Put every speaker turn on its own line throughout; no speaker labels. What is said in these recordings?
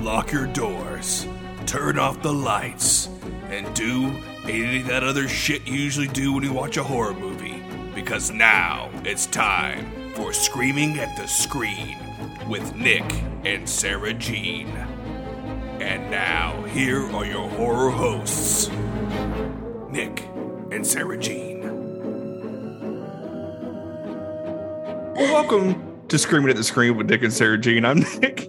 Lock your doors, turn off the lights, and do any of that other shit you usually do when you watch a horror movie. Because now it's time for Screaming at the Screen with Nick and Sarah Jean. And now, here are your horror hosts Nick and Sarah Jean.
Well, welcome to Screaming at the Screen with Nick and Sarah Jean. I'm Nick,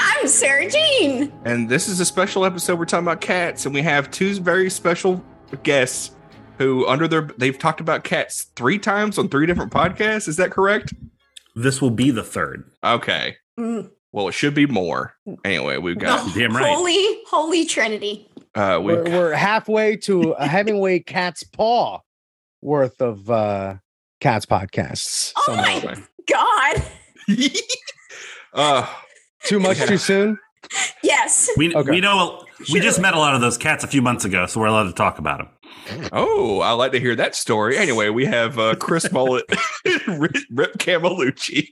I'm Sarah Jean.
and this is a special episode. We're talking about cats, and we have two very special guests who, under their, they've talked about cats three times on three different podcasts. Is that correct?
This will be the third.
Okay.
Mm,
Well, it should be more. Anyway, we've got
the
damn right.
Holy, holy Trinity.
uh, we've
we're, we're halfway to a Hemingway cat's paw worth of uh cats podcasts.
Oh
Somehow.
my God.
uh,
Too much too soon.
Yes.
We
Okay.
we know we
Sure.
just met a lot of those cats a few months ago, so we're allowed to talk about them.
oh, I like to hear that story. Anyway, we have uh, Chris Mullet, Rip, Rip Camelucci.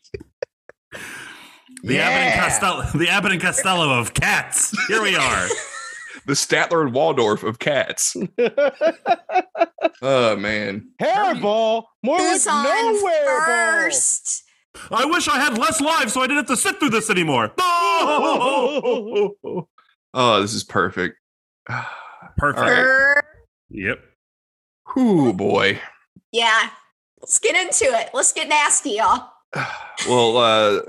The Abbott and Costello, the Abbott and Costello of cats. Here we are.
the Statler and Waldorf of cats. oh man.
Hairball, more
Who's
like
on
nowhere ball.
first?
I wish I had less lives, so I didn't have to sit through this anymore. No!
Oh, this is perfect.
Perfect.
All right.
Er,
Yep.
Ooh boy.
Yeah. Let's get into it. Let's get nasty, y'all.
Well, uh,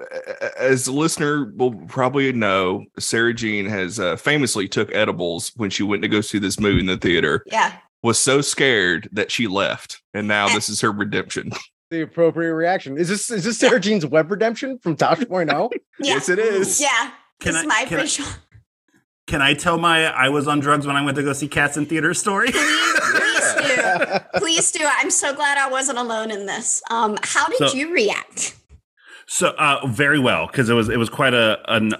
as the listener will probably know, Sarah Jean has uh, famously took edibles when she went to go see this movie in the theater.
Yeah.
Was so scared that she left, and now this is her redemption.
The appropriate reaction. Is this is this Sarah Jean's web redemption from Tosh 0.0?
Yeah.
Yes, it is.
Yeah.
Can
this is
I-
my
can I-
official.
Can I tell my I was on drugs when I went to go see cats in theater story?
Please do. Please do. I'm so glad I wasn't alone in this. Um, how did
So-
you react?
so uh very well because it was it was quite a an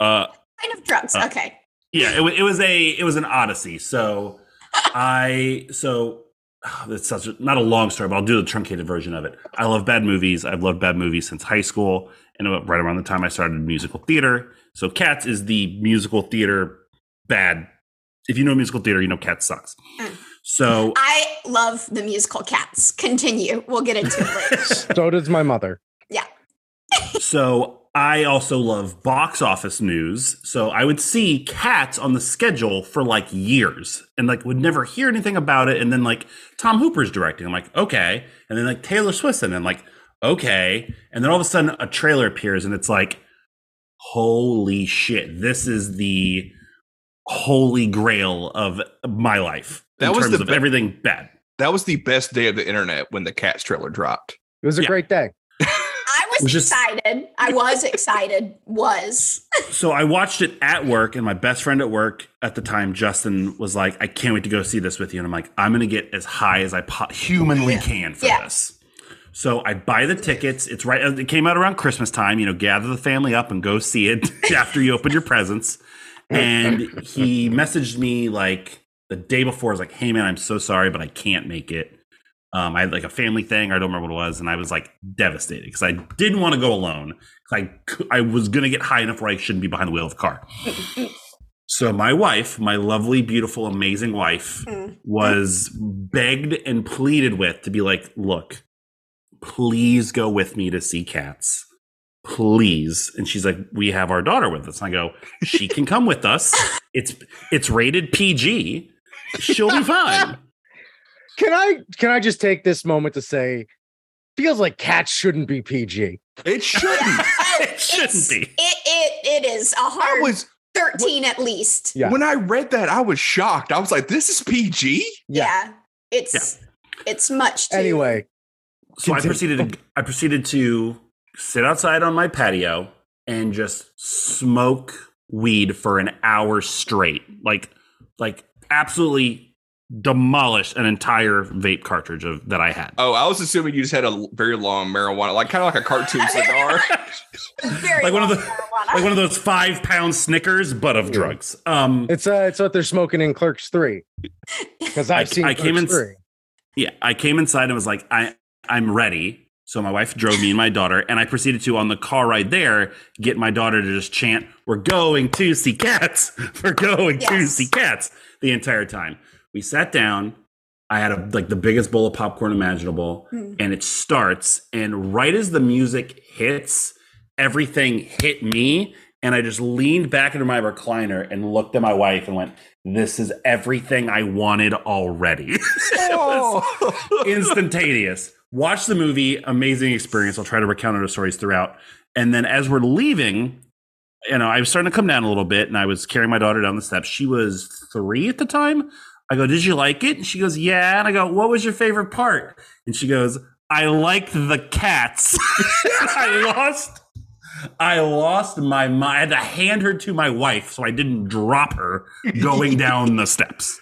uh
Kind of drugs.
Uh,
okay.
yeah it, wa- it was a it was an odyssey so i so ah, that's such a, not a long story but i'll do the truncated version of it i love bad movies i've loved bad movies since high school and about right around the time i started musical theater so cats is the musical theater bad if you know musical theater you know cats sucks
Mm.
so
I love the musical Cats. Continue. We'll get into it later.
so does my mother.
so I also love box office news. So I would see Cats on the schedule for like years and like would never hear anything about it. And then like Tom Hooper's directing. I'm like, okay. And then like Taylor Swift and then like, okay. And then all of a sudden a trailer appears and it's like, holy shit, this is the holy grail of my life.
That
in
was
terms
the
of
be-
everything bad.
That was the best day of the internet when the Cats trailer dropped.
It was a
Yeah.
great day.
I was
Which is-
excited. I was excited. Was
So I watched it at work, and my best friend at work at the time, Justin, was like, "I can't wait to go see this with you." And I'm like, "I'm going to get as high as I po- humanly can for
Yeah.
this." So I buy the tickets. It's right. uh, It came out around Christmas time. You know, gather the family up and go see it after you open your presents. And he messaged me like the day before. I was like, "Hey man, I'm so sorry, but I can't make it." Um, I had like a family thing. I don't remember what it was, and I was like devastated because I didn't want to go alone. 'Cause I cou- I was gonna get high enough where I shouldn't be behind the wheel of a car. so my wife, my lovely, beautiful, amazing wife,
Mm.
was begged and pleaded with to be like, "Look, please go with me to see cats." Please, and she's like, "We have our daughter with us." And I go, "She can come with us. It's it's rated PG. She'll be fine."
Can I can I just take this moment to say feels like cats shouldn't be PG.
It shouldn't.
It shouldn't be.
It it it is a
I
hard
was
thirteen at least.
Yeah.
when I read that, I was shocked. I was like, "This is PG."
Yeah,
Yeah.
it's it's much. Too,
Anyway,
So I
Continue.
proceeded. To, I proceeded to sit outside on my patio and just smoke weed for an hour straight, like like absolutely demolish an entire vape cartridge of that I had.
Oh, I was assuming you just had a l- very long marijuana, like kind of like a cartoon cigar.
very
Like one of
long
the-
marijuana.
Like one of those five pound Snickers, but of drugs. Um,
It's uh, it's what they're smoking in Clerks Three. Because I've
I-
seen
I came
Clerks
in-
Three.
yeah, I came inside and was like, I I'm ready. So my wife drove me and my daughter, and I proceeded to on the car ride there get my daughter to just chant, "We're going to see cats. We're going to
Yes.
see cats." The entire time we sat down, I had a, like the biggest bowl of popcorn imaginable,
Hmm.
and it starts, and right as the music hits, everything hit me, and I just leaned back into my recliner and looked at my wife and went, "This is everything I wanted already." It was
Oh.
instantaneous. Watch the movie, amazing experience. I'll try to recount other stories throughout. And then as we're leaving, you know, I was starting to come down a little bit, and I was carrying my daughter down the steps. She was three at the time. I go, "Did you like it?" And she goes, "Yeah." And I go, "What was your favorite part?" And she goes, "I liked the cats." I lost. I lost my mind. I had to hand her to my wife so I didn't drop her going down the steps.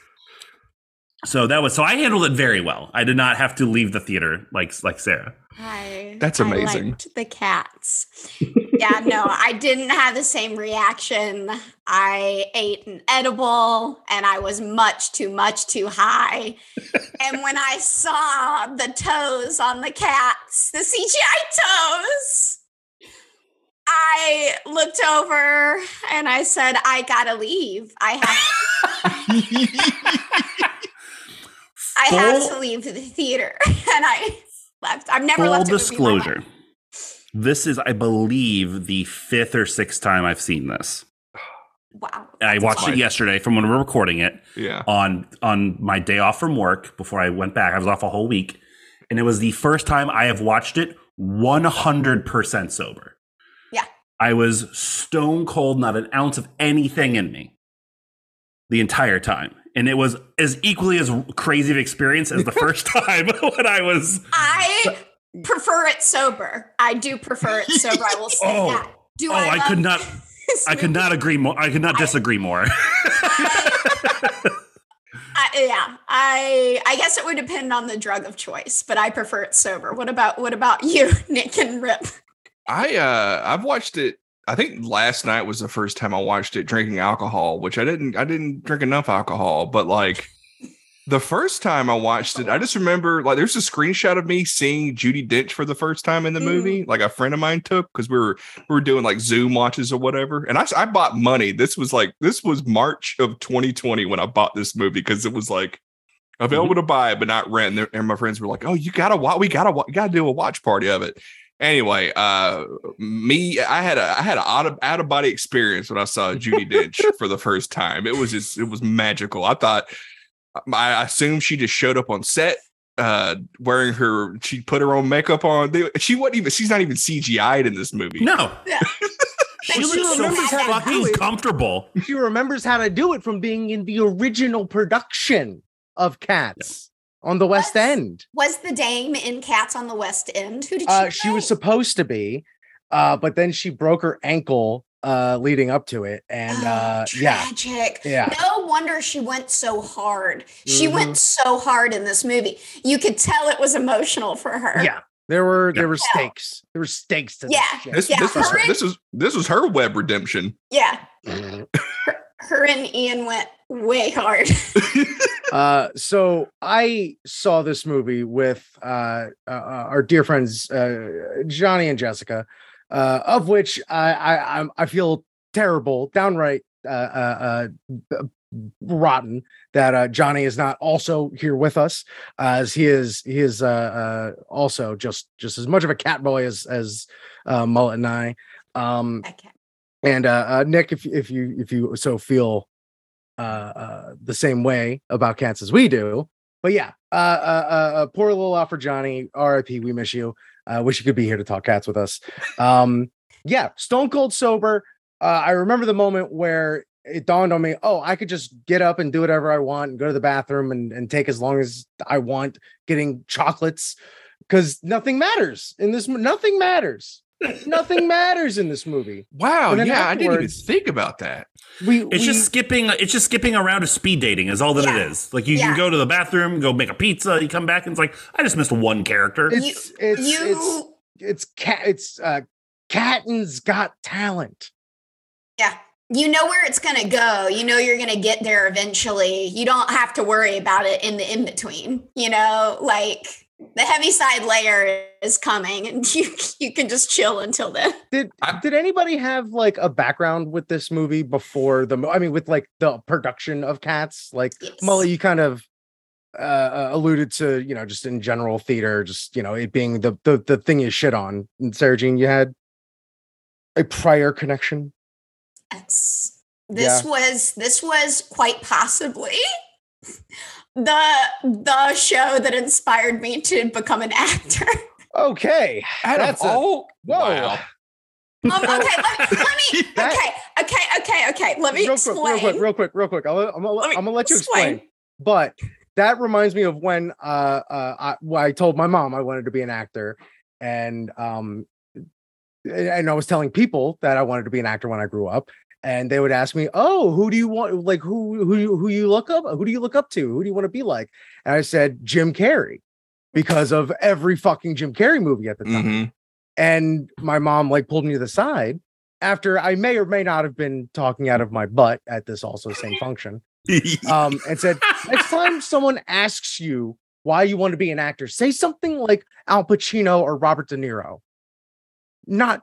So that was so I handled it very well. I did not have to leave the theater like like Sarah.
I,
That's amazing.
I liked the cats. yeah, no, I didn't have the same reaction. I ate an edible and I was much too much too high. and when I saw the toes on the cats, the CGI toes, I looked over and I said, I gotta leave. I have I have to
Full-
leave the theater. and I left. I've never
Full
left a movie in my life.
disclosure. This is, I believe, the fifth or sixth time I've seen this.
Wow.
And I
that's
watched
awesome.
it yesterday from when we were recording it.
Yeah.
on on my day off from work before I went back. I was off a whole week, and it was the first time I have watched it 100% sober.
Yeah.
I was stone cold, not an ounce of anything in me the entire time. And it was as equally as crazy of experience as the first time when I was
I prefer it sober. I do prefer it sober. I will say
Oh.
that. Do
Oh, I could
love
not-
this
I could
movie?
not agree more I could not disagree more.
I, yeah, I I guess it would depend on the drug of choice, but I prefer it sober. What about what about you, Nick and Rip?
I uh I've watched it. I think last night was the first time I watched it drinking alcohol, which I didn't I didn't drink enough alcohol, but like the first time I watched it, I just remember like there's a screenshot of me seeing Judy Dench for the first time in the
Mm.
movie. Like a friend of mine took because we were we were doing like Zoom watches or whatever. And I s- I bought money. This was like this was March of 2020 when I bought this movie because it was like available to buy but not rent. And, there- and my friends were like, "Oh, you gotta watch. We gotta wa- gotta do a watch party of it." Anyway, uh, me, I had a I had an out of out of body experience when I saw Judy Dench for the first time. It was just it was magical. I thought um, I assume she just showed up on set uh wearing her she put her own makeup on they, she wasn't even she's not even cgi'd in this movie
no.
Yeah.
She
Well, she
looks so
remembers how to
fucking
do it.
comfortable.
She remembers how to do it from being in the original production of Cats on the West
Yes.
End.
Was the dame in Cats on the West End? Who did she?
Uh, she was
play?
supposed to be, uh, but then she broke her ankle uh, leading up to it, and
Oh,
uh, yeah,
tragic.
yeah. Mm-hmm.
No wonder she went so hard. She went so hard in this movie. You could tell it was emotional for her.
Yeah. There were there
Yeah.
were stakes. There were stakes to
Yeah.
this.
this,
Yeah,
this was
her and-
this was this was her web redemption
yeah.
Yeah.
Her and Ian went way hard.
uh, so I saw this movie with uh, uh, our dear friends uh, Johnny and Jessica, uh, of which I I, I'm, I feel terrible, downright uh, uh, uh, b- rotten that uh, Johnny is not also here with us, as he is he is uh, uh, also just just as much of a cat boy as as uh, Mullet and I. Um,
Okay.
and uh, uh, Nick, if if you if you so feel uh, uh, the same way about cats as we do, but yeah, uh, uh, uh, uh, poor little offer Johnny, R.I.P. We miss you. I wish you could be here to talk cats with us. Um, yeah, stone cold sober. Uh, I remember the moment where it dawned on me, oh, I could just get up and do whatever I want and go to the bathroom and, and take as long as I want getting chocolates because nothing matters in this. mo- Nothing matters. nothing matters in this movie
wow
But then
yeah i didn't even
afterwards-
think about that
we
It's
we-
just skipping. It's just skipping around to speed dating is all that
Yeah.
it is. Like you
Yeah.
can go to the bathroom, go make a pizza, you come back, and it's like I just missed one character.
it's it's it's
you
it's cat it's uh Catton's got talent.
you know where it's going to go. You know you're going to get there eventually. You don't have to worry about it in the in between. You know, like The heavy side layer is coming, and you you can just chill until then.
Did
I-
did anybody have like a background with this movie before the? mo- I mean, with like the production of Cats. Like
Yes.
Molly, you kind of uh, uh, alluded to, you know, just in general theater, just you know, it being the the, the thing you shit on. And Sarah Jean, you had a prior connection.
Yes. This was this was quite possibly the the show that inspired me to become an actor.
Okay,
Out
That's a-
of all,
whoa.
wow.
Um, okay, let me, let me okay,
That-
okay, okay, okay. Let me
real
explain.
quick, real quick, real quick, real quick. I'll, I'm, gonna,
Let
I'm
me
gonna let you explain. but that reminds me of when uh, uh I, well, I told my mom I wanted to be an actor, and um, and I was telling people that I wanted to be an actor when I grew up, and they would ask me, "Oh, who do you want? Like who who you- who you look up? Who do you look up to? Who do you want to be like?" And I said Jim Carrey, because of every fucking Jim Carrey movie at the time
Mhm.
and my mom like pulled me to the side after I may or may not have been talking out of my butt at this also same function. Um, and said, next time someone asks you why you want to be an actor, say something like Al Pacino or Robert De Niro, not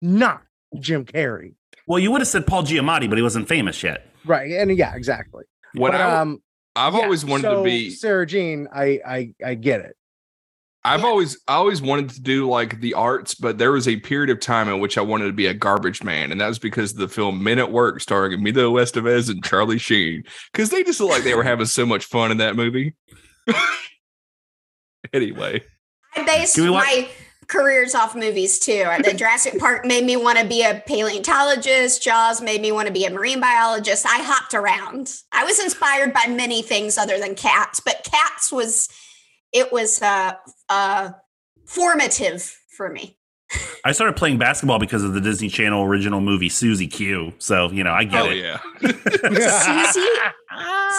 not Jim Carrey,
Well, you would have said Paul Giamatti, but he wasn't famous yet.
right? And yeah, exactly.
What
but,
I,
um,
I've
yeah,
always wanted
so,
to be
Sarah Jean. I I I get it.
I've
Yeah.
always I always wanted to do like the arts, but there was a period of time in which I wanted to be a garbage man, and that was because of the film Men at Work starring Emilio Estevez and Charlie Sheen, because they just looked like they were having so much fun in that movie. anyway,
I based
Do we want-
my careers off movies too. Uh, The Jurassic Park made me want to be a paleontologist. Jaws made me want to be a marine biologist. I hopped around. I was inspired by many things other than cats, but cats was it was uh, uh, formative for me.
I started playing basketball because of the Disney Channel original movie Susie Q. So you know, I get
oh
it.
yeah,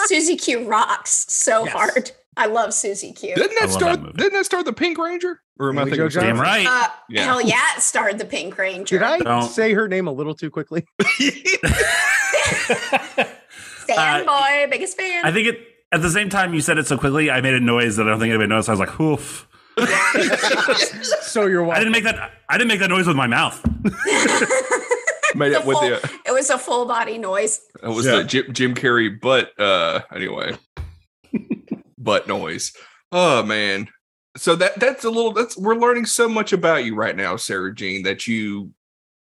Susie, Susie Q rocks so
Yes.
hard. I love Susie Q.
didn't
I
that
love
start?
that movie.
didn't that start the Pink Ranger? Or am I
Billy
thinking?
Joe
Damn
Johnson.
right.
Uh,
Yeah.
Hell yeah, it starred the Pink Ranger.
Did I
Don't-
say her name a little too quickly?
Fanboy, biggest fan.
I think it at the same time you said it so quickly, I made a noise that I don't think anybody noticed. I was like, "Oof!"
so you're
I
welcome.
didn't make that. I didn't make that noise with my mouth.
Made
The
it with
full-
the uh,
it was a full body noise.
it was
Yeah.
the Jim, Jim Carrey butt. Uh, anyway, butt noise. Oh man. So that that's a little. That's we're learning so much about you right now, Sarah Jean. That you.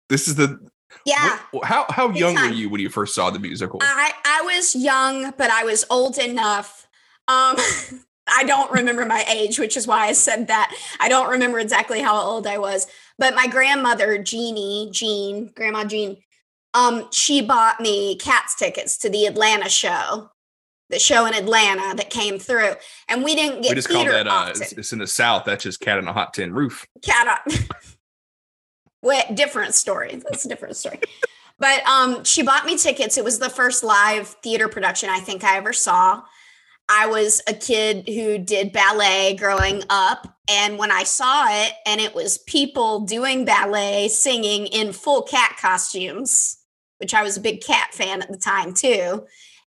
This is the
Yeah.
what- how how
Big
young
time. Um,
were you when you first saw the musical?
I I was young, but I was old enough. Um I don't remember my age, which is why I said that. I don't remember exactly how old I was, but my grandmother, Jeannie, Jean, Grandma Jean, um, she bought me cats tickets to the Atlanta show, the show in Atlanta that came through, and we didn't get
we just call
theater
that uh,
often.
it's, it's in the South. That's just cat on a hot tin roof.
cat on Wait, different story. That's a different story. But um, she bought me tickets. It was the first live theater production I think I ever saw. I was a kid who did ballet growing up. And when I saw it, and it was people doing ballet singing in full cat costumes, which I was a big cat fan at the time too.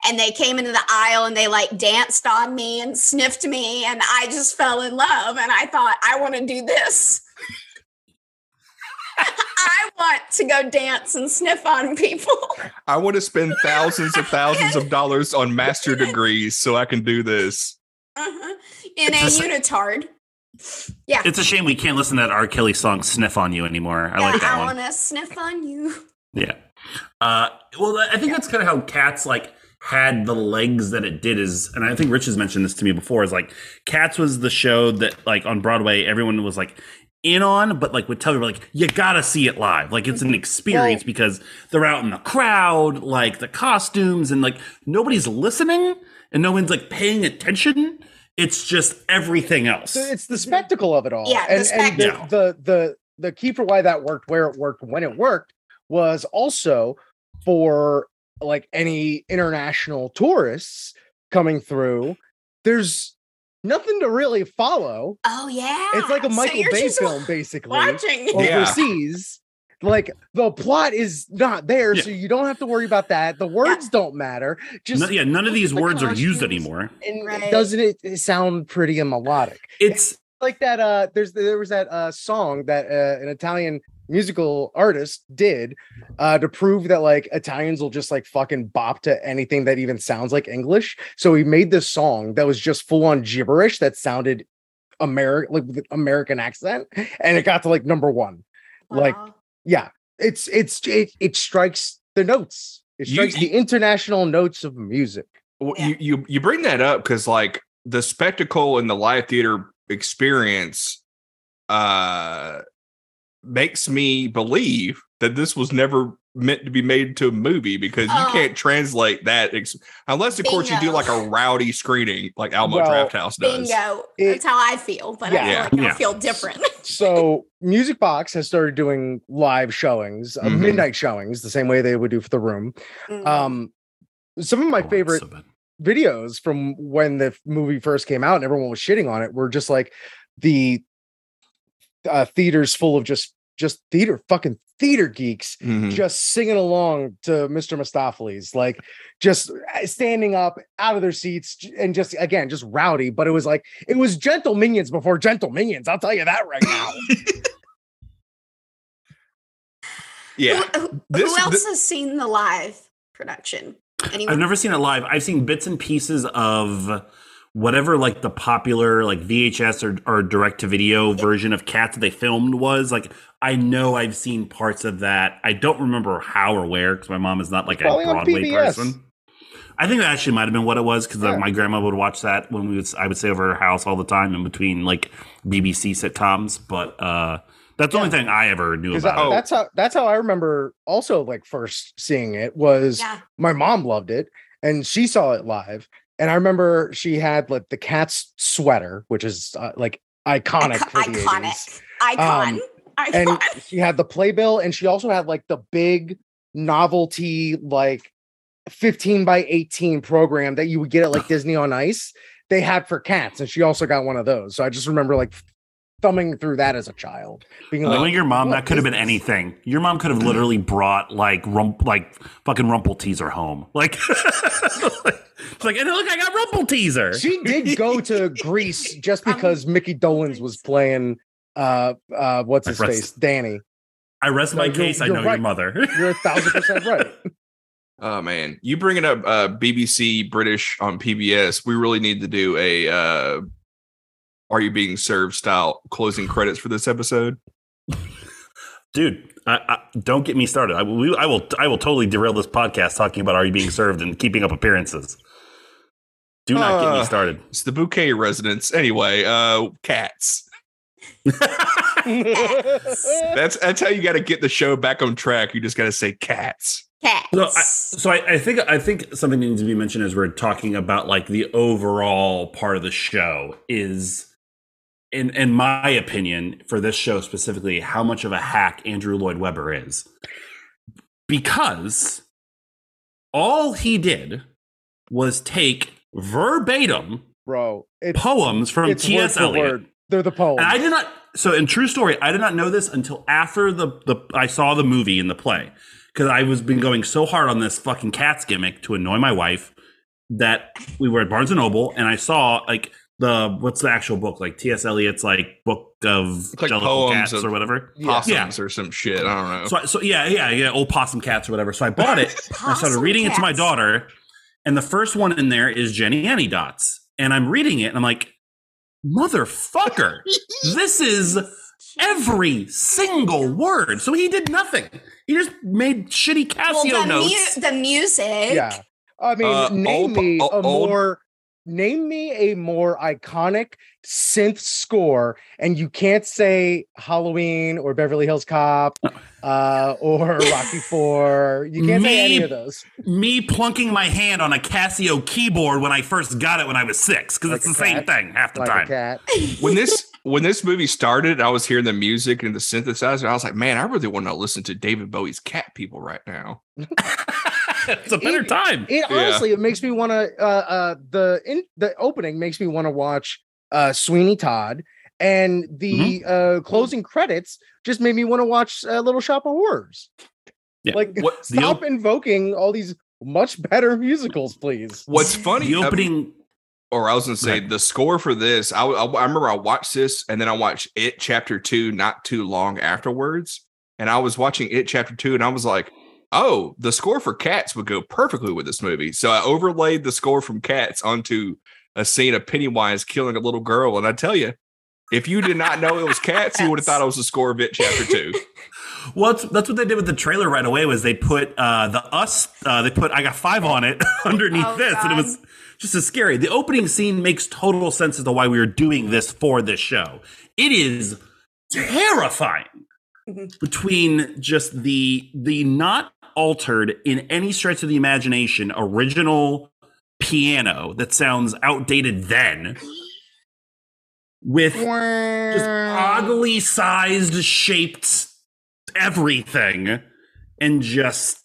And they came into the aisle and they like danced on me and sniffed me. And I just fell in love. And I thought, I want to do this. I want to go dance and sniff on people.
I want to spend thousands and thousands of dollars on master degrees so I can do this.
Uh-huh. in a
It's a
unitard.
It's a shame we can't listen to that R. Kelly song "Sniff on You" anymore. I like
Yeah,
that
I
one.
want to sniff on you.
Yeah. Uh, well, I think that's kind of how cats like had the legs that it did is and i think rich has mentioned this to me before is like cats was the show that like on broadway everyone was like in on but like would tell you like you gotta see it live like it's an experience because they're out in the crowd like the costumes and like nobody's listening and no one's like paying attention it's just everything else
So it's the spectacle of it all.
Yeah, the
and, and
spectacle.
the, the the the key for why that worked, where it worked, when it worked, was also for like any international tourists coming through. There's nothing to really follow.
Oh yeah.
It's like a
So
Michael
you're
Bay
just
film, basically
Watching.
Yeah.
overseas. Like the plot is not there, so you don't have to worry about that. The words don't matter. Just
None- yeah, none of these
the
words are used
costumes.
anymore.
and
Right.
doesn't it, it sound pretty and melodic?
It's
Like that. Uh, there's there was that uh song that uh, an Italian musical artist did uh to prove that like Italians will just like fucking bop to anything that even sounds like English. So he made this song that was just full on gibberish that sounded American like with an American accent, and it got to like number one. Like
Wow.
yeah it's it's it, it strikes the notes it
You-
strikes the international notes of music
Well,
Yeah.
you, you you bring that up because like the spectacle and the live theater experience uh makes me believe that this was never meant to be made to a movie because
Oh.
you can't translate that ex- unless of course you do
Bingo.
like a rowdy screening like Alamo
Well,
Drafthouse does.
Bingo.
It- Um,
That's how I feel, but
Yeah.
I feel like I
Yeah.
feel different.
so music box has started doing live showings uh,
Mm-hmm.
Mhm.
midnight showings the same way they would do for the room
Mm.
um some of my
Oh, it's
favorite
so bad.
videos from when the f- movie first came out and everyone was shitting on it were just like the uh, theaters full of just just theater fucking theater geeks
Mm.
Mhm.
just singing along to Mr. Mistopheles, like just uh, standing up out of their seats j- and just again, just rowdy. But it was like it was gentle minions before gentle minions. I'll tell you that right now.
Yeah.
Who- Who, who
This-
else
thi-
has seen the live production? Anyone?
I've never seen it live. I've seen bits and pieces of whatever like the popular like VHS or, or direct to video version of Cats that they filmed was. Like I know I've seen parts of that. I don't remember how or where because my mom is not like a
Probably on
Broadway
PBS.
person. I think that actually might have been what it was because
Yeah.
my grandma would watch that when we would I would stay over at her house all the time in between like BBC sitcoms. But uh that's the only thing I ever knew
Because
about.
Oh.
that's how that's how I remember also like first seeing it was
Yeah.
my mom loved it and she saw it live. And I remember she had like the cat's sweater, which is uh, like iconic.
Ico-
for the 80s.
iconic. Icon.
Um,
Icon.
and she had the playbill and she also had like the big novelty like 15 by 18 program that you would get at like disney on ice they had for cats and she also got one of those so i just remember like thumbing through that as a child being
Knowing
like
your mom,
what
that could have
is
been
this?
anything. Your mom could have literally brought like rump, like fucking rumple teaser home. Like, it's like, and look, I got rumple teaser.
she did go to greece just because mickey dolans was playing uh uh what's
I
his
pressed-
face danny
I rest
No,
my
you're-
case. I
you're
know
right.
your mother.
you're a thousand percent right
Oh man, you bringing up uh, BBC British on PBS. We really need to do a uh, "Are You Being Served" style closing credits for this episode.
Dude, I, I, don't get me started. I, we, I will. I will totally derail this podcast talking about are you being served and keeping up appearances. Do not get
Uh.
me started.
It's the bouquet residence. Anyway, uh, cats. That's that's how you got to get the show back on track. You just got to say cats.
Cats.
No, I, so I, I think I think something needs to be mentioned as we're talking about like the overall part of the show is, in in my opinion, for this show specifically, how much of a hack Andrew Lloyd Webber is, because all he did was take verbatim
bro it's,
poems from
it's word
T.S.
for
Eliot.
word they're the poem
And I did not. So, in true story, I did not know this until after the the I saw the movie and the play because I was been going so hard on this fucking cats gimmick to annoy my wife that we were at Barnes and Noble and I saw like the what's the actual book like T.S. Eliot's like book of
It's like
Jellicle
poems
cats
of- Oh.
or whatever.
Yeah.
Possums or some shit. I don't know.
So, I, so yeah, yeah, yeah, old possum cats or whatever. So I bought it. and I started
Possum
reading it to my
cats.
daughter, and the first one in there is Jenny Annie Dots, and I'm reading it, and I'm like, motherfucker, this is every single word. So he did nothing. He just made shitty
well,
Casio
the,
notes.
mu- the music.
Yeah. I mean,
Uh,
name
old-
me
o-
a
old-
more name me a more iconic synth score and you can't say Halloween or Beverly Hills Cop uh or Rocky 4. You can't say any
Me-
of those.
Me plunking my hand on a Casio keyboard when I first got it when I was six, because
Like
it's
a
the same
cat.
thing half the
Like a
time.
cat.
when this when this movie started, I was hearing the music and the synthesizer. I was like, man, I really want to listen to David Bowie's Cat People right now.
it's a better
It-
time.
It
Yeah.
honestly it makes me want to uh uh the in the opening makes me want to watch uh Sweeney Todd and the
Mm-hmm.
uh, closing credits just made me want to watch uh, Little Shop of Horrors.
Yeah.
Like,
What-
the
stop
op-
invoking all these much better musicals, please.
What's funny?
The
I mean-
opening,
or I was gonna say
Right.
the score for this. I, I I remember I watched this and then I watched it chapter two not too long afterwards, and I was watching it chapter two and I was like, oh, the score for Cats would go perfectly with this movie. So I overlaid the score from Cats onto a scene of Pennywise killing a little girl, and I tell you. If you did not know it was cats, you would have thought it was the score of it chapter two.
well, that's, that's what they did with the trailer right away. Was they put uh, the us? Uh, they put I got five on it underneath
Oh,
this, and it
God.
was just as scary. The opening scene makes total sense as to why we were doing this for this show. It is terrifying
Mhm.
between just the the not altered in any stretch of the imagination original piano that sounds outdated then with just
Um,
oddly sized shaped everything and just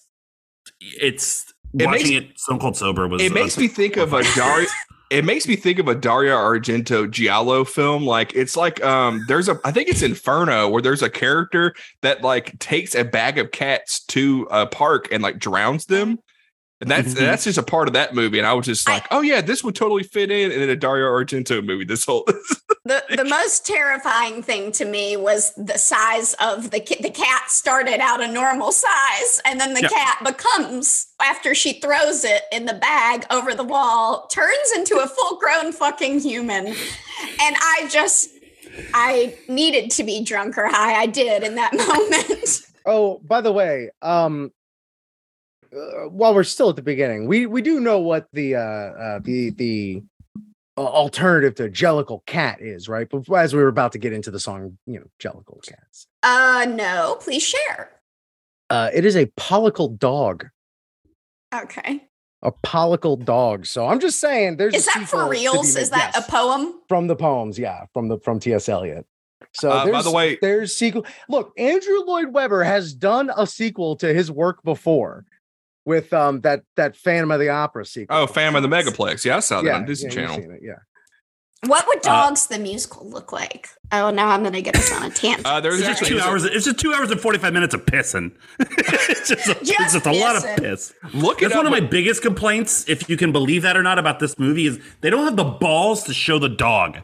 it's
It
watching it stone cold sober was
It makes me think of a Dario. It makes me think of a Dario Argento Giallo film. Like it's like um, there's a I think it's Inferno where there's a character that like takes a bag of cats to a park and like drowns them. And that's
Mhm.
that's just a part of that movie. And I was just like, oh yeah, this would totally fit in in a Dario Argento movie. This whole
The, the most terrifying thing to me was the size of the ki- the cat started out a normal size and then the
Yeah.
cat becomes after she throws it in the bag over the wall turns into a full grown fucking human and I just I needed to be drunk or high I did in that moment
Oh, by the way, um, uh, while we're still at the beginning, we we do know what the uh, uh the the uh, alternative to Jellicle Cat is, right? But as we were about to get into the song, you know, Jellicle Cats.
uh no please share
Uh, it is a pollicle dog,
okay
a pollicle dog. So I'm just saying, there's a
is that
sequel
for
to
reals
be
is
made-
that
yes,
a poem
from the poems? Yeah, from the from T. S. Eliot. So
Uh, by
there's-
the way-
there's sequel. Look, Andrew Lloyd Webber has done a sequel to his work before with um that that Phantom of the Opera sequel.
oh, Phantom of the Megaplex. Yeah, I saw that on Disney
you've
Channel.
seen it, yeah.
What would
Uh,
Dogs the Musical look like? Oh, now I'm going to get us on a tangent.
Uh, there's
it's just
actually
two hours it's just two hours and 45 minutes of pissing it's just a, it's
Just
just a lot of
pissing.
piss
Look it
that's one
up.
of my biggest complaints if you can believe that or not about this movie is they don't have the balls to show the dog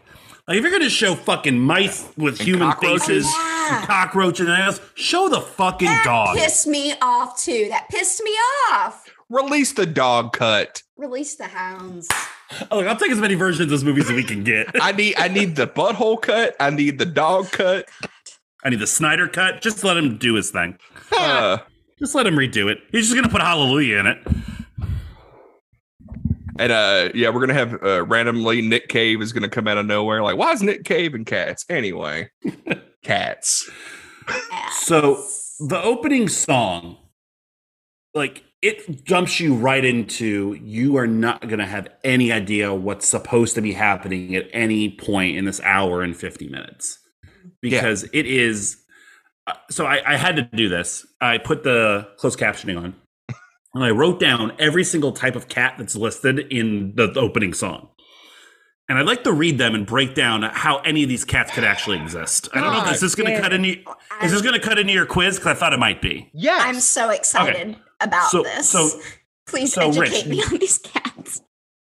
like if you're gonna show fucking mice with human
cockroaches.
faces
Yeah.
and cockroaches and else show the fucking
that
dog
pissed me off too. That pissed me off.
Release the dog cut.
Release the hounds.
Look, I'll take as many versions of this movie as we can get.
I need I need the butthole cut. I need the dog cut.
I need the Snyder cut. Just let him do his thing.
Uh,
Just let him redo it. He's just gonna put Hallelujah in it.
And uh, yeah, we're gonna have uh, randomly Nick Cave is gonna come out of nowhere. Like, why is Nick Cave and cats anyway? cats.
Yeah.
So the opening song, like it jumps you right into you are not gonna have any idea what's supposed to be happening at any point in this hour and fifty minutes because it is. uh, So I, I had to do this. I put the closed captioning on, and I wrote down every single type of cat that's listed in the, the opening song. And I'd like to read them and break down how any of these cats could actually exist. I don't know if this
God
is going to
damn
cut any is
I'm,
this going to cut into your quiz? Because I thought it might be.
Yes.
I'm so excited about
So-
this.
so-
Please
so, Rich,
educate me on these cats.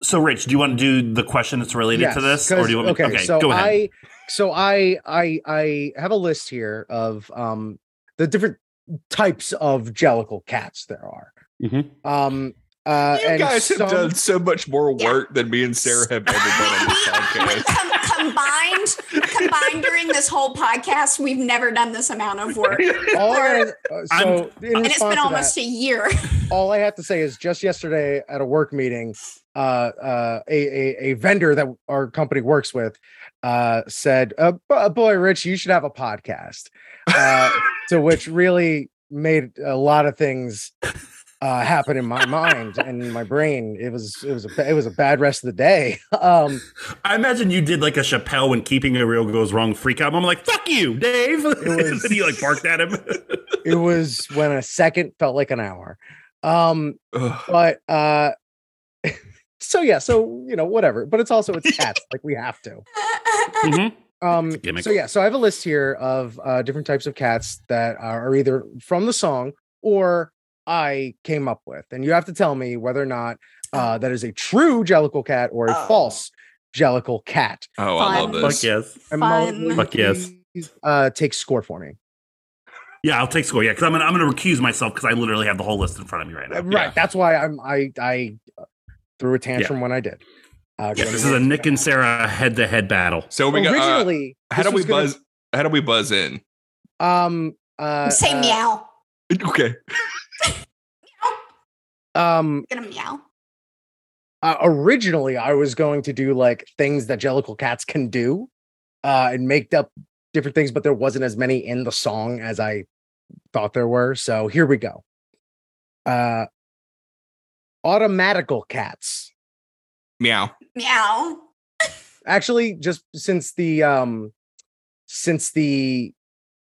So, Rich, do you want to do the question that's related to
Yes,
this, or do
'cause-
you want?
okay,
Me, okay,
so
go ahead.
I so I I I have a list here of um the different types of jellicle cats there are.
Mhm.
Um uh
you
and
guys have
some-
done so much more
Yeah.
work than me and Sarah have ever done on this
Maybe
podcast.
com- combined, combined during this whole podcast, we've never done this amount of work, and
all I gotta- uh,
I'm-
so in response
it's been
to
almost a year.
that, all I have to say is just yesterday at a work meeting, uh, uh, a, a a vendor that our company works with uh, said, uh, b- "Boy, Rich, you should have a podcast." Uh, to which really made a lot of things uh, happen in my mind and in my brain. It was it was a ba- it was a bad rest of the day. Um,
I imagine you did like a Chappelle when keeping a real goes wrong freak out. I'm like, fuck you, Dave.
was-
and he like barked at him.
it was when a second felt like an hour. Um,
Ugh.
but uh, so yeah, so you know whatever. But it's also it's cats, like we have to.
Mhm.
Um,
a gimmick.
so yeah, so I have a list here of uh, different types of cats that are either from the song or I came up with, and you have to tell me whether or not uh, that is a true Jellicle cat or a
Oh.
false Jellicle cat.
Oh, I love
Fun.
this.
Fuck yes.
And
Fun.
Mullen,
Fuck yes.
please, Uh, take score for me.
Yeah, I'll take score. Yeah, because I'm gonna I'm gonna recuse myself because I literally have the whole list in front of me right
Uh,
now.
Right, that's why I'm I I uh, threw a tantrum when I did. Uh,
Yeah, this is a Nick and Sarah head to head battle.
So we got. uh,
originally.
how do
this
we
was gonna-
buzz? How do we buzz in?
Um. Uh,
Say
uh,
meow.
Okay.
Um.
Gonna meow.
uh, originally I was going to do like things that Jellicle cats can do uh, and make up different things, but there wasn't as many in the song as I thought there were. So here we go. Uh, automatical cats.
Meow.
Meow.
Actually, just since the um, since the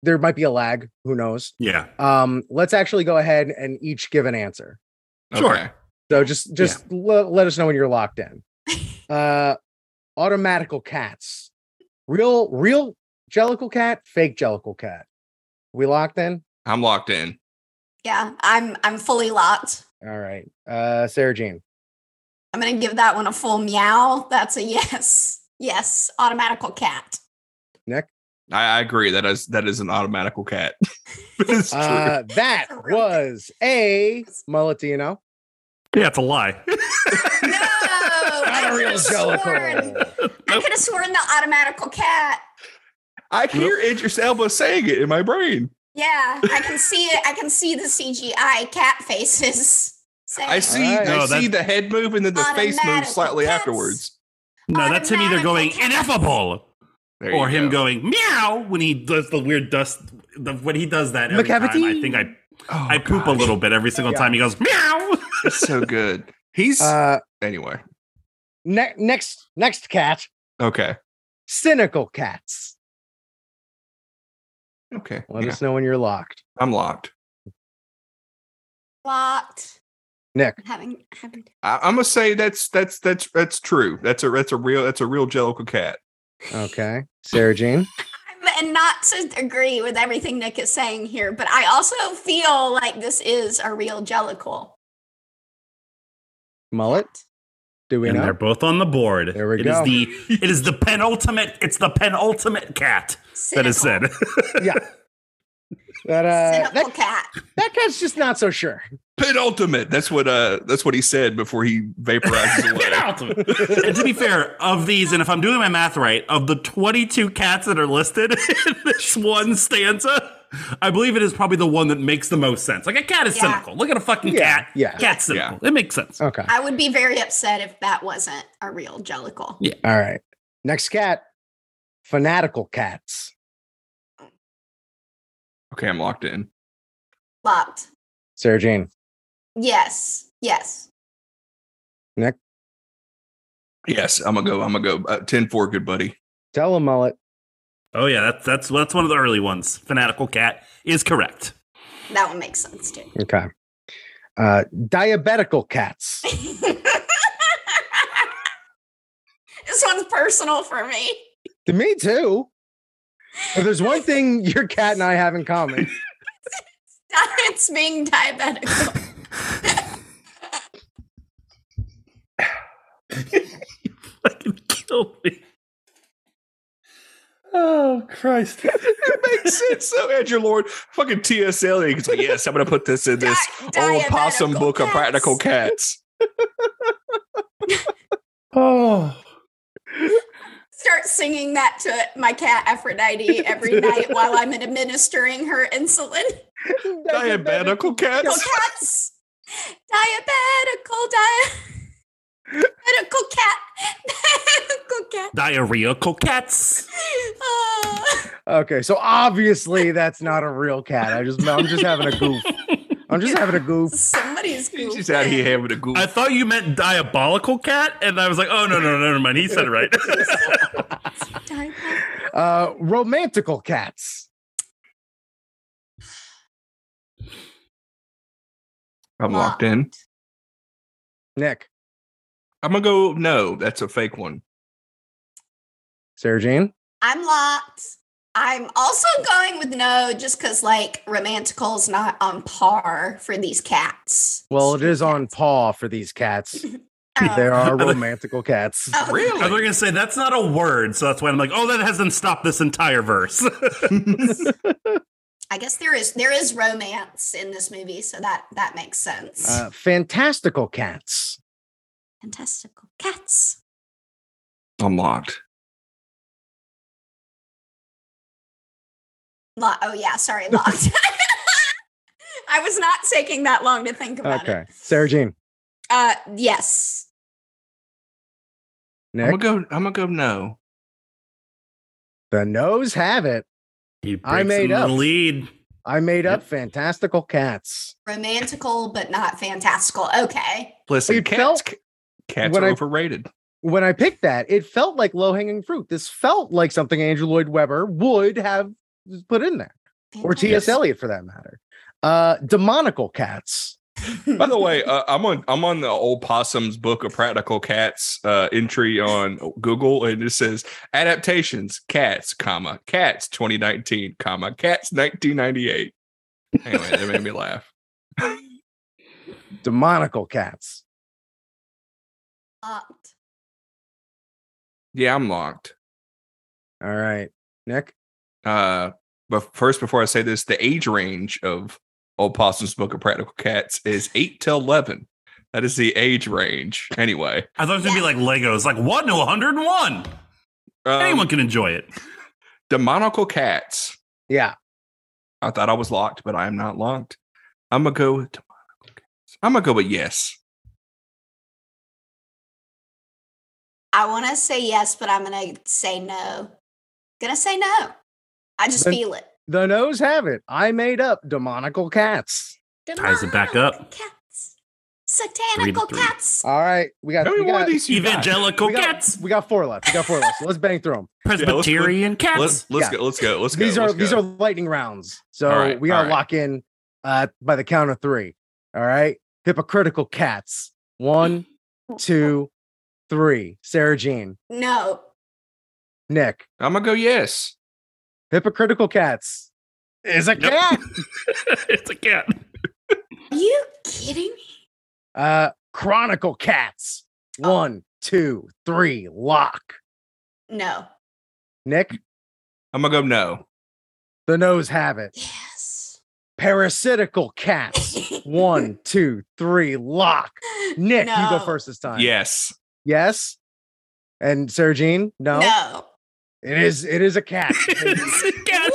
there might be a lag, who knows?
Yeah.
Um, let's actually go ahead and each give an answer.
Sure.
Okay.
So just just le- let us know when you're locked in. Uh automatical cats. Real real jellicle cat, fake jellicle cat. We locked in?
I'm locked in.
Yeah, I'm I'm fully locked.
All right. Uh Sarah Jean.
I'm gonna give that one a full meow. That's a yes. Yes, automatical cat.
I, I agree. That is that is an automatical cat. it's true.
Uh that
That's a real
was a Molotino.
Yeah, it's a lie.
No, I
Not a
could
real
have sworn.
jellicle.
I could have sworn the automatical cat.
I hear Idris Elba saying it in my brain.
Yeah, I can see it. I can see the CGI cat faces. Saying,
I see.
Alright.
I
No,
see the head move and then the face move
Automatical
slightly
cats.
afterwards.
No, that's him either going
Automatical cat.
ineffable
There you
or him
go.
going meow when he does the weird dust. The, when he does that every time, I
McCavity.
think I
Oh,
I poop a
gosh.
little bit every single
Yeah.
time he goes meow.
It's so good. He's
Uh
anyway.
ne- next next cat,
Okay.
cynical cats.
Okay.
Let
yeah,
us know when you're locked.
I'm locked.
locked.
Nick.
Having having.
I, I'm gonna say that's that's that's that's true. That's a that's a real that's a real Jellicle cat.
Okay. Sarah Jean.
And not to agree with everything Nick is saying here, but I also feel like this is a real Jellicle.
Mullet. Do we
and
know?
they're both on the board.
There we
It
go.
is the it is the penultimate. It's the penultimate cat that is said.
Yeah. That uh
Cynical
that,
cat.
that cat's just not so sure.
Penultimate. That's what uh that's what he said before he vaporizes away.
Penultimate. and to be fair, of these, and if I'm doing my math right, of the 22 cats that are listed in this one stanza, I believe it is probably the one that makes the most sense. Like a cat is
Yeah.
cynical. Look at a fucking
Yeah.
cat.
Yeah.
Cat's cynical. It makes sense.
Okay.
I would be very upset if that wasn't a real Jellicle.
Yeah.
All right. Next cat, fanatical cats.
Okay, I'm locked in.
Locked.
Sarah Jane.
Yes. Yes.
Yes, I'm gonna go. I'm gonna go. Uh, 10-4, good buddy.
Tell him mullet.
Oh yeah, that's that's that's one of the early ones. Fanatical cat is correct.
That one makes sense too.
Okay. Uh diabetical cats.
this one's personal for me.
Me too. If there's one thing your cat and I have in common,
It's being diabetic.
Fucking kill me. Oh Christ.
it makes sense. So, Andrew Lord, fucking TSL. He's like, yes, I'm gonna put this in this
Di-
old possum
diabetical
book of
cats.
practical cats.
Oh
Start singing that to my cat Aphrodite every night while I'm administering her insulin.
Diabetical
Diabetical
cats.
cats. Diabetical di- diabetical cat. Diabetical cat.
diarrheal cats.
Oh.
Okay, so obviously that's not a real cat. I just I'm just having a goof. I'm just having a goof.
Somebody's
He's just out here having a goof.
I thought you meant diabolical cat, and I was like, oh no, no, no, never mind. He said it right.
Diabetical.
Uh romantical cats.
I'm locked in.
Nick,
I'm gonna go. No, that's a fake one.
Sarah Jane.
I'm locked. I'm also going with no, just because like romantical's not on par for these cats.
Well, it is on paw for these cats.
Oh.
There are romantical cats.
Oh,
I was going to say that's not a word, so that's why I'm like, oh, that hasn't stopped this entire verse.
I guess there is there is romance in this movie, so that that makes sense.
Uh, fantastical cats.
Fantastical cats.
I'm locked.
Lo- oh yeah, sorry, locked. I was not taking that long to think about
Okay.
it.
Sarah Jean.
Uh, yes,
Nick.
go. I'm gonna go. No.
The nose have it.
You
I made up.
the lead.
I made up
Yep.
fantastical cats.
romantical but not fantastical. Okay,
Listen,
It
cats.
felt-
c- cats
when
are
I-
overrated.
When I picked that, it felt like low hanging fruit. This felt like something Andrew Lloyd Webber would have put in there, or T.S. Eliot for that matter. Uh, demonical cats.
By the way, uh, I'm on I'm on the old possum's book of practical cats uh, entry on Google, and it says adaptations cats, comma cats 2019, comma cats 1998. Anyway, that made me laugh.
Demonical cats.
Locked.
Yeah, I'm locked.
All right, Nick.
Uh, but first, before I say this, the age range of old possum's book of practical cats is eight to eleven. That is the age range. Anyway,
I thought it was going to be like Legos, like 1 to 101.
um,
Anyone can enjoy it.
demonical cats.
Yeah,
I thought I was locked, but I am not locked. I'm gonna go with demonic. I'm gonna go with yes.
I want to say yes, but I'm gonna say no. Gonna say no. I just
Then-
feel it.
the nose have it. I made up demonical cats.
Ties it back up.
Cats. Satanical
three.
Uh,
cats.
All right, we got
How many
we
more of
got,
these you got?
Evangelical
we got-
cats,
we got four left. We got four left. So let's bang through them.
Presbyterian cats.
Let's let's
Yeah.
go. Let's go. Let's
these
go.
are
let's
these
go.
are lightning rounds. So
All right,
we
all
are
right.
lock in uh, by the count of three. All right, hypocritical cats. One, two, three. Sarah Jean,
No.
Nick.
I'm gonna go yes.
Hypocritical cats is a
Nope.
cat.
it's a cat.
Are you kidding me?
Uh, chronicle cats. One, two, three. Lock.
No.
Nick.
I'm gonna go no.
The nose have it.
Yes.
Parasitical cats. One, two, three. Lock. Nick, you
No.
go first this time.
Yes.
Yes. And Sarah Jean, no.
No.
It is. It is a cat.
it's a cat.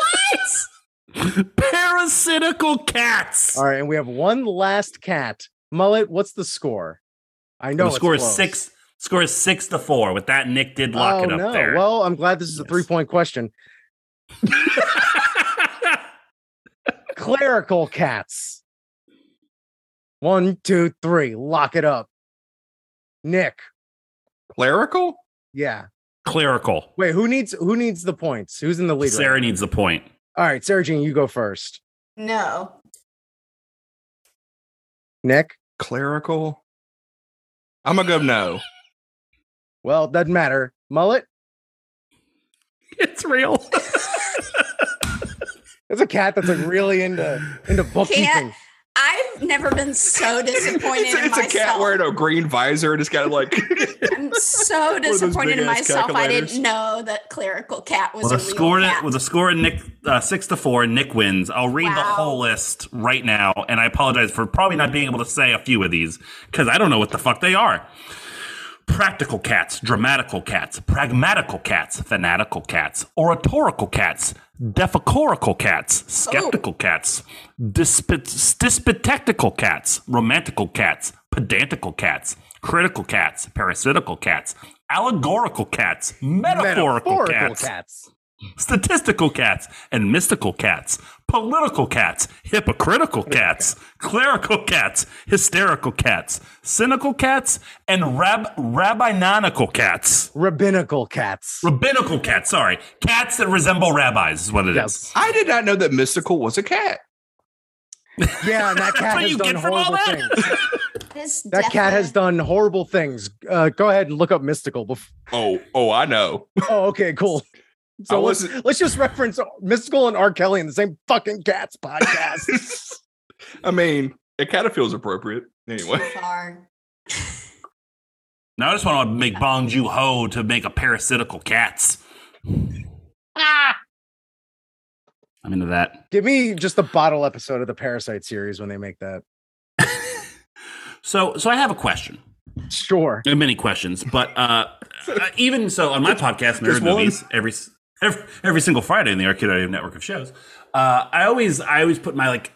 What?
Parasitical cats.
All right, and we have one last cat. Mullet, what's the score? I know
the
it's
score is
close.
six. Score is six to four. With that, Nick did lock
oh
it up
no!
there.
Well, I'm glad this is a
Yes.
three-point question. Clerical cats. One, two, three. Lock it up. Nick.
Clerical.
Yeah.
Clerical.
Wait. Who needs? Who needs the points? Who's in the lead? right
Sarah
now?
needs a point.
All right, Sarah Jean, you go first.
No.
Nick.
Clerical. I'm gonna go no.
Well, doesn't matter. Mullet.
It's real.
That's a cat that's like really into into bookkeeping.
I've never been so disappointed
it's
in
it's a
myself.
cat wearing a green visor and it's got like
I'm so
those
disappointed in
big-ass
myself. I
calculators.
didn't know that clerical cat was
Well, the
a real
score
cat.
with a score in Nick uh, six to four, Nick wins. I'll read the
Wow.
whole list right now, and I apologize for probably not being able to say a few of these because I don't know what the fuck they are. Practical cats, dramatical cats, pragmatical cats, fanatical cats, oratorical cats, defecorical cats, skeptical cats, disp- dispetactical cats, romantical cats, pedantical cats, critical cats, parasitical cats, allegorical cats, metaphorical, cats
cats.
statistical cats and mystical cats, political cats, hypocritical cats, clerical cats, hysterical cats, cynical cats, and rab- rabbinonical cats.
Rabbinical cats.
Rabbinical cats, sorry. Cats that resemble rabbis is what it is.
Yes.
I did not know that mystical was a cat.
Yeah, and that
That's
cat
what
has
you
done
get from all
horrible things.
that.
That is
That cat has
definitely-
done horrible things. Uh, go ahead and look up mystical. Before-
Oh, oh, I know.
oh, okay, cool. So
I
let's,
wasn't-
let's just reference Mystical and R. Kelly in the same fucking cats podcast.
I mean, it kind of feels appropriate. Anyway,
Too far.
Now I just want to make Bong Joon Ho to make a parasitical cats. I'm into that.
Give me just the bottle episode of the Parasite series when they make that.
So, so I have a question.
Sure.
There are many questions, but uh, uh, even so, on my podcast, Nerd
just one?
Movies, every, s- every every single Friday in the Arcade Audio Network of shows, uh, I always I always put my like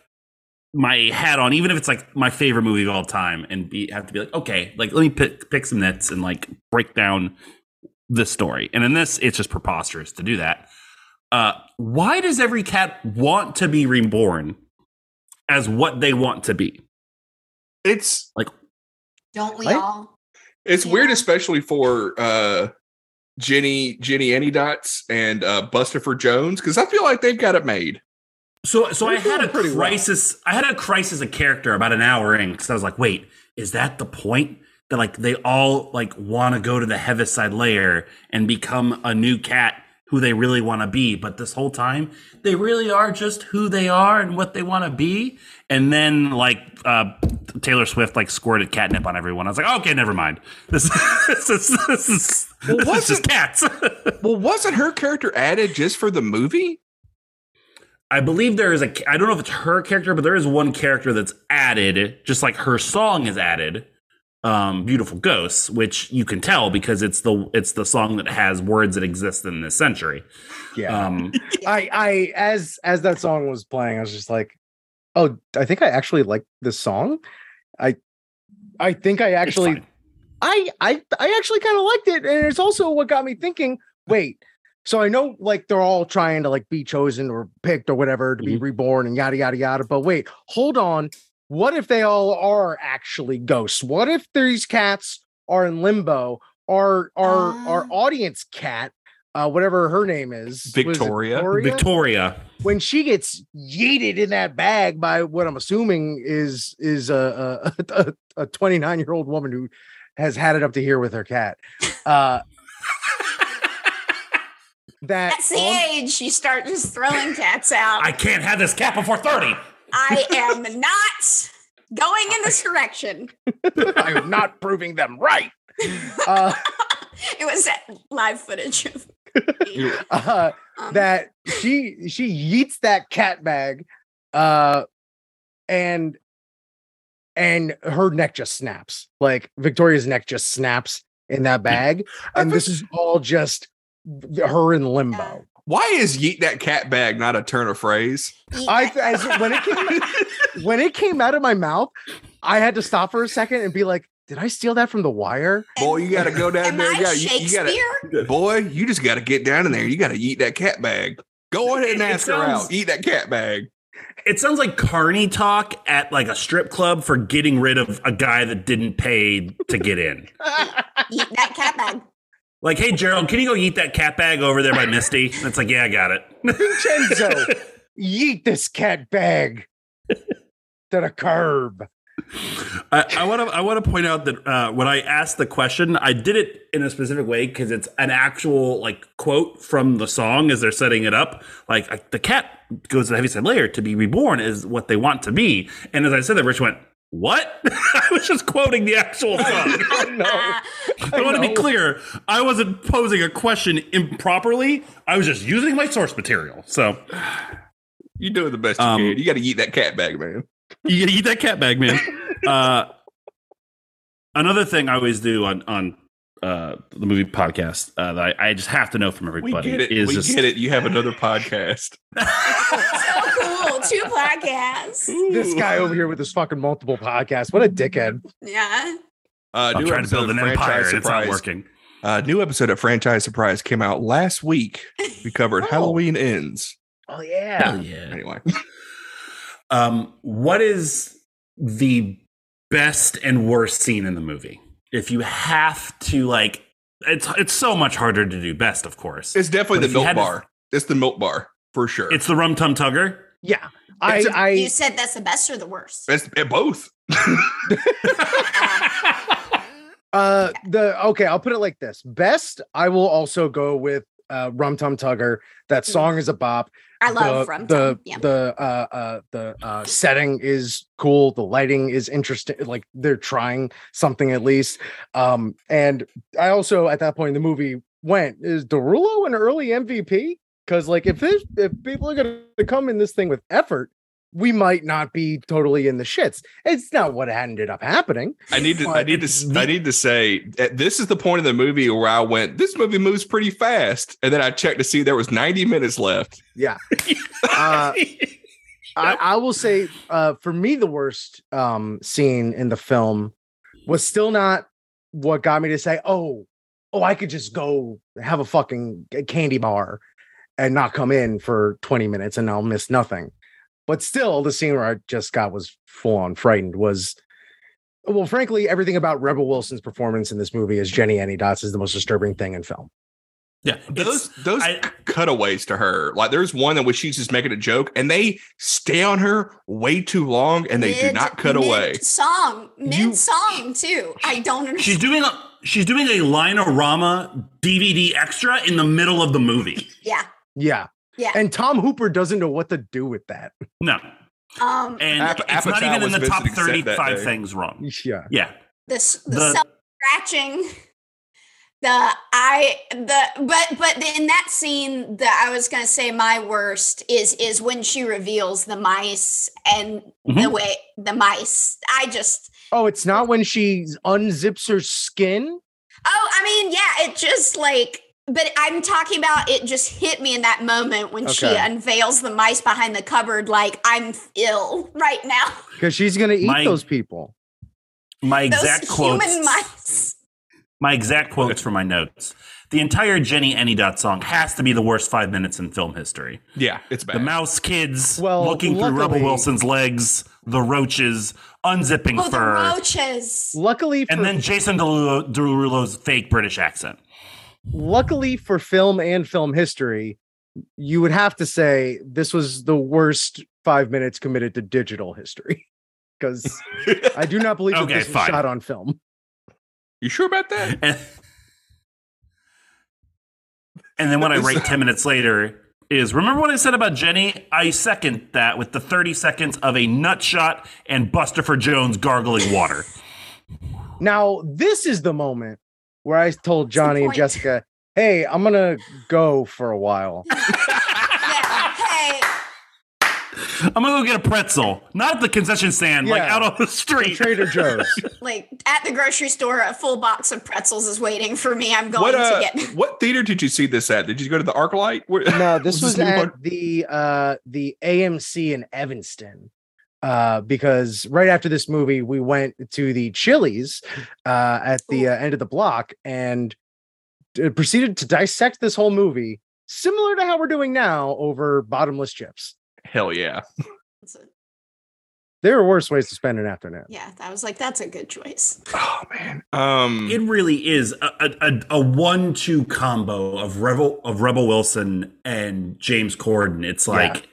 my hat on, even if it's like my favorite movie of all time, and be have to be like, okay, like let me pick pick some nits and like break down the story. And in this, it's just preposterous to do that. Uh, why does every cat want to be reborn as what they want to be?
it's
Don't we
Right?
all?
it's
Yeah.
weird, especially for uh Jenny Jenny Annie Dots and uh Buster for Jones, because I feel like they've got it made.
So, so I
We're
had
doing
a
pretty well.
crisis. I had a crisis of character about an hour in because I was like, "Wait, is that the point that like they all like want to go to the Heaviside layer and become a new cat who they really want to be?" But this whole time, they really are just who they are and what they want to be. And then like uh, Taylor Swift like squirted catnip on everyone. I was like, "Okay, never mind. This, this is this is
Well,
this is just
wasn't-
cats."
Well, wasn't her character added just for the movie?
I believe there is a. I don't know if it's her character, but there is one character that's added, just like her song is added. Um, "Beautiful Ghosts," which you can tell because it's the it's the song that has words that exist in this century.
Yeah.
Um,
I I as as that song was playing, I was just like, oh, I think I actually like this song. I I think I
it's
actually
fine.
I I I actually kind of liked it, and it's also what got me thinking. Wait, so I know like they're all trying to like be chosen or picked or whatever to be
Mm-hmm.
reborn and yada yada yada. But wait, hold on. What if they all are actually ghosts? What if these cats are in limbo? Our our our
Ah.
audience cat, uh, whatever her name is, was it
Victoria?
Victoria.
when she gets yeeted in that bag by what I'm assuming is is a a- a 29 year old woman who has had it up to here with her cat. Uh, that
That's the
all-
age you start just throwing cats out.
I
I,
can't have this cat before thirty.
am not going in this direction.
I'm not proving them right. Uh,
It was that live footage of me.
uh,
Um,
that she she yeets that cat bag, uh, and and her neck just snaps. Like Victoria's neck just snaps in that bag, and this is all just her in
Yeah.
limbo.
Why is yeet that cat bag not a turn of phrase?
eat
I
that-
as when it came when it came out of my mouth, I had to stop for a second and be like, "Did I steal that from The Wire?"
Boy, you gotta go down
Am
there.
I
You gotta, you, you
Shakespeare?
gotta, boy, you just gotta get down in there. You gotta eat that cat bag. Go ahead and
It- it
ask her
sounds-
out. Eat that cat bag.
It sounds like carny talk at like a strip club for getting rid of a guy that didn't pay to get in.
eat that cat bag.
Like, hey Gerald, can you go eat that cat bag over there by Misty? And it's like, yeah, I got it.
Vincenzo, yeet this cat bag to the curb.
I want to I want to point out that uh, when I asked the question, I did it in a specific way because it's an actual like quote from the song as they're setting it up. Like I, the cat goes to the heaviside layer to be reborn is what they want to be. And as I said that, Rich went, "What?" I was just quoting the actual song.
Oh no!
Ah,
I want to be
know.
clear. I wasn't posing a question improperly. I was just using my source material. So
You doing the best
Um,
you can. You gotta eat that cat bag, man.
you gotta eat that cat bag, man. Uh, another thing I always do on on uh, the movie podcast uh, that I, I just have to know from
We
everybody
get it.
is
we
just
get it. You have another podcast.
so Uh, cool. Two podcasts.
This guy over here with his fucking multiple podcasts. What a dickhead!
Yeah.
Uh,
I'm
new
trying to
episode
build
of
an empire
Franchise
and it's not
Surprise.
working.
Uh, new episode of Franchise Surprise came out last week. We covered
Oh.
Halloween Ends.
Oh yeah.
Hell yeah.
Anyway,
Um, what is the best and worst scene in the movie? If you have to like, it's it's so much harder to do best, of course.
it's
But
definitely
if
the
you
milk
had to-
bar. it's the milk bar for sure.
It's the rum tum tugger.
Yeah. I
It's a-
I
You said that's the best or the worst?
it's it both.
uh the okay, I'll put it like this. Best, I will also go with uh, Rum Tum Tugger. That song is a bop.
I love
the,
Rum
the
Tum. Yeah.
the uh, uh, the uh, setting is cool. The lighting is interesting. Like they're trying something at least. Um, and I also at that point in the movie went is Derulo an early MVP? Because like if this if people are going to come in this thing with effort, we might not be totally in the shits. It's not what ended up happening.
I need to. I need to. s- I need to say uh, this is the point of the movie where I went. This movie moves pretty fast, and then I checked to see there was 90 minutes left.
Yeah. Uh, I, I will say, uh, for me, the worst um, scene in the film was still not what got me to say, "Oh, oh, I could just go have a fucking uh, candy bar and not come in for twenty minutes and I'll miss nothing." But still, the scene where I just got was full on frightened was. Well, frankly, everything about Rebel Wilson's performance in this movie as Jenny Annie Dots is the most disturbing thing in film.
yeah,
Those
those.
those
I-
cutaways to her, like there's one in which she's just making a joke, and they stay on her way too long, and they do
Mid-
not cut away.
Song,
You-
mid song too. I don't
She's
understand.
doing a she's doing a Linorama DVD extra in the middle of the movie.
Yeah,
Yeah.
yeah.
And Tom Hooper doesn't know what to do with that.
No,
Um,
and
Ap-
it's not
Apatow
even in
was
the top
visiting set that
thirty-five
day.
things wrong.
Yeah.
Yeah,
this the,
The-
self scratching the i the but but in that scene that i was going to say my worst is is when she reveals the mice and the
Mhm.
way the mice i just
Oh, it's not when she unzips her skin.
oh i mean yeah it just like but i'm talking about it just hit me in that moment when she
Okay.
unveils the mice behind the cupboard like i'm ill right now
Because she's gonna eat
My-
those people.
my
those
exact
human
quotes.
mice
my exact quotes from my notes. The entire Jenny Anydot song has to be the worst five minutes in film history.
Yeah, it's bad.
The mouse kids
Well,
looking through
luckily-
Rebel Wilson's legs, the roaches unzipping
oh the
fur,
roaches
Luckily for
and then Jason Derulo, Derulo's fake British accent.
luckily for film and film history, you would have to say this was the worst five minutes committed to digital history. Because I do not believe
Okay,
that this was
fine.
shot on film.
you sure about that?
And, and then what I write 10 minutes later is remember what I said about Jenny? I second that with the 30 seconds of a nut shot and Buster for Jones gargling water.
Now, this is the moment where I told
the
Johnny and
point.
Jessica, hey, I'm gonna go for a while.
yeah hey
I'm gonna go get a pretzel, not at the concession stand, like
Yeah.
out on the street.
Trader Joe's.
like at the grocery store, a full box of pretzels is waiting for me. I'm going
What uh,
to get.
what theater did you see this at? Did you go to the ArcLight? Where-
No, this was
new
at
one?
the uh the AMC in Evanston. Uh, because right after this movie, we went to the Chili's uh, at the
Ooh.
uh, end of the block and d- proceeded to dissect this whole movie, similar to how we're doing now over bottomless chips.
Hell yeah.
There are worse ways to spend an afternoon.
Yeah, I was like, that's a good choice.
Oh man. Um.
It really is a, a, a, a one-two combo of Rebel of Rebel Wilson and James Corden. It's
Yeah.
like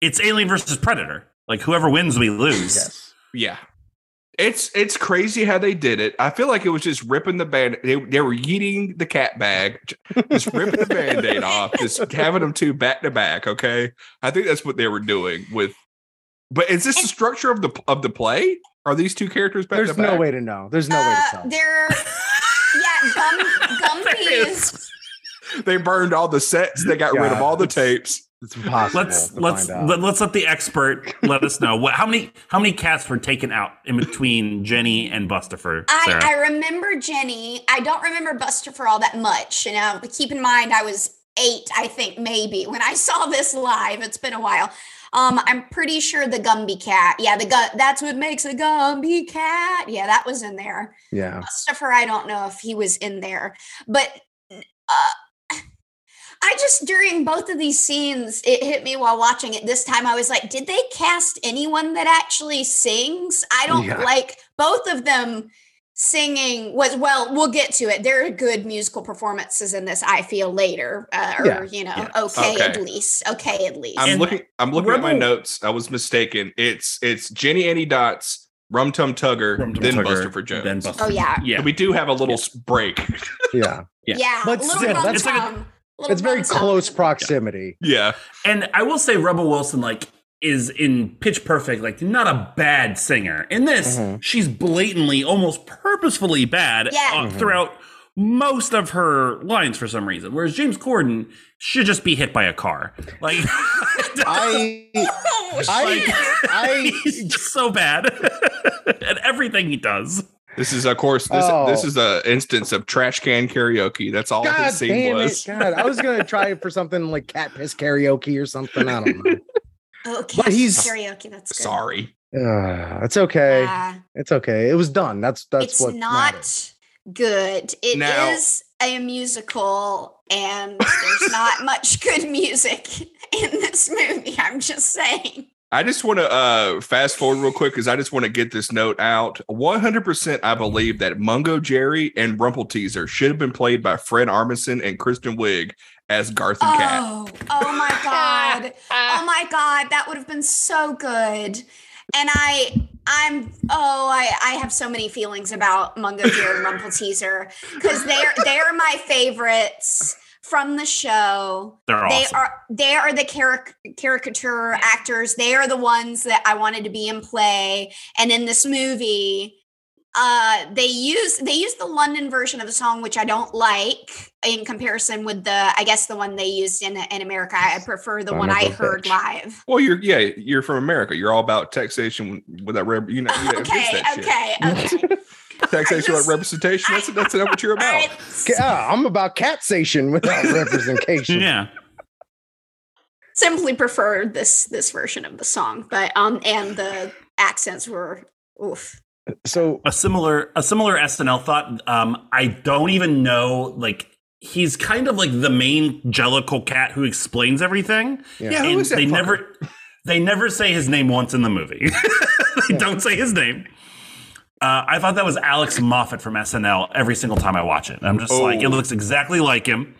it's Alien versus Predator. Like whoever wins, we lose.
Yes.
Yeah. It's it's crazy how they did it. I feel like it was just ripping the band. They, they were eating the cat bag, just ripping the band-aid off, just having them two back to back. Okay, I think that's what they were doing with. But is this the structure of the of the play? Are these two characters back
There's
to back?
no way to know. There's no way to
uh,
tell.
there, yeah, gum, gum
There it
peas.
They burned all the sets. They got rid of
Yeah,
all the
it's-
tapes.
It's impossible.
Let's
to
let's
find out.
let, let's let the expert let us know what how many how many cats were taken out in between Jenny and Buster for
I,
Sarah.
I remember Jenny. I don't remember Buster for all that much. You know, But keep in mind I was eight, I think maybe when I saw this live. It's been a while. Um, I'm pretty sure the Gumby cat. Yeah, the gu- that's what makes a Gumby cat. Yeah, that was in there.
yeah.
Christopher, I don't know if he was in there, but uh, I just during both of these scenes, it hit me while watching it. This time, I was like, did they cast anyone that actually sings? I don't
Yeah.
like both of them singing was well we'll get to it there are good musical performances in this i feel later uh, or
Yeah.
you know
Yeah.
okay, at
Okay. Um,
least okay at least
I'm
And-
looking. I'm looking at my
Rebel-
notes. I was mistaken. It's it's Jenny Annie Dots, Rum Tum Tugger,
Rum Tum
then
Tugger,
Buster for Jones.
then Buster.
oh yeah
Yeah.
We do have a little
Yeah.
s break.
Yeah.
yeah,
Yeah.
But
little
still,
rum
that's-
It's like a-
tum Little
It's very
bumps up.
close proximity.
Yeah.
And I will say Rebel Wilson like is in pitch perfect, like not a bad singer. In this,
Mhm.
she's blatantly, almost purposefully bad
Yeah.
uh,
Mhm.
throughout most of her lines for some reason. Whereas James Corden should just be hit by a car. Like
I
Oh,
I-
shit.
I
he's just so bad at everything he does.
This is of course this
Oh.
this is a instance of trash can karaoke. That's all
God
his scene
damn
was.
it. God, I was gonna try for something like cat piss karaoke or something. I don't know.
okay.
But he's-
karaoke. That's good.
Sorry.
Uh, it's okay.
Yeah.
It's okay. It was done. That's that's
it's
what
not
matters.
good. It is
Now-
a musical, and there's not much good music in this movie. I'm just saying.
I just want to uh, fast forward real quick because I just want to get this note out. 100% I believe that Mungo Jerry and Rumple Teaser should have been played by Fred Armisen and Kristen Wiig as Garth and Cat.
Oh, oh my god! oh my god! That would have been so good. And I, I'm oh, I, I have so many feelings about Mungo Deer and Rumple Teaser because they're they're my favorites from the show.
They're
they
awesome.
are they are the caric- caricature actors they are the ones that i wanted to be in play and in this movie uh they use they use the london version of the song which i don't like in comparison with the i guess the one they used in in america i prefer the
Son
one
of
i
a
heard
bitch.
live
Well, you're yeah, you're from America. You're all about taxation without rep- you know. You know, against
okay
that shit.
okay okay
Taxation
I
without
just-
representation. That's that's not what you're
all
about.
right
Yeah, ah, I'm about cat station without representation.
Yeah.
simply prefer this this version of the song but um and the accents were oof
So
a similar a similar SNL thought. Um, I don't even know. Like he's kind of like the main Jellicle cat who explains everything.
Yeah.
Yeah, who
and
is that
they
fucker?
never they never say his name once in the movie. they
Yeah.
don't say his name. Uh, I thought that was Alex Moffat from SNL every single time I watch it. I'm just
Oh.
like, it looks exactly like him.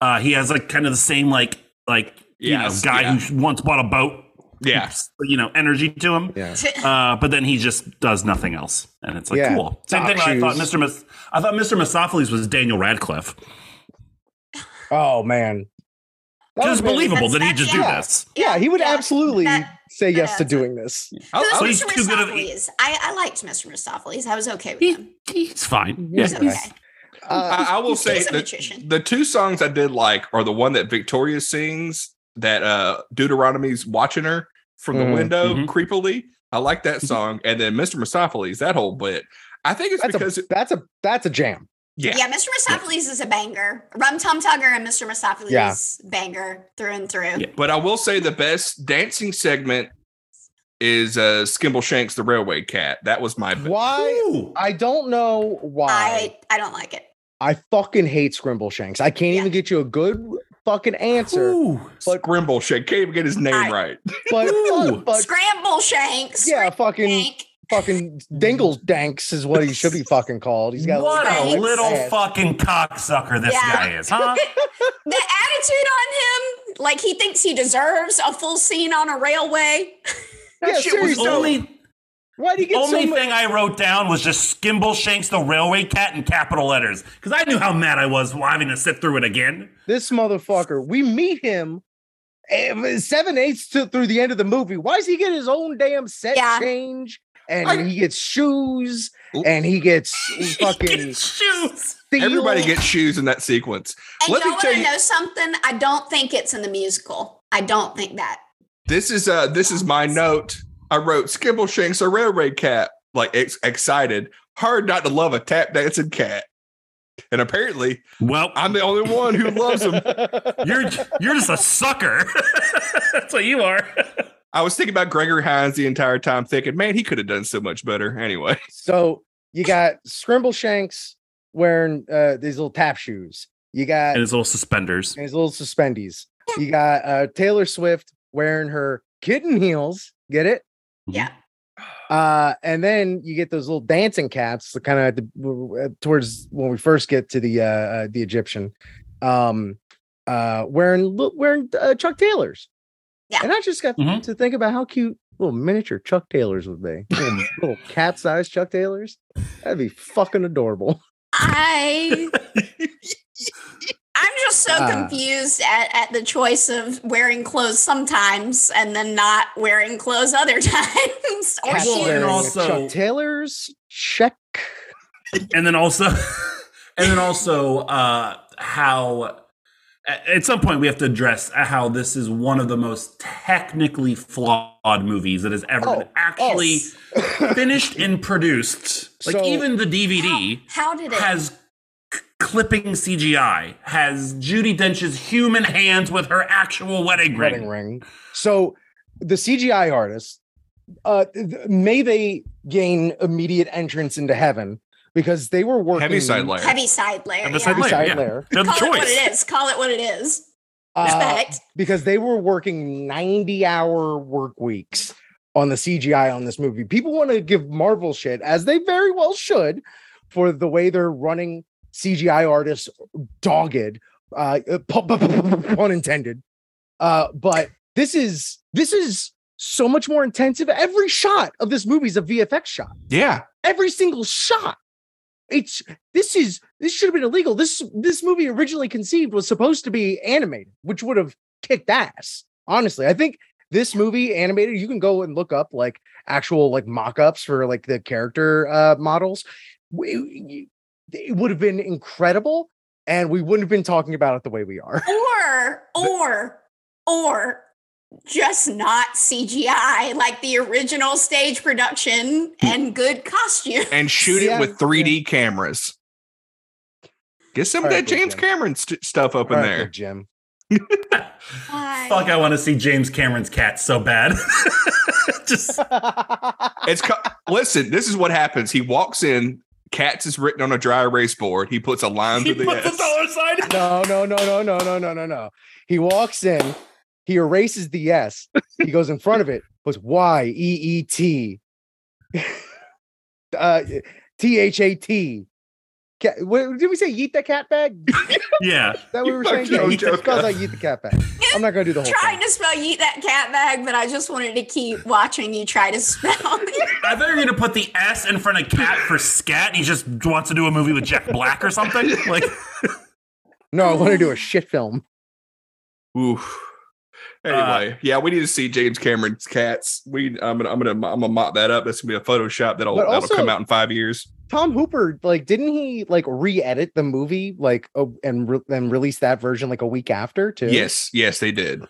Uh, he has like kind of the same like like
Yes,
you know guy
yeah.
who once bought a boat.
Yeah.
you know energy to him.
yeah.
Uh, but then he just does nothing else, and it's like
Yeah.
cool. Same
Top
thing. I thought
shoes.
Mr. Mas- I thought Mr. Mistopheles was Daniel Radcliffe.
Oh man. That
It was
would've been-
believable that he
That's-
just do
yeah.
this.
Yeah, he would
Yeah.
absolutely
That-
say yes to
that's-
doing this.
I-
Who's
I-
So he's
Mr.
too good of-
Mistopheles? I, I liked Mr. Mistopheles. I was okay with
He,
him.
he's fine.
Yeah.
Yeah.
He's okay.
Uh,
I, I will
He's
say
a
the,
magician.
the two songs I did like are the one that Victoria sings that uh Deuteronomy's watching her from the
Mhm.
window
Mhm.
creepily. I like
Mm-hmm.
that song, and then Mr. Mistopheles, that whole bit. I think it's
that's
because
a that's a that's a jam.
yeah,
Yeah, Mr. Mistopheles is a banger. Rum Tum Tugger and Mr. Mistopheles
Yeah.
banger through and through.
Yeah.
But I will say the best dancing segment is uh Skimble Shanks the Railway Cat. That was my
Why?
Ooh.
I don't know why.
I, I don't like it.
I, fucking hate Scrimble Shanks. I can't
Yeah.
even get you a good fucking answer.
Ooh.
But-
Scrimble Shank. Can't even get his name
I-
right.
But,
Ooh.
but
Scramble Shanks.
yeah, fucking
Shank.
fucking Dingle Danks is what he should be fucking called. He's got
What
like
a
white
little
ass.
fucking cocksucker this
Yeah.
guy is, huh?
The attitude on him, like he thinks he deserves a full scene on a railway.
Yeah, seriously.
only
Why do you get so
only
much?
thing I wrote down was just Skimble Shanks the Railway Cat in capital letters because I knew how mad I was while having to sit through it again.
This motherfucker. We meet him eh, seven eighths to through the end of the movie. Why does he get his own damn set
Yeah.
change? And
I-
he gets shoes,
Oop.
and he gets fucking.
Shoes.
steel.
Everybody gets shoes in that sequence.
And
Let
you
me
know what?
tell
I
you-
know something. I don't think it's in the musical. I don't think that.
This is uh this is my note. I wrote Skimble Shanks a railway cat, like ex- excited. Hard not to love a tap dancing cat. And apparently,
Well,
I'm the only one who loves him.
You're you're just a sucker. That's what you are.
I was thinking about Gregory Hines the entire time, thinking, man, he could have done so much better. Anyway,
So you got Scrimble Shanks wearing uh, these little tap shoes. You got
And his little suspenders.
and his little suspendies. You got uh, Taylor Swift wearing her kitten heels. Get it?
Yeah.
Uh, and then you get those little dancing caps, kind of at the uh, towards when we first get to the uh, uh the Egyptian, um, uh, wearing li- wearing uh, Chuck Taylors.
Yeah. Mm-hmm.
and I just got
Mhm.
to think about how cute little miniature Chuck Taylors would be. Little, little cat sized Chuck Taylors. That'd be fucking adorable.
I I'm just so
Ah.
confused at, at the choice of wearing clothes sometimes and then not wearing clothes other times. or
Well,
Cat
and
shoes.
wearing a
also-
Chuck Taylor's check.
and then also and then also uh how a- at some point we have to address how this is one of the most technically flawed movies that has ever been
Oh,
actually finished and produced like
So-
even the dvd
How did it?
has c- clipping cgi has judy dench's human hands with her actual wedding ring,
wedding ring. So the CGI artists, uh, th- may they gain immediate entrance into heaven because they were working
Heavy side layer.
heavy side layer.
Heavy
yeah.
side
heavy
layer,
side
yeah.
layer,
They're the
Call it what
choice
it is. Call it what it is.
uh,
Respect.
because they were working 90 hour work weeks on the CGI on this movie. People want to give Marvel shit as they very well should for the way they're running CGI artists dogged uh pu- pu- pu- pu- pu- pun intended. Uh but this is this is so much more intensive. Every shot of this movie is a VFX shot
Yeah.
every single shot. It's this is this should have been illegal. This this movie originally conceived was supposed to be animated, which would have kicked ass. Honestly, I think this movie animated, you can go and look up like actual like mock-ups for like the character uh models. W- It would have been incredible, and we wouldn't have been talking about it the way we are.
or or or just not CGI like the original stage production and good costume.
And shoot
Yeah,
it with 3D cameras. Get some
All
of
right,
that
Big
James
Jim.
Cameron st- stuff up in
All right,
there.
Jim.
fuck i want to see james cameron's cat so bad just
It's co- listen. This is what happens. He walks in. Cats is written on a dry erase board. He puts a line
he
through the
puts a
S.
dollar sign
No, no, no, no, no, no, no, no, no. He walks in, he erases the S, he goes in front of it, puts Y E E T. Uh T H A T. Cat, what, did we say yeet the cat bag? Is
yeah
that what we
You
were saying?
fucking
Yeah,
don't
yeet the-
joke.
it's called like yeet the cat bag. I'm not gonna do the whole
Trying
thing.
to spell yeet that cat bag, but I just wanted to keep watching you try to spell.
I thought you were gonna put the S in front of cat for scat. and He just wants to do a movie with Jack Black or something. Like
No, I want to do a shit film.
Oof. Anyway, yeah, we need to see James Cameron's cats. We, I'm gonna, I'm gonna, I'm gonna mop that up. That's gonna be a Photoshop that'll
But
that'll
also-
come out in five years.
Tom Hooper, like, didn't he like re-edit the movie like a, and re- and release that version like a week after too?
Yes, yes, they did.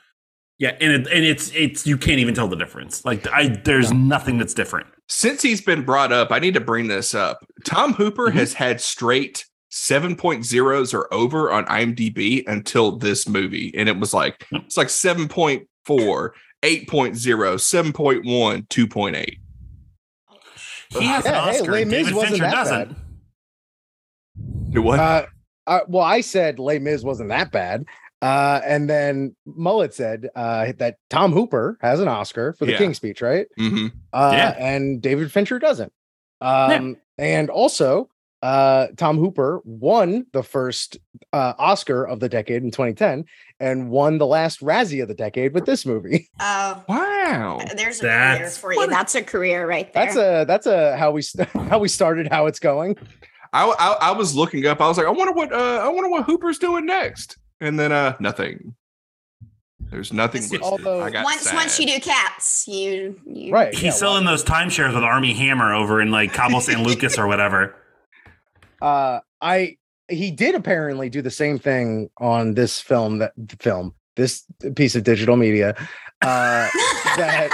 yeah, and it, and it's it's you can't even tell the difference. Like I there's nothing that's different.
Since he's been brought up, I need to bring this up. Tom Hooper
Mm-hmm.
Mhm.
has had straight 7.0s or over on IMDb until this movie, and it was like it's like 7.4, 8.0, 7.1, 2.8.
He has
Yeah,
an
hey,
Oscar.
Les
and
Mis
David
wasn't
Fincher
that
doesn't.
It was
Uh, uh, well, I said Les Mis wasn't that bad. Uh, and then Mullet said uh, that Tom Hooper has an Oscar for the
Yeah.
King's speech, right?
mhm.
Uh,
Yeah.
And David Fincher doesn't. Um, And also, uh, Tom Hooper won the first uh, Oscar of the decade in 2010 and won the last Razzie of the decade with this movie.
Oh,
wow.
there's a career
That's-
for you. That's a career right there.
That's a that's a how we st- how we started, how it's going.
I, I I was looking up. I was like, I wonder what uh, I wonder what Hooper's doing next. And then uh, nothing. There's nothing.
This is-
listed.
Although-
I got
once once you
sad.
do cats, you, you
Right.
He's
yeah, well-
selling those timeshares with Army Hammer over in like Cabo San Lucas or whatever.
uh i he did apparently do the same thing on this film that film this piece of digital media uh that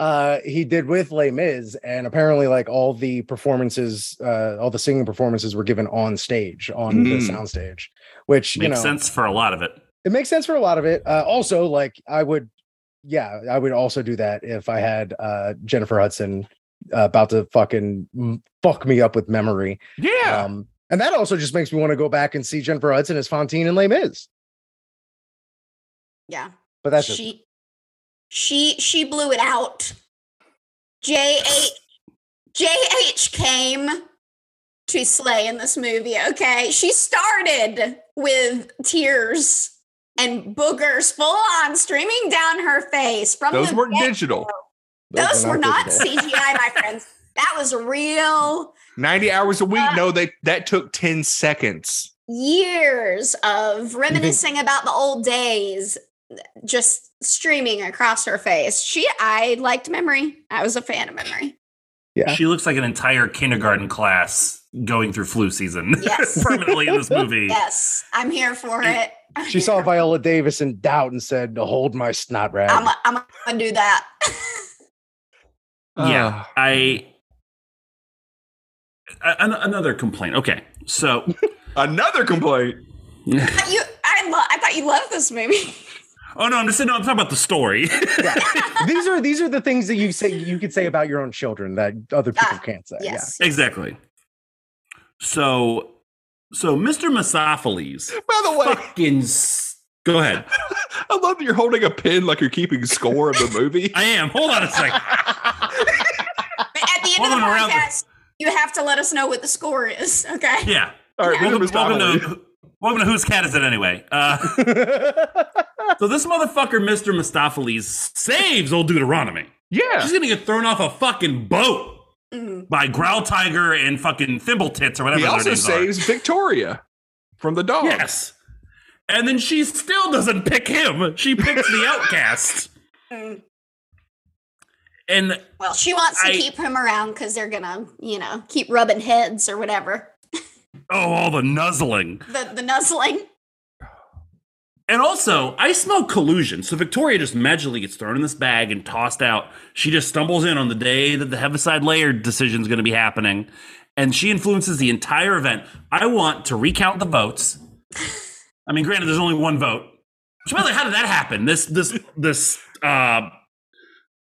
uh he did with Les Mis and apparently like all the performances uh all the singing performances were given on stage on the
Mm.
soundstage which you
Makes
know
sense for a lot of it.
it makes sense for a lot of it uh also like I would yeah I would also do that if I had uh Jennifer Hudson uh, about to fucking mm, fuck me up with memory
yeah.
um, and that also just makes me want to go back and see Jennifer Hudson as Fontaine and Les Mis.
yeah.
But that's just,
she she she blew it out. JH JH came to slay in this movie, okay? She started with tears and boogers full on streaming down her face from
Those
the
weren't
get-
digital.
those, were not
digital.
CGI, my friends. That was real.
Ninety hours a week.
Uh,
no, they that took ten seconds.
years of reminiscing about the old days just streaming across her face. She, I liked memory. I was a fan of memory.
Yeah.
She looks like an entire kindergarten class going through flu season
Yes.
permanently in this movie.
Yes, I'm here for it.
Mm. She saw Viola Davis in doubt and said, "Hold my snot rag."
I'm, I'm gonna do that.
Yeah, I. a- an- another complaint. Okay, so
Another complaint.
But you, I, lo- I thought you loved this movie.
oh no, I'm just saying. No, I'm talking about the story.
these are these are the things that you say you could say about your own children that other people
Ah,
can't say.
Yes.
exactly. So, so Mr. Misopheles
By the way,
fucking. s- Go ahead.
I love that you're holding a pen like you're keeping score of the movie.
I am. Hold on a second.
But At the end of
Welcome
the
around the-
podcast, you have to let us know what the score is. Okay.
Yeah.
All right,
Welcome,
welcome,
welcome
Mr.
to welcome to whose cat is it anyway? Uh,
Yeah.
so this motherfucker, Mr. Mistopheles, saves old Deuteronomy.
Yeah.
She's gonna get thrown off a fucking boat
Mm.
by Growl Tiger and fucking Thimble Tits or whatever
He
their
also
names
saves Victoria from the dog.
are. Yes. And then she still doesn't pick him. She picks the outcast.
Mm.
And
Well, she wants to
I-
keep him around because they're gonna, you know, keep rubbing heads or whatever.
oh, all the nuzzling.
The the nuzzling.
And also, I smell collusion. So Victoria just magically gets thrown in this bag and tossed out. She just stumbles in on the day that the heavicide layer decision is going to be happening, and she influences the entire event. I want to recount the votes. I mean, granted, there's only one vote. Which, by the way, how did that happen? This, this, this. Uh,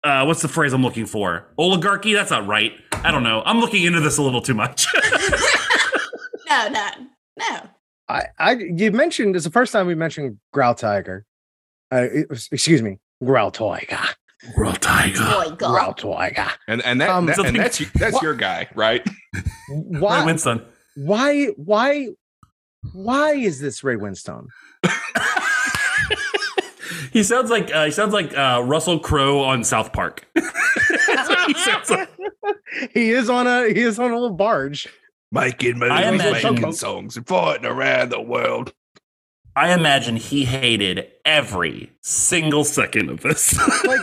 uh, what's the phrase I'm looking for? Oligarchy? That's not right. I don't know. I'm looking into this a little too much.
No, no, no.
I, I you mentioned it's the first time we mentioned Growl Tiger. Uh, it was- excuse me, Growl Tiger.
Roll tiger.
Boy,
Growl
God.
Tiger.
And and that,
Um,
that-
something-
and that's that's your guy, right?
Ray
Why?
Winston.
Why? Why? Why is this Ray Winstone?
he sounds like uh, he sounds like uh, Russell Crowe on South Park. That's what he sounds like.
He is on a he is on a little barge.
Making
I
movies,
imagine-
making songs, and fighting around the world.
I imagine he hated every single second of this.
Like,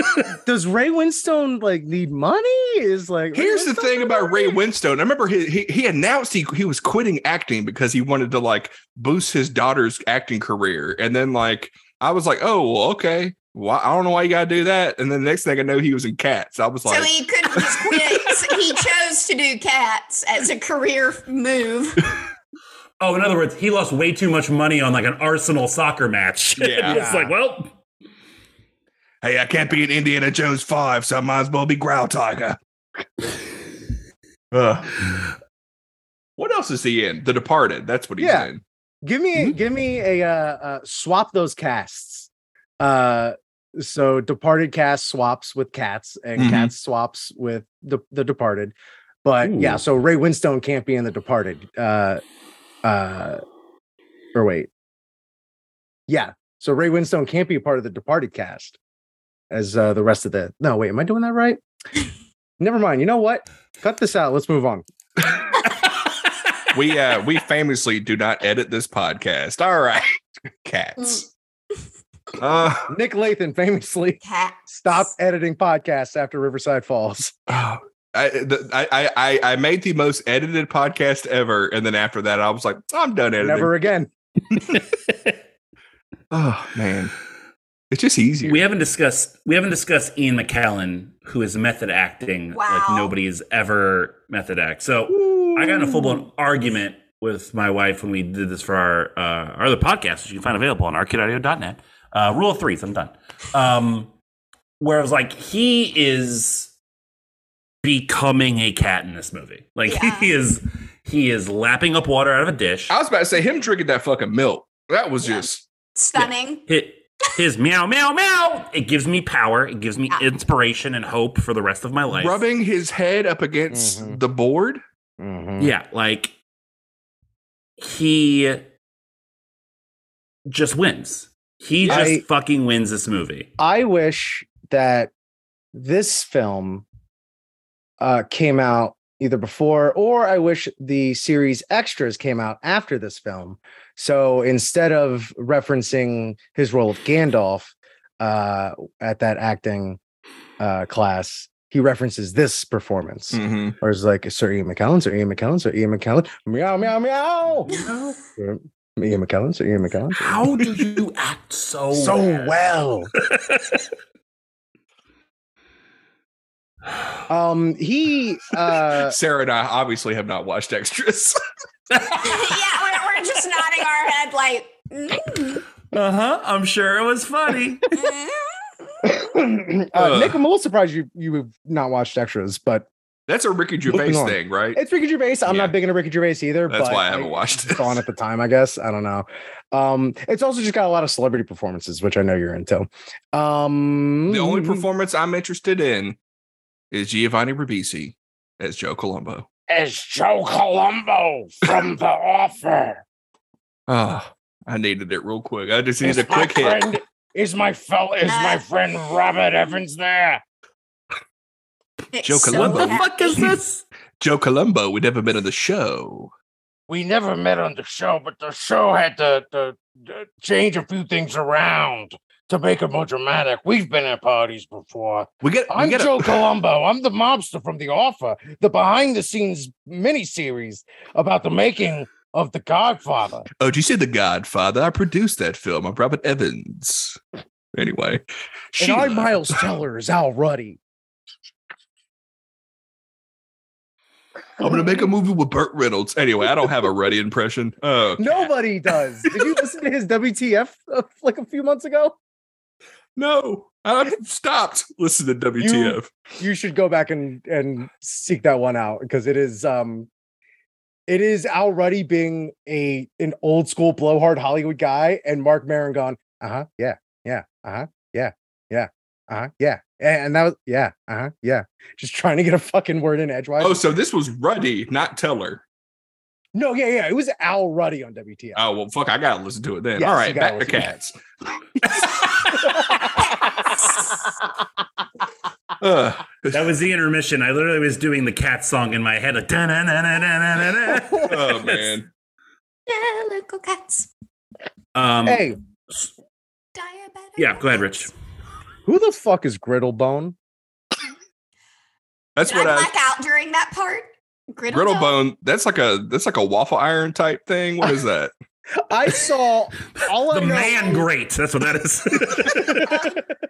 does Ray Winstone like need money? Is like Ray
Here's the
Winstone
thing
need
about Ray
money?
Winstone. I remember he, he he announced he he was quitting acting because he wanted to like boost his daughter's acting career. And then like I was like, oh well, okay. Why I don't know why you gotta do that. And then the next thing I know, he was in Cats. I was like,
So he couldn't just quit. So he chose to do cats as a career move.
oh, in other words, he lost way too much money on like an Arsenal soccer match.
Yeah.
it's like, well,
hey, I can't be an Indiana Jones five, so I might as well be Growl Tiger. uh, what else is he in? The Departed. That's what he's
Yeah.
in.
Give me give me a uh, uh swap those casts. Uh so departed cast swaps with cats and
Mhm.
cats swaps with the, the departed. But yeah, so Ray Winstone can't be in the departed. Uh uh or wait. Yeah. So Ray Winstone can't be a part of the departed cast as uh the rest of the no wait, am I doing that right? Never mind. You know what? Cut this out. Let's move on.
We uh we famously do not edit this podcast. All right. Cats.
Mm.
Uh,
Nick Lathan famously
Cat.
Stop editing podcasts after Riverside Falls.
oh, I, the, I I I I made the most edited podcast ever, and then after that, I was like, I'm done editing.
Never again.
Oh man, it's just easier.
we haven't discussed we haven't discussed Ian McKellen, who is method acting
Wow.
like nobody has ever method act. So I got in a full blown argument with my wife when we did this for our uh, our other podcast, which you can find available on arcadeaudio.net. Uh, rule of threes, I'm done. Um, where I was like, he is becoming a cat in this movie. Like
Yeah.
he is he is lapping up water out of a dish.
I was about to say him drinking that fucking milk. That was
Yeah.
just
Stunning.
Hit his meow meow meow. It gives me power. It gives me
Yeah.
inspiration and hope for the rest of my life.
rubbing his head up against
Mhm.
the board.
Yeah, like he just wins. He just
I-
fucking wins this movie.
I wish that this film uh, came out either before or I wish the series extras came out after this film. So instead of referencing his role of Gandalf uh, at that acting uh, class, he references this performance,
Mhm.
or is like Sir Ian McKellen, Sir Ian McKellen, Sir Ian McKellen, meow meow meow, Sir Ian McKellen, Sir Ian McKellen,
How do you act so
so well. Um, he uh,
Sarah and I obviously have not watched extras.
yeah, we're, we're just nodding our head like. mm,
Uh huh. I'm sure it was funny.
mm.
uh, Nick, I'm a little surprised you you have not watched extras, but
That's a Ricky Gervais
Moving on.
thing, right?
it's Ricky Gervais. I'm
Yeah.
not big into Ricky Gervais either.
That's
but
why I haven't watched
It's on
it.
at the time, I guess. I don't know. Um, it's also just got a lot of celebrity performances, which I know you're into. Um,
The only
Mm-hmm.
performance I'm interested in is Giovanni Ribisi as Joe Colombo.
is Joe Colombo from The Offer.
Ah, I needed it real quick. I just needed a quick hit.
Is my fellow is
my
friend Robert Evans there?
It's
Joe
so
Colombo.
what the
happy.
fuck is this?
Joe Colombo would never been on the show.
we never met on the show, but the show had to, to, to change a few things around to make it more dramatic. We've been at parties before.
We get, we
I'm
get a-
Joe Colombo. I'm the mobster from The Offer, the behind the scenes miniseries about the making of The Godfather.
oh, did you see The Godfather? I produced that film. I'm Robert Evans. Anyway,
And I'm
Sheila.
Miles Teller is Al Ruddy.
I'm gonna make a movie with Burt Reynolds. Anyway, I don't have a ready impression. Oh,
Nobody does. Did you listen to his WTF uh, like a few months ago?
no, I've stopped listening to WTF.
you should go back and and seek that one out because it is um it is Al Ruddy being a an old school blowhard Hollywood guy and Mark Maron gone, uh-huh, yeah, yeah, uh-huh, yeah, yeah, uh-huh, yeah. And, and that was yeah, uh-huh, yeah. Just trying to get a fucking word in edgewise.
oh, so this was Ruddy, not Teller.
no, yeah, yeah. It was Al Ruddy on WTF.
Oh well, fuck, I gotta listen to it then.
Yes,
All
you
right,
gotta
back to
listen to
cats.
Uh,
Ugh.
That was the intermission. I literally was doing the cat song in my head. Like, "Da-na-na-na-na-na-na-na."
oh man,
Yeah, local cats.
Um,
hey,
Diabetic.
Yeah, go ahead, Rich.
who the fuck is Griddlebone?
that's
Did I
what I.
black out during that part? Griddle,
Griddle
Joe?
bone. That's like a that's like a waffle iron type thing. What is that?
I saw all I
the
know-
man great. That's what that is.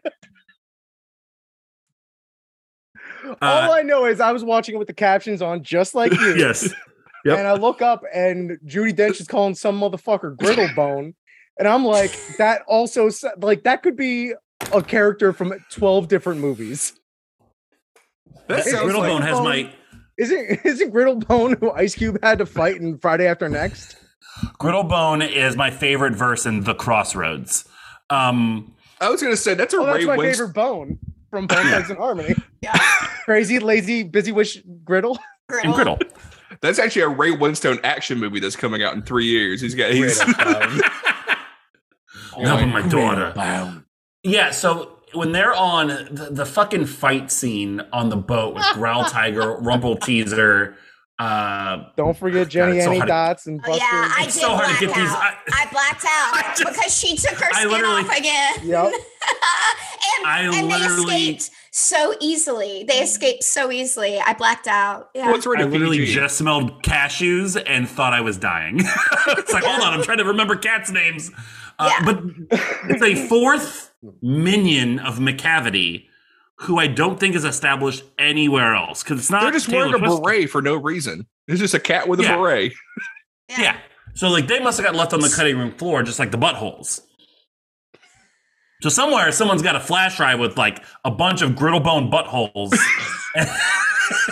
Uh,
all I know is I was watching it with the captions on just like you.
yes. Yep.
And I look up and Judy Dench is calling some motherfucker Griddlebone. and I'm like, that also, s- like, that could be a character from 12 different movies.
That
It's
sounds
Griddlebone
like,
like-
has my
Isn't isn't Griddlebone who Ice Cube had to fight in Friday After Next?
Griddlebone is my favorite verse in The Crossroads. Um,
I was gonna say that's a
Oh, that's
Ray
my
Winston.
favorite bone from Bone Thugs and Harmony.
Yeah.
Crazy, lazy, busy wish griddle.
and Griddle.
That's actually a Ray Winstone action movie that's coming out in three years. He's got he's
No, but my daughter. Yeah, so when they're on the, the fucking fight scene on the boat with Growl Tiger, Rumble Teaser, uh,
Don't forget Jenny
it's so
Annie
hard to-
Dots and
Oh,
Buster.
yeah, I did
it's so hard
black
to get
out.
these. I,
I blacked out
I just-
because she took her
I
skin
literally-
off again.
Yep.
and
I
and
literally-
they escaped so easily. They escaped so easily. I blacked out. Yeah.
well, it's
Oh, I
rated
literally
PG.
just smelled cashews and thought I was dying. it's like, hold on, I'm trying to remember cats' names. Uh,
Yeah.
But it's a fourth minion of McCavity who I don't think is established anywhere else because it's not.
They're just wearing
Taylor
a
Swift.
beret for no reason. It's just a cat with a
Yeah.
beret.
Yeah. So like they must have got left on the cutting room floor, just like the buttholes. So somewhere, someone's got a flash drive with like a bunch of griddlebone buttholes.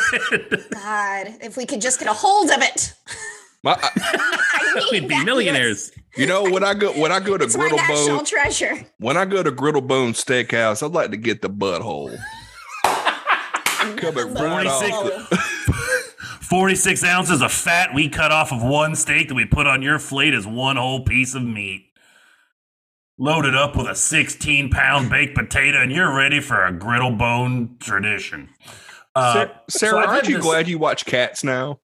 God, if we could just get a hold of it.
My- I-
I
We'd
need
be
that.
millionaires.
you know when I go when I go to
It's my national
Griddlebone
treasure.
when I go to Griddlebone Steakhouse, I'd like to get the butthole. Coming right off.
46 ounces of fat we cut off of one steak that we put on your plate is one whole piece of meat. Loaded up with a 16 pound baked potato, and you're ready for a griddlebone tradition. Uh,
Sa-
so
Sarah,
I've
aren't
had
you
this-
glad you watch Cats now?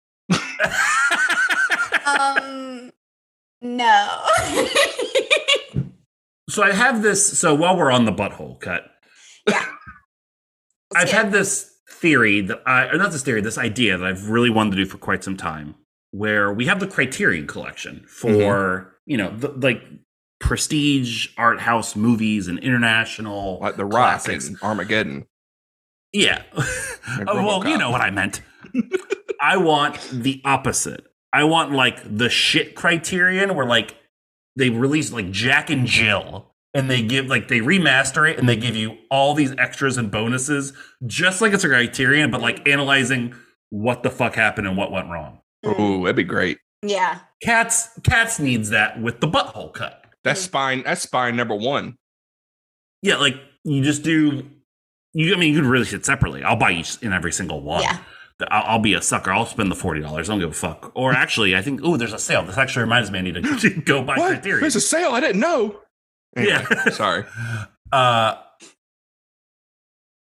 Um, no.
so I have this. So while we're on the butthole cut, I've had this theory that I, or not this theory, this idea that I've really wanted to do for quite some time, where we have the Criterion Collection for you know the, like prestige art house movies and international
Like The Rock
classics.
and Armageddon.
Yeah. Oh, well, you
RoboCop.
know what I meant. I want the opposite. I want like the shit criterion where like they release like Jack and Jill and they give like they remaster it and they give you all these extras and bonuses just like it's a criterion, but like analyzing what the fuck happened and what went wrong.
Oh, that'd be great.
yeah.
Cats cats needs that with the butthole cut.
That's
Mm.
spine. That's spine number one.
Yeah, like you just do. You, I mean, you could release it separately. I'll buy each and every single one.
Yeah.
Th- I'll, I'll be a sucker. I'll spend the forty dollars. I don't give a fuck. Or actually, I think oh, there's a sale. This actually reminds me I need to go buy
what?
Criterion.
There's a sale. I didn't know. Anyway,
Yeah.
sorry.
Uh,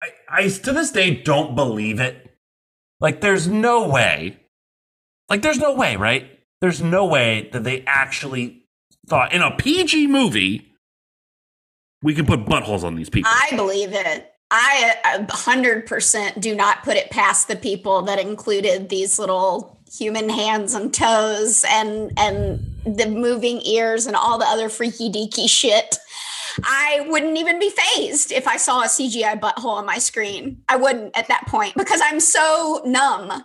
I, I to this day don't believe it. Like, there's no way. Like, there's no way, right? There's no way that they actually thought in a PG movie we can put buttholes on these people.
I believe it. I uh, hundred percent do not put it past the people that included these little human hands and toes and and the moving ears and all the other freaky deaky shit. I wouldn't even be phased if I saw a CGI butthole on my screen. I wouldn't at that point because I'm so numb.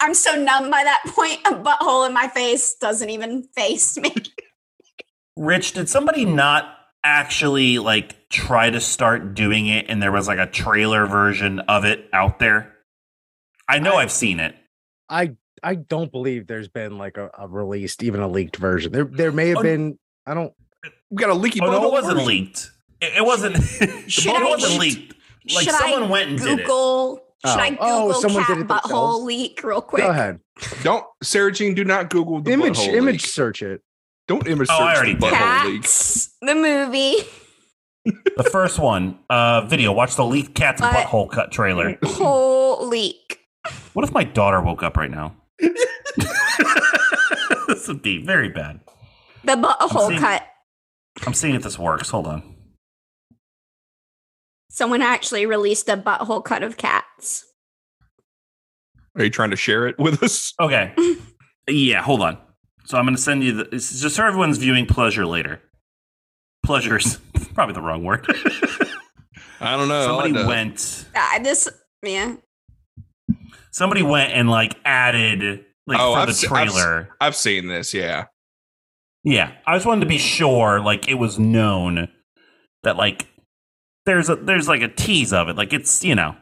I'm so numb by that point. A butthole in my face doesn't even face me.
Rich, did somebody not actually like try to start doing it and there was like a trailer version of it out there? I know I, have seen it.
I I don't believe there's been like a, a released, even a leaked version. There there may have
Oh,
been. I don't.
We got a leaky.
Oh no,
butthole
it wasn't
version.
leaked. It, it wasn't it
Should I
wasn't
just-
leaked. Like
should I
someone went and did it.
Google. Should I
Oh.
Google
Oh, someone
cat
did it
butthole
themselves.
leak real quick?
Go ahead.
Don't Sarah Jean. Do not Google the
image
butthole
image
leak.
search it.
Don't image
Oh,
search
I already
the
did.
butthole leak.
Cats, the movie.
The first one, uh video, watch the leaked cat's
What?
butthole cut trailer.
mm. Whole leak.
What if my daughter woke up right now? this would be very bad.
The
See?
butthole cut.
I'm seeing if this works. Hold on.
Someone actually released a butthole cut of cats.
Are you trying to share it with us?
Okay. yeah, hold on. So I'm going to send you the. It's just so everyone's viewing pleasure later. Pleasure's probably the wrong word.
I don't know.
somebody
I don't know.
went.
Ah, this, yeah.
Somebody went and like added like
Oh,
for
I've
the
se- I've
trailer.
I've seen this. Yeah.
yeah, I just wanted to be sure, like it was known that like there's a there's like a tease of it. Like it's you know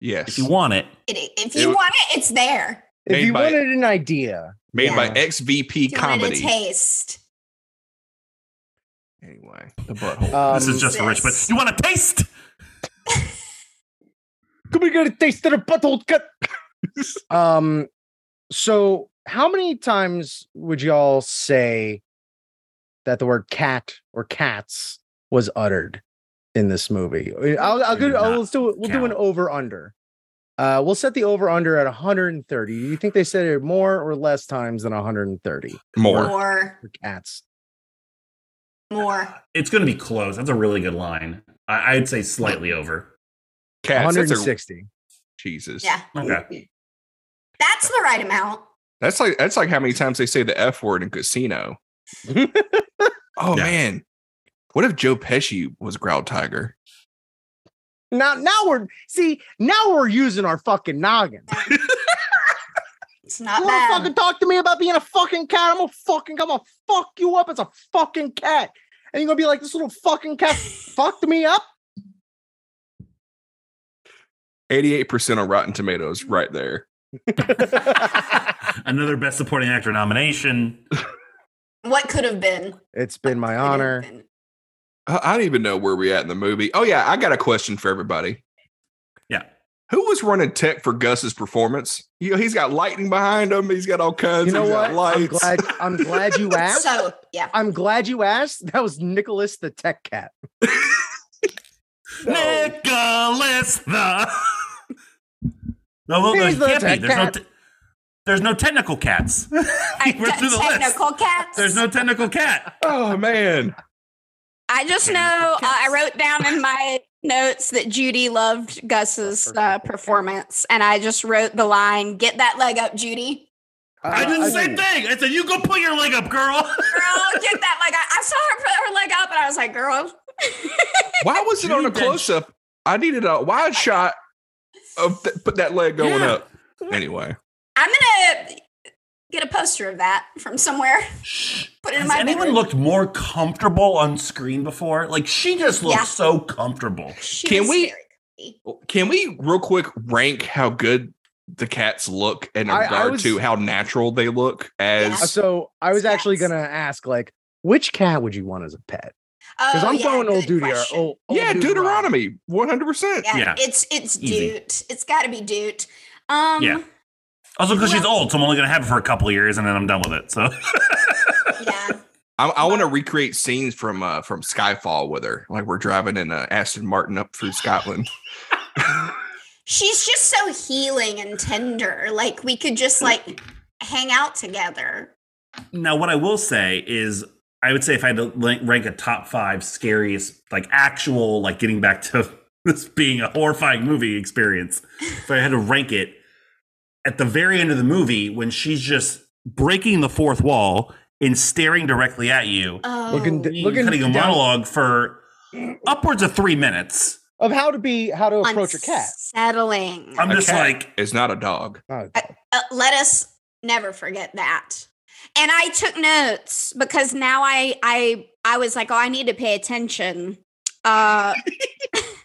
Yes.
if you want it.
It, if
It
you
w-
want it, it's there.
If
Made
you
by-
wanted an idea,
Made by
Yeah.
XVP
If you want it to
Comedy.
taste.
Anyway, the butthole.
um,
this is just for rich, but
this.
you want to taste.
Could we get a taste of the butthole cut? um, so how many times would y'all say that the word cat or cats was uttered in this movie? I'll, I'll,
Maybe
do, I'll
not
let's do we'll do an
count.
over under. Uh, we'll set the over under at 130. Do you think they said it more or less times than 130
More.
More.
for cats?
More.
It's going to be close. That's a really good line. I, I'd say slightly over.
Cats. That's a,
160.
Jesus.
Yeah.
Okay.
That's the right amount.
That's like that's like how many times they say the F word in Casino. oh
Yeah.
man, what if Joe Pesci was Growl Tiger?
Now, now we're see. Now we're using our fucking noggin.
It's not
You want to
bad.
fucking talk to me about being a fucking cat? I'm gonna fucking, I'm gonna fuck you up as a fucking cat, and you're gonna be like, this little fucking cat fucked me up.
Eighty-eight percent on Rotten Tomatoes, right there.
Another Best Supporting Actor nomination.
What could have been?
It's been my
Could have
honor.
been.
I, I don't even know where we at in the movie. Oh yeah, I got a question for everybody.
Yeah.
Who was running tech for Gus's performance? You know, he's got lightning behind him. He's got all kinds.
You know
he's
what?
got Lights.
I'm glad. I'm glad you asked.
So, yeah.
I'm glad you asked. That was Nicholas the Tech Cat.
Nicholas the No, well,
He's
there
the
can't be.
tech
There's no,
cat.
te- there's no technical cats.
I,
We're through the list.
technical cats.
There's no technical cat.
Oh man.
I just know uh, I wrote down in my notes that Judy loved Gus's uh, performance, and I just wrote the line, "Get that leg up, Judy."
I did the
Uh, I
same
do.
thing. I said, "You go put your leg up, girl."
Girl, get that leg! up. I saw her put her leg up, and I was like, "Girl,
Why was it on a
Dude, that-
close up? I needed a wide shot of th- put that leg going
Yeah.
up. Anyway,
I'm gonna get a poster of that from somewhere. Put it in
Has
my
anyone
bedroom.
looked more comfortable on screen before? Like she just looks
Yeah.
so comfortable.
She
Can
was
we-
very creepy.
can we real quick rank how good the cats look in
I- I
regard
was-
to how natural they look
Uh,
as
So I was actually
Cats.
gonna ask, like, which cat would you want as a pet? Because
Oh,
I'm
yeah,
throwing old
good
duty or
question.
old, old
yeah,
Deuteronomy.
Deuteronomy, one hundred percent.
Yeah,
Yeah.
it's it's
Easy.
Doot. It's got to be Doot. Um,
Yeah. Also, because she's
Well-
old, so I'm only gonna have her for a couple of years, and then I'm done with it. So
yeah.
I, I want to recreate scenes from uh, from Skyfall with her, like we're driving in a Aston Martin up through Scotland.
She's just so healing and tender. Like we could just like hang out together.
now, what I will say is, I would say if I had to link- rank a top five scariest, like actual, like getting back to this being a horrifying movie experience, if I had to rank it at the very end of the movie when she's just breaking the fourth wall and staring directly at you,
Oh,
Looking d-
looking cutting a
down-
monologue for upwards of three minutes.
Of how to be how to approach a cat.
Oh, Unsettling.
I'm
A
just
cat
like,
is not a dog.
Oh,
Uh, let us never forget that. And I took notes because now I I I was like, oh, I need to pay attention. Uh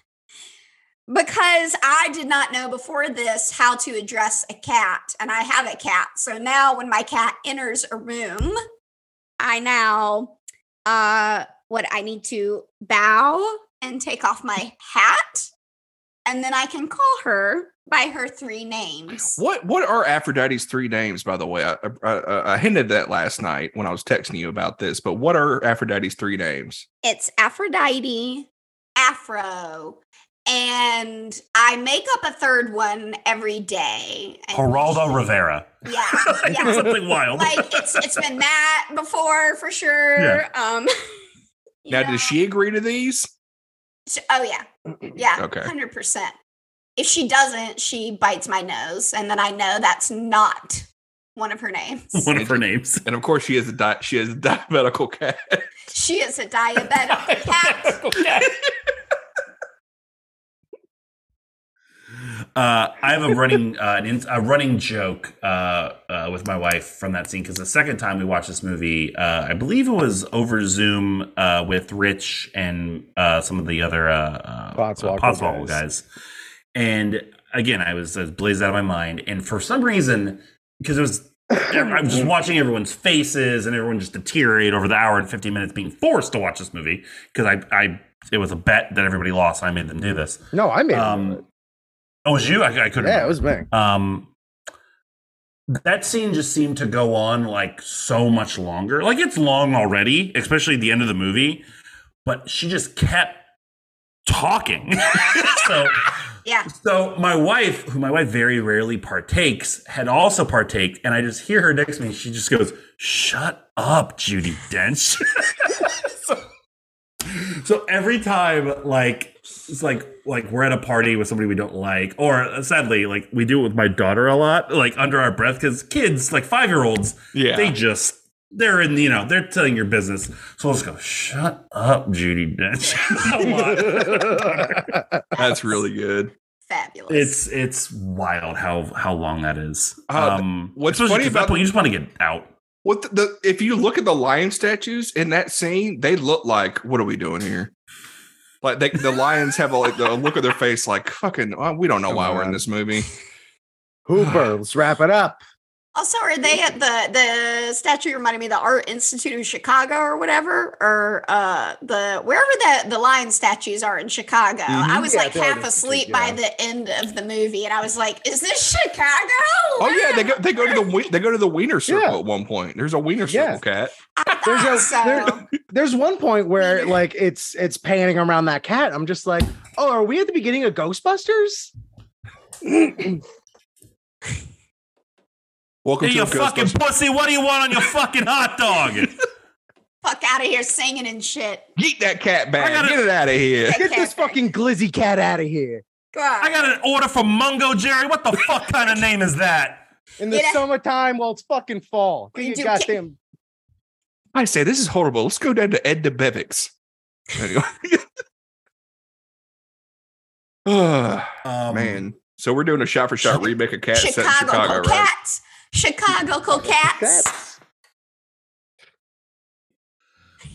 because I did not know before this how to address a cat and I have a cat. So now when my cat enters a room, I now uh what I need to bow and take off my hat and then I can call her by her three names.
What what are Aphrodite's three names? By the way, I, I- I, I hinted that last night when I was texting you about this. But what are Aphrodite's three names?
It's Aphrodite, Afro, and I make up a third one every day. and-
Geraldo Rivera.
Yeah,
Like,
yeah.
Something wild.
like it's it's been that before for sure.
Yeah.
Um you
Now,
know,
does she agree to these?
so- oh yeah. Yeah.
Okay.
Hundred percent. If she doesn't, she bites my nose, and then I know that's not one of her names.
One of her names.
And of course, she is a di- she is a diabetical cat.
She is a diabetic cat.
Uh, I have a running uh, an in, a running joke uh, uh, with my wife from that scene because the second time we watched this movie, uh, I believe it was over Zoom uh, with Rich and uh, some of the other uh, uh,
Podswoggle
Podswoggle
guys.
guys. And again, I was, I was blazed out of my mind, and for some reason, because it was I was just watching everyone's faces and everyone just deteriorate over the hour and 15 minutes being forced to watch this movie because I, I it was a bet that everybody lost and I made them do this.
No, I made it.
Um, oh, it was you? I, I couldn't.
Yeah,
remember.
it was me.
Um, that scene just seemed to go on like so much longer. Like it's long already, especially at the end of the movie. But she just kept talking. so
Yeah.
so my wife, who my wife very rarely partakes, had also partaked, and I just hear her next to me. and She just goes, "Shut up, Judy Dench." so, so every time, like it's like like we're at a party with somebody we don't like, or sadly, like we do it with my daughter a lot, like under our breath, because kids, like five year olds,
Yeah.
they just they're in you know they're telling your business. So I'll just go, "Shut up, Judy Dench." a lot.
That's really good.
Fabulous.
It's it's wild how how long that is.
Uh,
um,
what's
especially
funny
'cause at that
about-
point, you just want to get out.
What the, the if you look at the lion statues in that scene, they look like what are we doing here? Like they, the lions have a, like the look of their face, like fucking. Well, we don't know
Come
why we're in
on.
this movie.
Hooper, let's wrap it up.
Also, are they at the the statue reminded me of the Art Institute of Chicago or whatever, or uh the wherever the the lion statues are in Chicago? I
Mhm.
was
Yeah,
like
the Art
half
Institute,
asleep by
yeah.
the end of the movie, and I was like, "Is this Chicago?"
Oh yeah, they go they go to the we- they go to the wiener circle
Yeah.
at one point. There's a wiener
Yeah.
circle cat.
I
There's
thought
a-
so.
there- There's one point where like it's it's panning around that cat. I'm just like, oh, are we at the beginning of Ghostbusters?
Welcome
Hey,
to
you
the
fucking
Ghostbusters-
pussy. What do you want on your fucking hot dog?
Fuck out of here singing and shit.
Yeet that cat
I
back.
gotta-
Get it out of here.
Get this fucking glizzy cat out of here.
God.
I got an order from Mungo Jerry. What the fuck kind of name is that?
In the
Get out-
summertime, well, it's fucking fall.
We
Get
do
your goddamn
I say this is horrible. Let's go down to Edna Bevick's. Anyway. Ah,
Um,
man. So we're doing a shot for shot remake of Cat set in
Chicago,
Chicago,
Chicago
right?
cats. Chicago cats.
cats.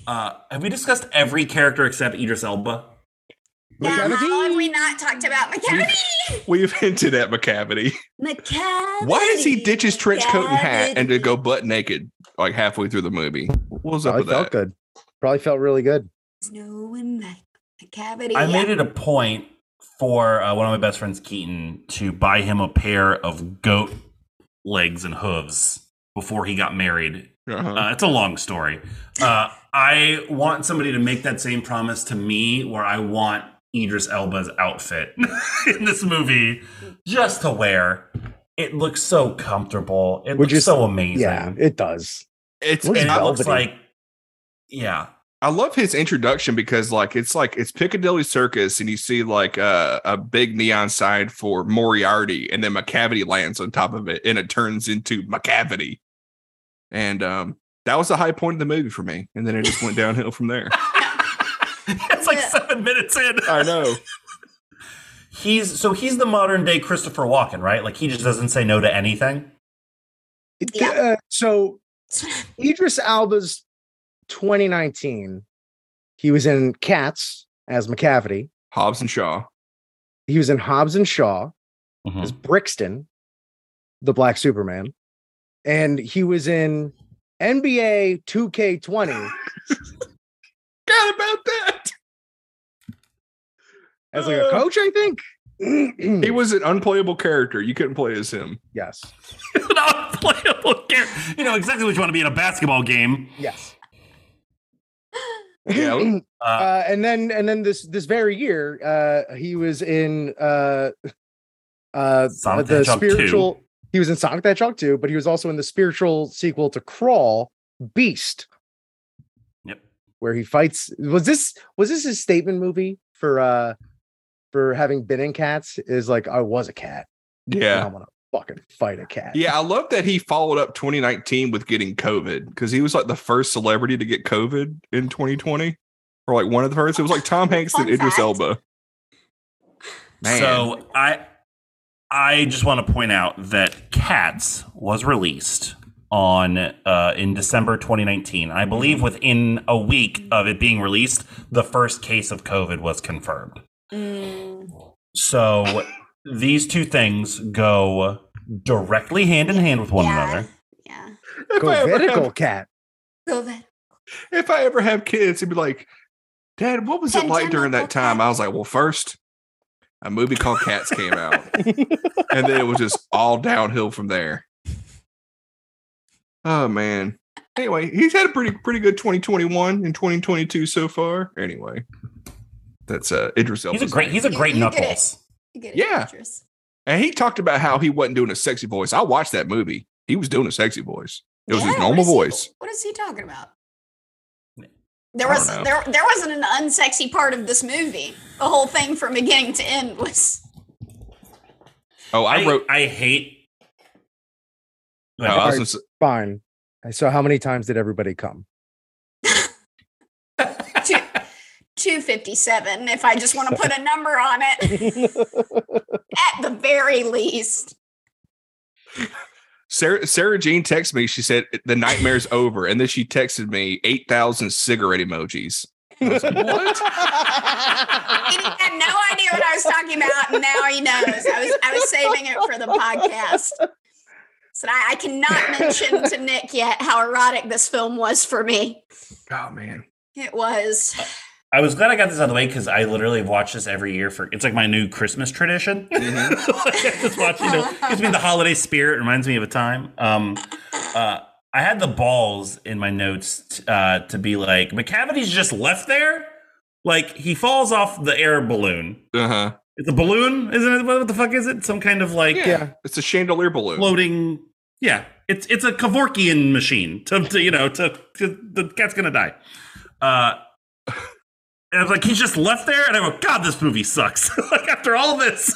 Uh, have we discussed every character except Idris Elba?
Yeah,
Look at it.
how have we not talked about McCavity?
We've hinted at McCavity.
McCavity.
Why does he ditch his trench coat and hat and to go butt naked like halfway through the movie? What was up
Probably
with
felt
that?
good. Probably felt really good.
There's no one like McCavity.
I made it a point for uh, one of my best friends, Keaton, to buy him a pair of goat legs and hooves before he got married.
Uh-huh.
Uh, it's a long story. Uh, I want somebody to make that same promise to me, where I want Idris Elba's outfit in this movie just to wear. It looks so comfortable. It
Would
looks
you-
so amazing.
Yeah, it does.
It's
What is
and it
and I,
that?
looks
velvety.
like, yeah,
I love his introduction because like it's like it's Piccadilly Circus and you see like uh, a big neon sign for Moriarty and then McCavity lands on top of it and it turns into McCavity. And um that was the high point of the movie for me. And then it just went downhill from there.
it's like
Yeah.
seven minutes in.
I know.
He's so he's the modern day Christopher Walken, right? Like he just doesn't say no to anything.
It-
Yeah.
uh, so Idris Alba's 2019, he was in Cats as McCavity.
Hobbs and Shaw.
He was in Hobbs and Shaw as Brixton, the Black Superman, and he was in NBA 2K20
God about that.
as like a coach, I think. Hmm.
He was an unplayable character. You couldn't play as him.
yes,
An unplayable character. You know exactly what you want to be in a basketball game.
yes.
Yeah.
Uh,
uh, and then and then this this very year, uh, he was in uh, uh,
Sonic the
the
Hedgehog 2.
spiritual. He was in Sonic the Hedgehog 2, but he was also in the spiritual sequel to Crawl, Beast.
Yep.
Where he fights. Was this was this his statement movie for uh for having been in cats? Is like I was a cat. and
Yeah.
I'm gonna fucking fight a cat.
Yeah. I love that he followed up 2019 with getting COVID because he was like the first celebrity to get COVID in 2020 or like one of the first. It was like Tom Hanks and
Fun
Idris
fact.
Elba. Man.
so I I just want to point out that Cats was released on uh, in December 2019. I believe within a week of it being released, the first case of COVID was confirmed.
Mm,
So these two things go directly hand in hand with one
Yeah.
another.
yeah.
if,
Go
I ever
vertical
have,
cat.
Go ahead.
if I ever have kids, he'd be like, Dad, what was it like during that time? I was like, Well, first, a movie called Cats came out. and then it was just all downhill from there. Oh man. Anyway, he's had a pretty pretty good 2021 and 2022 so far. Anyway, that's uh Idris Elba.
He's a great he's a
You-
great
you did it.
knuckles.
You get
Yeah.
Idris.
and he talked about how he wasn't doing a sexy voice. I watched that movie. He was doing a sexy voice. It was his
Yeah, what
normal
is he-
voice.
what is he talking about?
I
There
don't
was
know.
there there wasn't an unsexy part of this movie. The whole thing from beginning to end was
Oh, I, wrote.
I hate
oh, I was
Sorry.
gonna say-
Fine. So how many times did everybody come?
two, 257 if I just want to put a number on it at the very least.
Sarah, Sarah Jean texted me. She said the nightmare's over, and then she texted me eight thousand cigarette emojis. I was like,
He had no idea what I was talking about and now he knows. I was I was saving it for the podcast. So I, I cannot mention to Nick yet how erotic this film was for me.
oh man,
It was
I was glad I got this out of the way because I literally watch this every year for it's like my new Christmas tradition. Like, I just watch, you know, gives me the holiday spirit, reminds me of a time. Um, uh, I had the balls in my notes t- uh, to be like, McCavity's just left there. Like he falls off the air balloon.
uh huh.
It's a balloon, isn't it? What the fuck is it? Some kind of like
Yeah. it's a chandelier balloon.
floating Yeah, it's it's a Kevorkian machine. To, to you know, to, to the cat's gonna die. Uh, and I was like, he just left there, and I went, God, this movie sucks. like after all this,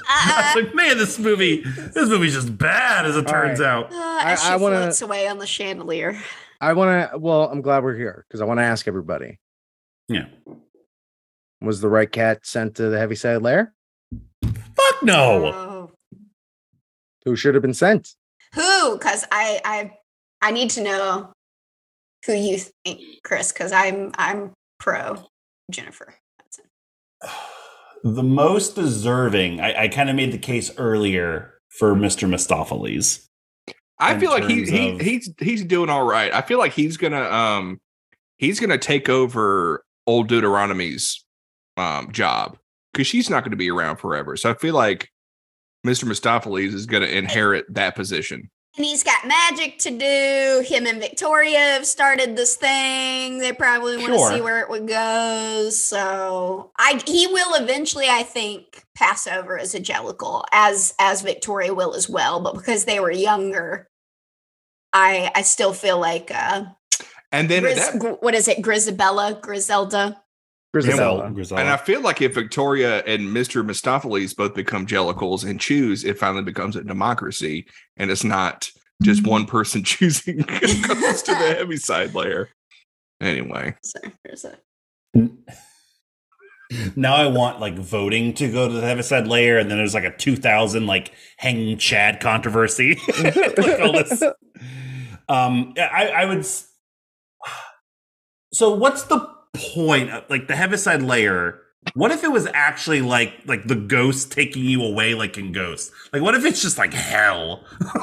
I
Uh,
was like, man, this movie, this movie's just bad as it
All
turns
right.
out.
as she
I wanna-
floats away on the chandelier.
I want to. Well, I'm glad we're here because I want to ask everybody:
Yeah.
Was the right cat sent to the heaviside lair?
Fuck no.
Oh.
Who should have been sent?
Who? Because I, I, I need to know who you think, Chris. Because I'm, I'm pro Jennifer.
The most deserving. I, I kind of made the case earlier for Mr. Mistopheles.
I
in
feel like he,
terms
he
of-
he's he's doing all right. I feel like he's gonna um he's gonna take over old Deuteronomy's um job because she's not gonna be around forever. So I feel like Mr. Mistopheles is gonna inherit that position.
And he's got magic to do. Him and Victoria have started this thing. They probably want to see
Sure.
where it would go. So I he will eventually, I think, pass over as a Jellicle, as as Victoria will as well. But because they were younger, I I still feel like uh
And then at
Gris-
that,
gr- what is it, Grisabella, Griselda?
Grisabella.
and I feel like if Victoria and Mr. Mistopheles both become Jellicles and choose, it finally becomes a democracy and it's not
Mm-hmm.
just one person choosing who goes to the heavy side layer. Anyway.
Sorry, there's a-
Now I want like voting to go to the Heaviside layer, and then there's like a 2000 like hanging Chad controversy. like all this. Um, I, I would. s- So what's the point? Of, like the Heaviside layer. What if it was actually like like the ghost taking you away, like in Ghost? Like what if it's just like hell?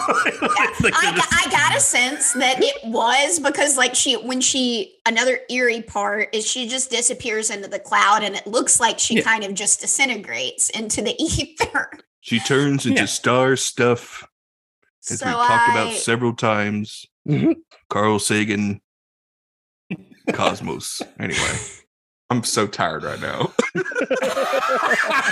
Like,
I,
they're
got,
just-
I got a sense that it was because like she when she another eerie part is she just disappears into the cloud and it looks like she
Yeah.
kind of just disintegrates into the ether
She turns into
Yeah.
star stuff, as
so
we've talked
I, Mm-hmm.
about several times.
Mhm.
Carl Sagan, Cosmos. anyway, I'm so tired right now.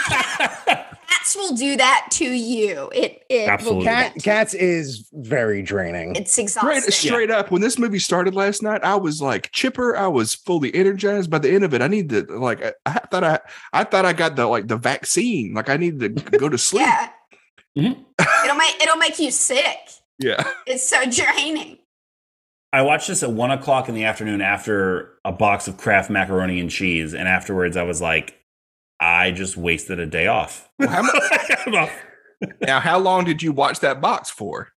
cats will do that to you it it
Absolutely.
will do
Cat,
that to you.
cats is very draining.
it's
Straight,
exhausting
straight up, when this movie started last night, I was like chipper. I was fully energized. By the end of it, I need to like. I, I thought I, I thought I got the like the vaccine. Like I needed to go to sleep. yeah.
yeah it'll make it'll make you sick it's so draining
I watched this at one o'clock in the afternoon after a box of Kraft macaroni and cheese, and afterwards I was like, I just wasted a day off.
Well, how mu-
I'm off.
now, how long did you watch that box for?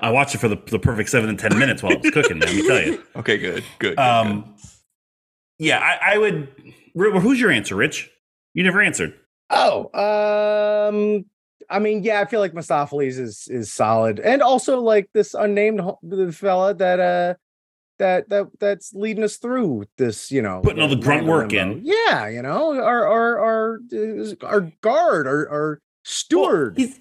I watched it for the, the perfect seven and ten minutes while I was cooking. let me tell you.
Okay, good, good. good, good.
Um, yeah, I, I would. Ri- Who's your answer, Rich? You never answered.
Oh, um, I mean, yeah, I feel like Mistopheles is is solid, and also like this unnamed ho- the fella that uh that that that's leading us through this, you know,
Putting all the grunt
random
work
limbo.
in.
Yeah, you know, our our our uh, our guard, our our steward.
He's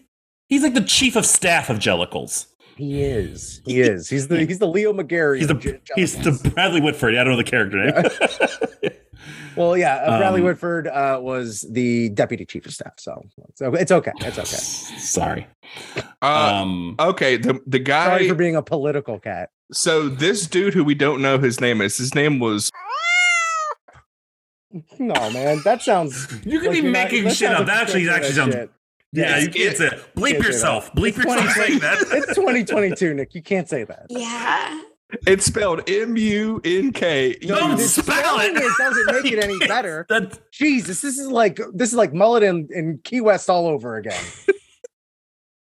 he's like the chief of staff of Jellicles.
he is. He is. He's the he's the Leo McGarry.
He's
of
the
J-
he's
Jellicles.
the Bradley Whitford. I don't know the character name.
well, yeah. Uh, Bradley
um,
Whitford uh, was the deputy chief of staff, so so it's okay. It's okay.
Sorry.
Uh,
um,
okay, the the guy.
Sorry for being a political cat.
So this dude who we don't know his name is, his name was
No, man, that sounds
you could
Like,
be
you're not-
making
that
shit
sounds
up. That actually
ridiculous
actually sounds.
shit.
Yeah,
It's-
you can't say that. Bleep
can't say
yourself. Bleep yourself saying that.
It's 2022, Nick. You can't say that.
yeah
it's spelled M U N K.
Don't
the
spell it.
spelling It doesn't make
You
it any
can't-
better.
That,
Jesus, this is like this is like mullet and, and Key West all over again.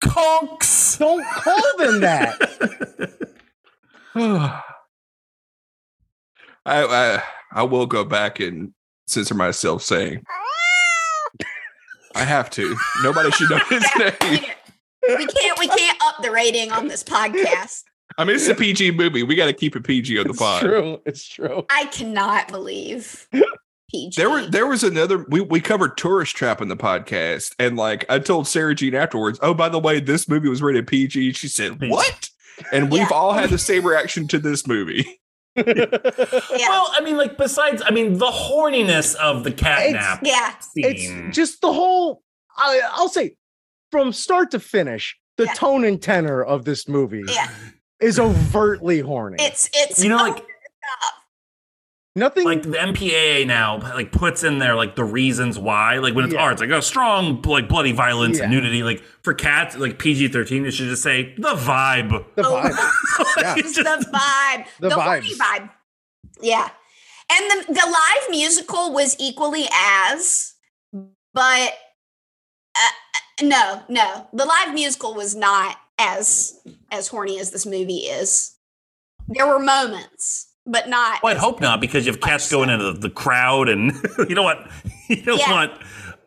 conks.
Don't call them that.
I, I I will go back and censor myself saying I have to. Nobody should know his
Yeah,
name.
Peter, we can't we can't up the rating on this podcast
I mean, it's a PG movie. We got to keep it PG on the
It's
pod.
true. It's true.
I cannot believe PG.
There were there was another we, we covered Tourist Trap in the podcast, and like I told Sarah Jean afterwards, oh by the way, this movie was rated PG. She said,
PG.
What? And we've
Yeah.
all had the same reaction to this movie.
Yeah.
Well, I mean, like besides, I mean, the horniness of the catnap
yeah.
scene.
It's just the whole. I, I'll say, from start to finish, the
Yeah.
tone and tenor of this movie
Yeah.
is overtly horny.
It's it's
You know, like
Nothing
like the MPAA now like puts in there like the reasons why. Like when it's
Yeah.
R, it's like a strong like bloody violence and
Yeah.
nudity. Like for cats, like PG thirteen, it should just say the vibe.
the
oh,
vibe. Yeah.
It's the vibe.
The
The, horny
vibes.
vibe. Yeah. And the, the live musical was equally as, but uh, uh, no, no. The live musical was not as as horny as this movie is. There were moments, but not
Well, Oh, I'd hope not because you have cats going into the, the crowd, and you don't want you don't
Yeah.
want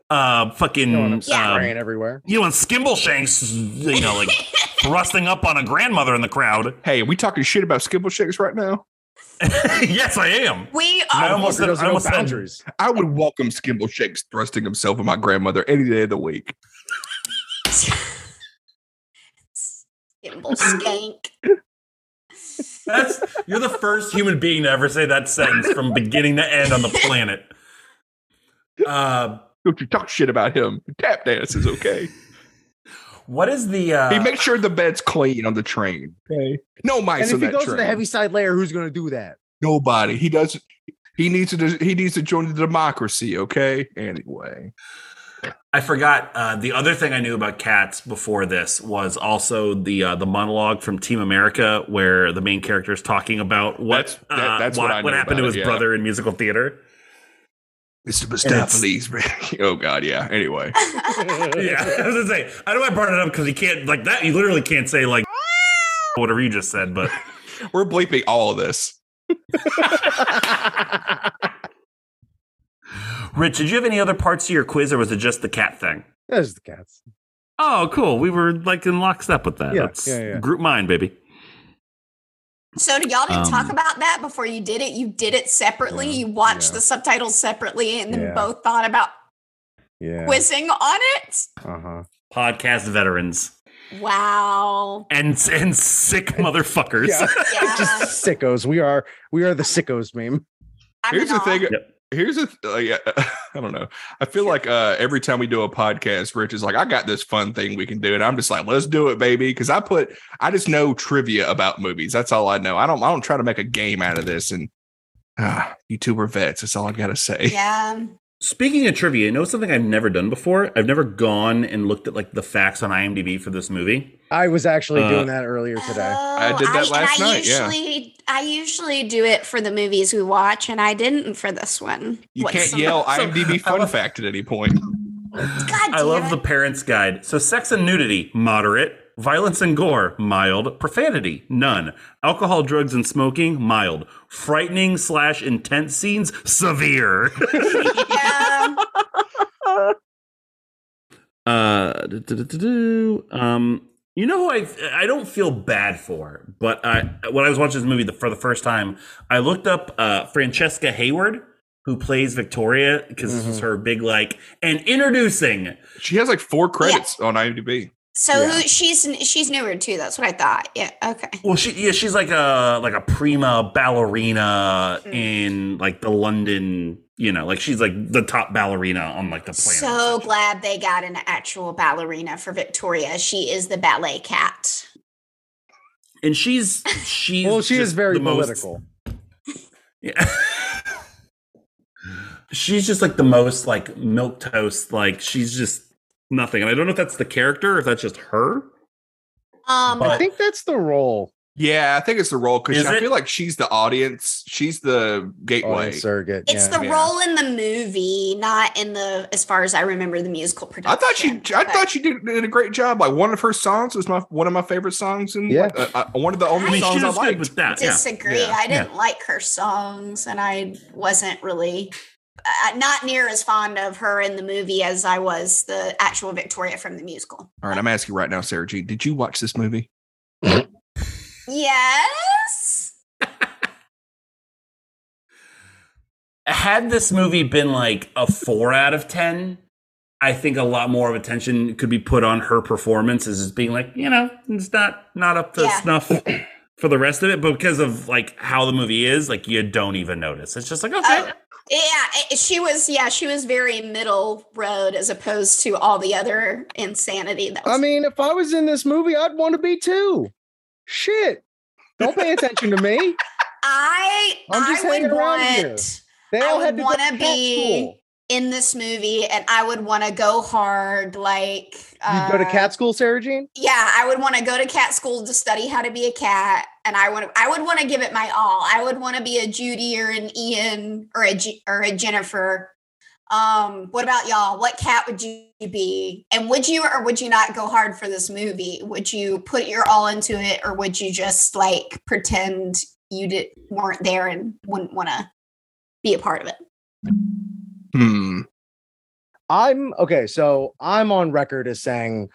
uh fucking
You know what I'm
Yeah.
um,
spraying everywhere.
you want Skimbleshanks, you know, like thrusting up on a grandmother in the crowd.
Hey, we talking shit about Skibble Shakes right now?
yes, I am.
we
I
are
almost
There
said,
goes
I
no
almost said-
boundaries.
I would welcome Skimble Shakes thrusting himself on my grandmother any day of the week.
Skimble skank.
That's you're the first human being to ever say that sentence from beginning to end on the planet. Uh,
Don't you talk shit about him. Tap dance is okay.
what is the uh,
he makes sure the bed's clean on the train. Okay. No
And
mice on
if he
that
goes to
train.
the heavy side layer, who's going to do that?
Nobody. He does. He needs to. He needs to join the democracy. Okay. Anyway.
I forgot uh, the other thing I knew about cats before this was also the uh, the monologue from Team America where the main character is talking about what
That's- that-
uh,
that's
what,
what I
what
knew
happened to
about
his
it, yeah.
brother in musical theater.
Mr.
it's-
Mistopheles, man. Oh God, yeah. Anyway,
Yeah, I was gonna say I know I brought it up because you can't like that. You literally can't say like whatever you just said, but
we're bleeping all of this.
Rich, did you have any other parts to your quiz, or was it just the cat thing?
There's the cats.
Oh, cool. We were like in lockstep with that.
Yeah,
That's
yeah, yeah.
group mind, baby.
So y'all didn't talk
Um,
about that before you did it. You did it separately. you
Yeah,
watched
yeah.
the subtitles separately, and then
Yeah.
both thought about
Yeah.
quizzing on it.
Uh-huh.
uh,
Podcast veterans
Wow.
and and sick motherfuckers.
Yeah.
Yeah.
Just sickos. We are we are the sickos meme.
I'm
Here's
in
the
awe.
thing. uh,
Yep.
Here's the. Th- uh, yeah, I don't know. I feel like uh, every time we do a podcast, Rich is like, "I got this fun thing we can do," and I'm just like, "Let's do it, baby!" Because I put, I just know trivia about movies. That's all I know. I don't. I don't try to make a game out of this. And ah, YouTuber vets. That's all I gotta say.
Yeah.
Speaking of trivia, you know something I've never done before? I've never gone and looked at like the facts on IMDb for this movie.
I was actually
Uh,
doing that earlier today.
Oh,
did that
and
last night, yeah.
Usually, I usually do it for the movies we watch, and I didn't for this one.
You
What's
can't
the-
yell
so-
IMDb fun fact at any point.
God
I
damn
love
it.
the parents' guide. So, sex and nudity, moderate. Violence and gore, mild. Profanity, none. Alcohol, drugs, and smoking, mild. Frightening slash intense scenes, severe.
Yeah.
Uh, du- du- du- du- du. um, you know who I I don't feel bad for, but I when I was watching this movie the, for the first time, I looked up uh, Francesca Hayward who plays Victoria because this was her big like and introducing
She has like four credits on IMDb.
So
Yeah.
who, she's she's newer too. That's what I thought. Yeah. Okay.
well she yeah she's like a like a prima ballerina
Mm.
in like the London you know like she's like the top ballerina on like the planet
So glad they got an actual ballerina for Victoria. She is the ballet cat.
and she's she's
Well, she is
just
very
the most-
political.
Yeah. she's just like the most like milk toast. Like she's just nothing. And I don't know if that's the character or if that's just her.
Um,
I
But-
think that's the role
Yeah, I think it's the role because
Is
I
it?
feel like she's the audience. She's the gateway.
on surrogate.
it's
yeah.
the
yeah.
role in the movie, not in the as far as I remember the musical production.
I thought she, I
but-
thought she did, did a great job. Like one of her songs was my one of my favorite songs, and
Yeah.
uh, uh, one of the only
I mean, she
songs I
was good
liked.
with that. Yeah.
disagree.
yeah,
I didn't like her songs, and I wasn't really uh, not near as fond of her in the movie as I was the actual Victoria from the musical.
All right, I'm asking right now, Sarah G. Did you watch this movie?
Yes.
Had this movie been like a four out of ten, I think a lot more of attention could be put on her performance as just being like, you know, it's not not up to
Yeah.
snuff for the rest of it, but because of like how the movie is, like you don't even notice. It's just like okay.
Oh, Yeah, it- she was. Yeah, she was very middle road as opposed to all the other insanity that was.
I mean, if I was in this movie, I'd want to be too. Shit. Don't pay attention to me.
I
I'm
I
just hanging
would
around here.
want
They
I
all
would
had to go
wanna
to cat
be-
school.
in this movie, and I would want to go hard. Like
You'd go to
uh,
cat school, Sarah Jean?
Yeah, I would want to go to cat school to study how to be a cat, and I would I would want to give it my all. I would want to be a Judy or an Ian or a G, or a Jennifer. Um, what about y'all? What cat would you be? And would you or would you not go hard for this movie? Would you put your all into it, or would you just like pretend you did weren't there and wouldn't want to be a part of it?
Hmm.
I'm okay. So I'm on record as saying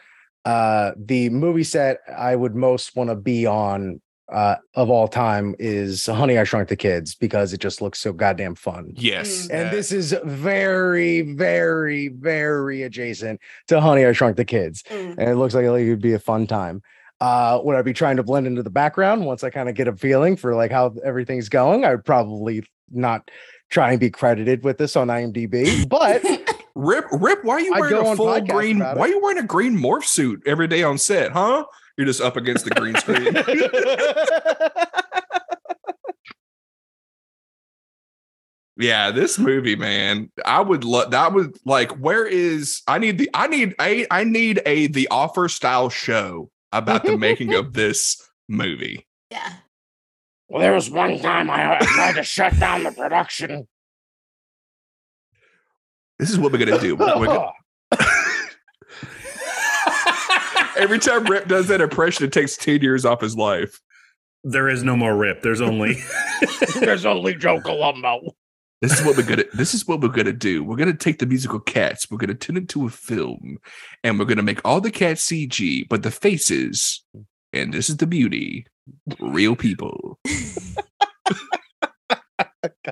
uh, the movie set I would most want to be on uh, of all time is Honey, I Shrunk the Kids because it just looks so goddamn fun.
Yes.
Mm.
And
that-
this is very, very, very adjacent to Honey, I Shrunk the Kids.
Mm.
And it looks like it would be a fun time. Uh, would I be trying to blend into the background once I kind of get a feeling for like how everything's going? I would probably not try and be credited with this on IMDb, but
Rip, Rip, why are you
I'd
wearing
go
a
on
full
podcasts
green?
about it.
Why are you wearing a green morph suit every day on set, huh? You're just up against the green screen. yeah, this movie, man. I would love. That would like. Where is? I need the. I need a. I need a the offer style show about the making of this movie.
yeah.
Well, there was one time I tried to shut down the production.
This is what we're gonna do. We're gonna- every time Rip does that impression, it takes ten years off his life.
There is no more rip. There's only
There's only Joe Colombo.
This is what we're gonna. This is what we're gonna do. We're gonna take the musical Cats. We're gonna turn it into a film, and we're gonna make all the cats CG, but the faces, and this is the beauty, real people.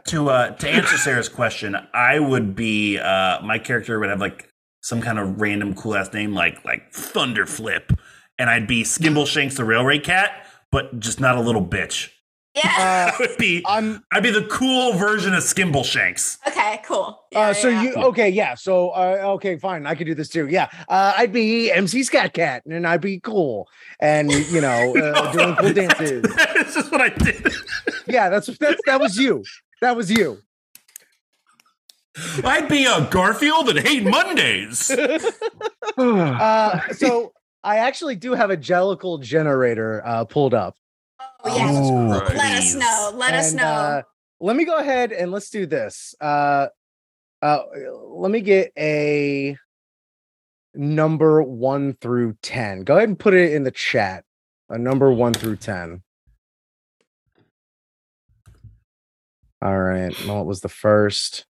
to uh to answer Sarah's question, I would be uh my character would have like some kind of random cool ass name like like Thunderflip, and I'd be Skimble Shanks the Railway Cat, but just not a little bitch.
Yeah.
Uh,
I would be
I'm
I'd be the cool version of Skimble Shanks.
okay, cool. Yeah,
uh, so
yeah.
you okay? Yeah. So uh, okay, fine. I could do this too. Yeah. Uh, I'd be MC Scat Cat, and I'd be cool, and you know, uh, doing cool dances.
That's just what I did.
Yeah, that's that's that was you. That was you.
I'd be a Garfield and hate Mondays.
Uh, so I actually do have a Jellicle generator uh, pulled up.
Oh, yeah.
Christ.
Let us
please.
know. Let us
And,
know.
uh, let me go ahead and let's do this. Uh, uh, let me get a number one through 10. Go ahead and put it in the chat. A number one through 10. All right. Mullet was the first.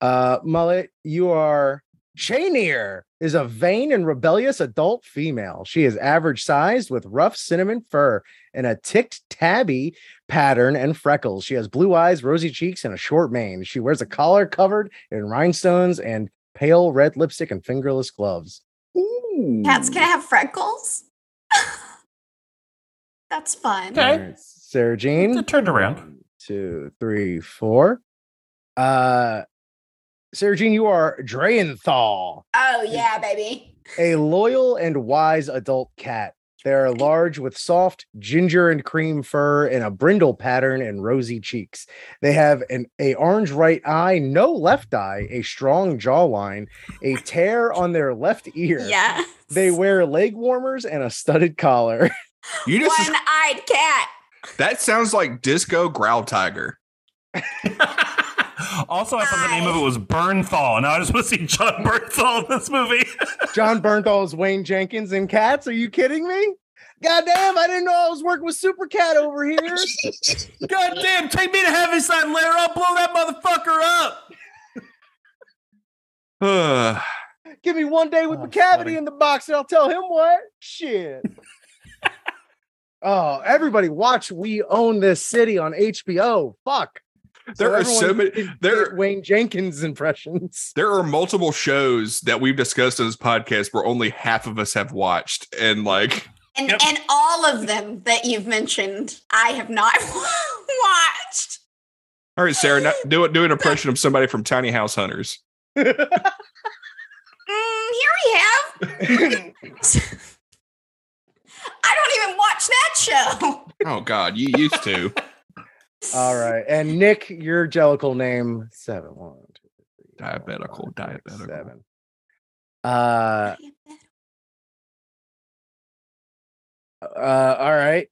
Uh, Mullet, you are. Chainier is a vain and rebellious adult female. She is average sized with rough cinnamon fur and a ticked tabby pattern and freckles. She has blue eyes, rosy cheeks, and a short mane. She wears a collar covered in rhinestones and pale red lipstick and fingerless gloves.
Cats
Mm.
can have freckles. That's fun.
Okay.
All right, Sarah Jean.
It turned around.
One, two, three, four. Uh, Sarah Jean, you are Draenthal.
Oh yeah, baby.
A loyal and wise adult cat. They are large with soft ginger and cream fur and a brindle pattern and rosy cheeks. They have an a orange right eye, no left eye, a strong jawline, a tear on their left ear.
Yeah.
They wear leg warmers and a studded collar.
You just
One-eyed cat.
that sounds like Disco Growl Tiger.
also, I thought the name of it was Burnthal. Now I just want to see John Burnthal in this movie.
John Bernthal's Wayne Jenkins and cats. Are you kidding me? Goddamn, I didn't know I was working with Super Cat over here.
God damn, take me to Heaviside later. I'll blow that motherfucker up.
Uh,
Give me one day with
Oh,
McCavity
funny.
in the box, and I'll tell him what. Shit. oh, everybody, watch We Own This City on HBO. Fuck.
There are so
everyone
many-
can
there-
get Wayne Jenkins impressions.
there are multiple shows that we've discussed on this podcast where only half of us have watched, and like
And
Yep.
and all of them that you've mentioned, I have not watched.
All right, Sarah, now do it. Do an impression of somebody from Tiny House Hunters.
Mm, here we have. I don't even watch that show.
Oh God, you used to.
All right. And Nick, your jellicle name seven one two three Oh,
Diabetical, diabetical.
seven. Uh uh all right.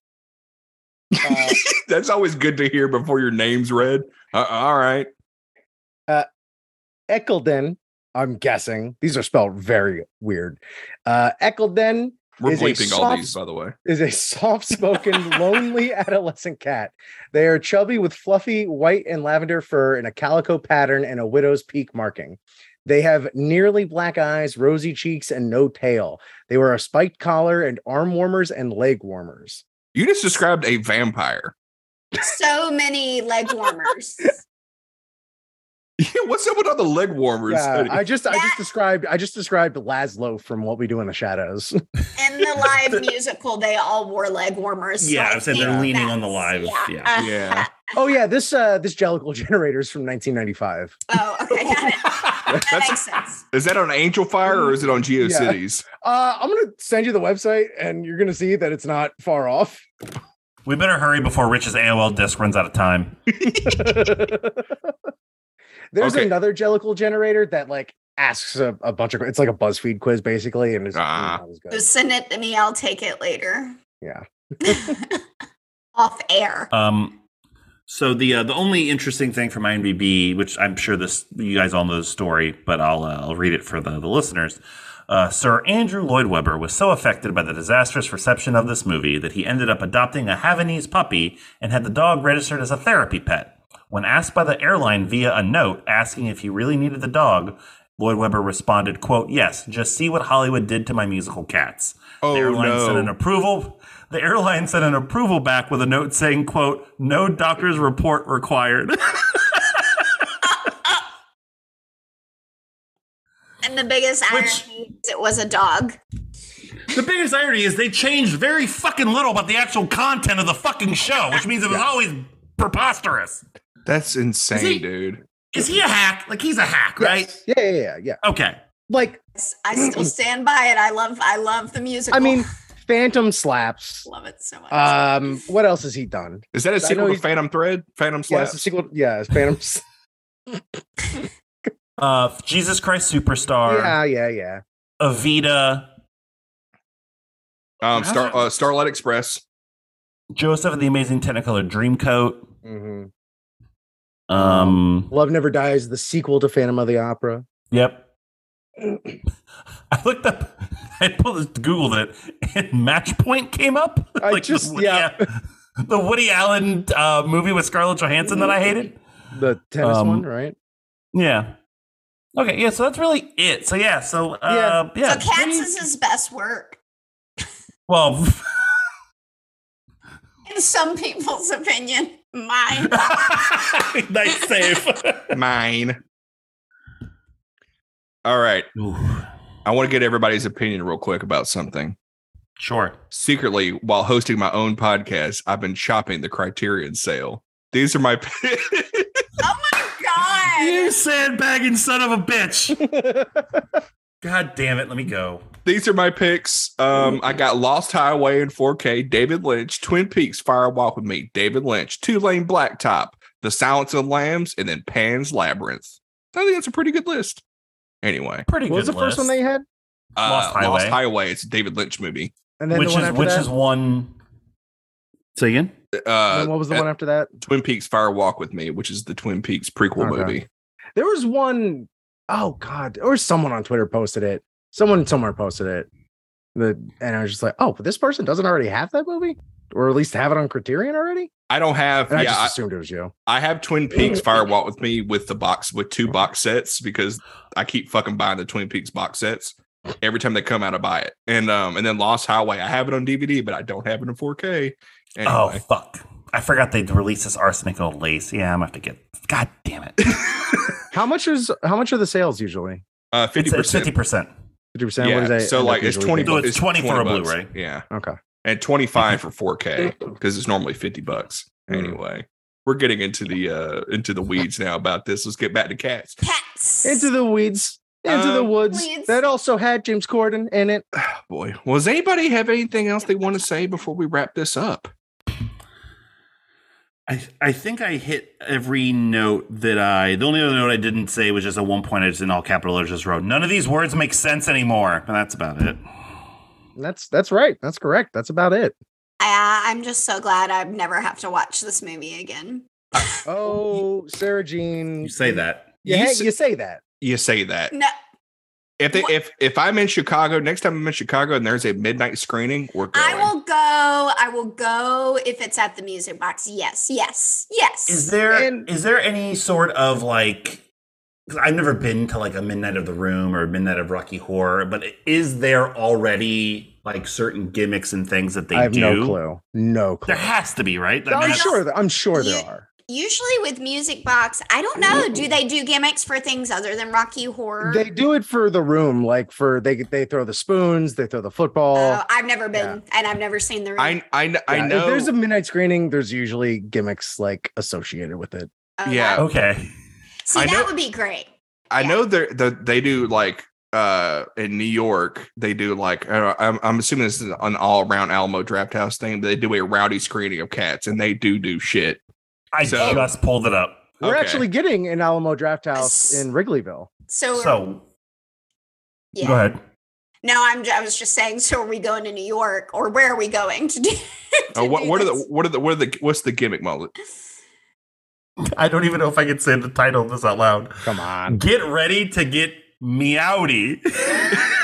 Uh,
That's always good to hear before your name's read. Uh, all right,
Ekelden, I'm guessing. These are spelled very weird. Uh Ekelden
we're
Is a
bleeping all
soft-
these, by the way.
is a soft spoken, lonely adolescent cat. They are chubby with fluffy white and lavender fur and a calico pattern and a widow's peak marking. They have nearly black eyes, rosy cheeks, and no tail. They wear a spiked collar and arm warmers and leg warmers.
You just described a vampire.
So many leg warmers.
Yeah, what's up with all the leg warmers?
Yeah,
honey?
I just I
That-
just described I just described Laszlo from What We Do in the Shadows.
In the live musical, they all wore leg warmers.
Yeah,
I
I said they're
think
leaning on the
that's-
live,
Uh-huh.
yeah.
oh yeah, this uh this Jellicle generator is from 1995.
oh, okay. got it. That
That's-
makes sense.
Is that on Angel Fire or is it on
Yeah.
GeoCities?
Uh I'm gonna send you the website and you're gonna see that it's not far off.
We better hurry before Rich's AOL disk runs out of time.
There's
Okay.
another Jellicle generator that like asks a, a bunch of it's like a BuzzFeed quiz basically, and it's
Ah.
not as good.
Just send it to me. I'll take it later.
Yeah.
Off air.
Um, so the uh, the only interesting thing from IMDb, which I'm sure this you guys all know the story, but I'll uh, I'll read it for the, the listeners. Uh, Sir Andrew Lloyd Webber was so affected by the disastrous reception of this movie that he ended up adopting a Havanese puppy and had the dog registered as a therapy pet. When asked by the airline via a note asking if he really needed the dog, Lloyd Webber responded, "Quote: Yes, just see what Hollywood did to my musical cats."
Oh
the airline sent an
no!
approval. The airline sent an approval back with a note saying, "quote No doctor's report required."
and the biggest irony
Which-
is it was a dog.
the biggest irony is they changed very fucking little about the actual content of the fucking show, which means it was always preposterous.
That's insane,
Is he-
dude.
Is he a hack? Like he's a hack, right?
Yeah, yeah, yeah, yeah.
Okay.
Like
I still stand by it. I love. I love the musical.
I mean, Phantom slaps.
love it so much.
Um, what else has he done?
Is that a
know
sequel to
he's-
Phantom Thread? Phantom
Yeah, it's
Slaps?
a sequel. Yeah, it's Phantom. S-
Uh, Jesus Christ Superstar,
yeah, yeah, yeah.
Evita,
um, Star uh, Starlight Express.
Joseph and the Amazing Technicolor Dreamcoat.
Mhm. Mm-hmm.
Um,
Love Never Dies, the sequel to Phantom of the Opera.
Yep. I looked up, I pulled this, Googled it, and Match Point came up.
I
the
just-
Woody
yeah.
Al- the Woody Allen uh, movie with Scarlett Johansson that I hated.
The tennis
Um,
one, right?
Yeah. Okay, yeah, so that's really it. So, yeah, so, uh, yeah.
so cats
pretty-
is his best work,
well,
in some people's opinion. Mine.
nice save.
Mine. All right.
Ooh,
I want to get everybody's opinion real quick about something.
sure.
Secretly, while hosting my own podcast, I've been shopping the Criterion sale. These are my.
Oh my god.
You sandbagging son of a bitch. God damn it, let me go.
These are my picks. Um, I got Lost Highway in 4K, David Lynch, Twin Peaks, Fire Walk with Me, David Lynch, Two Lane Blacktop, The Silence of the Lambs, and then Pan's Labyrinth. I think that's a pretty good list. Anyway,
Pretty
What was the
good
first one
list.
they had?
uh,
Lost Highway.
Lost Highway. It's a David Lynch movie.
And then
which
the one
is
after
which
that.
is one. Say again.
And
Uh,
then what was the
uh,
one after that?
Twin Peaks Fire Walk with Me, which is the Twin Peaks prequel
Okay.
movie.
There was one oh god, or someone on Twitter posted it. Someone somewhere posted it. The and I was just like, oh, but this person doesn't already have that movie, or at least have it on Criterion already.
I don't have.
And I
yeah,
just
I,
assumed it was you.
I have Twin Peaks Fire Walk with Me with the box with two box sets because I keep fucking buying the Twin Peaks box sets every time they come out. I buy it, and um, and then Lost Highway. I have it on DVD, but I don't have it in 4K.
Oh
Anyway,
fuck! I forgot they'd release this arsenic old lace. Yeah, I'm gonna have to get. God damn it!
How much is how much are the sales usually?
uh, fifty
Fifty
percent.
percent.
Fifty percent.
Yeah, so like it's twenty.
So
bu-
it's 20 for a
bucks.
Blu-ray.
Yeah,
Okay.
Hmm.
and twenty five for 4K because it's normally fifty bucks
Mhm.
anyway. we're getting into the uh into the weeds now about this. Let's get back to cats.
Cats.
Into the weeds. Into the
Uh,
woods.
Weeds.
That also had James Corden in it.
Boy, well, does anybody have anything else they want to say before we wrap this up?
I, I think I hit every note that I. The only other note I didn't say was just at one point I just in all capital letters just wrote, none of these words make sense anymore. And that's about it.
That's that's right. That's correct. That's about it.
I, I'm just so glad I never have to watch this movie again.
Oh, Sarah Jean.
You say that.
You,
You
ha-
s-
you say that.
You say that
No,
if they,
What?
if if I'm in Chicago next time I'm in Chicago and there's a midnight screening, we're going.
I will go. I will go if it's at the music box. Yes, yes, yes.
Is there is
And-
there any sort of like? Cause I've never been to like a Midnight of the Room or Midnight of Rocky Horror, but is there already like certain gimmicks and things that they
I have
do?
no clue. No clue.
There has to be, right?
I'm
that's-
sure. that- I'm sure
You-
there are.
Usually with music box, I don't know. Do they do gimmicks for things other than Rocky Horror?
They do it for the room, like for they they throw the spoons, they throw the football.
Oh, I've never been, and I've never seen the. Room.
I I kn- I
Yeah,
know.
If there's a midnight screening, there's usually gimmicks like associated with it.
Oh,
yeah.
wow.
Okay.
See,
I
that
know-
would be great.
I
Yeah.
know they're, they they do like uh in New York they do like uh, I'm I'm assuming this is an all around Alamo Draft House thing, but they do a rowdy screening of cats and they do do shit.
I
So-
just pulled it up.
We're
Okay.
actually getting an Alamo Draft House in Wrigleyville.
So,
So
yeah.
go ahead.
No, I'm. j- I was just saying. So, are we going to New York, or where are we going to do? to
Uh, what
do
what are the
this?
what are the what are the what's the gimmick mullet?
I don't even know if I can say the title of this out loud.
Come on.
Get ready to get meowdy.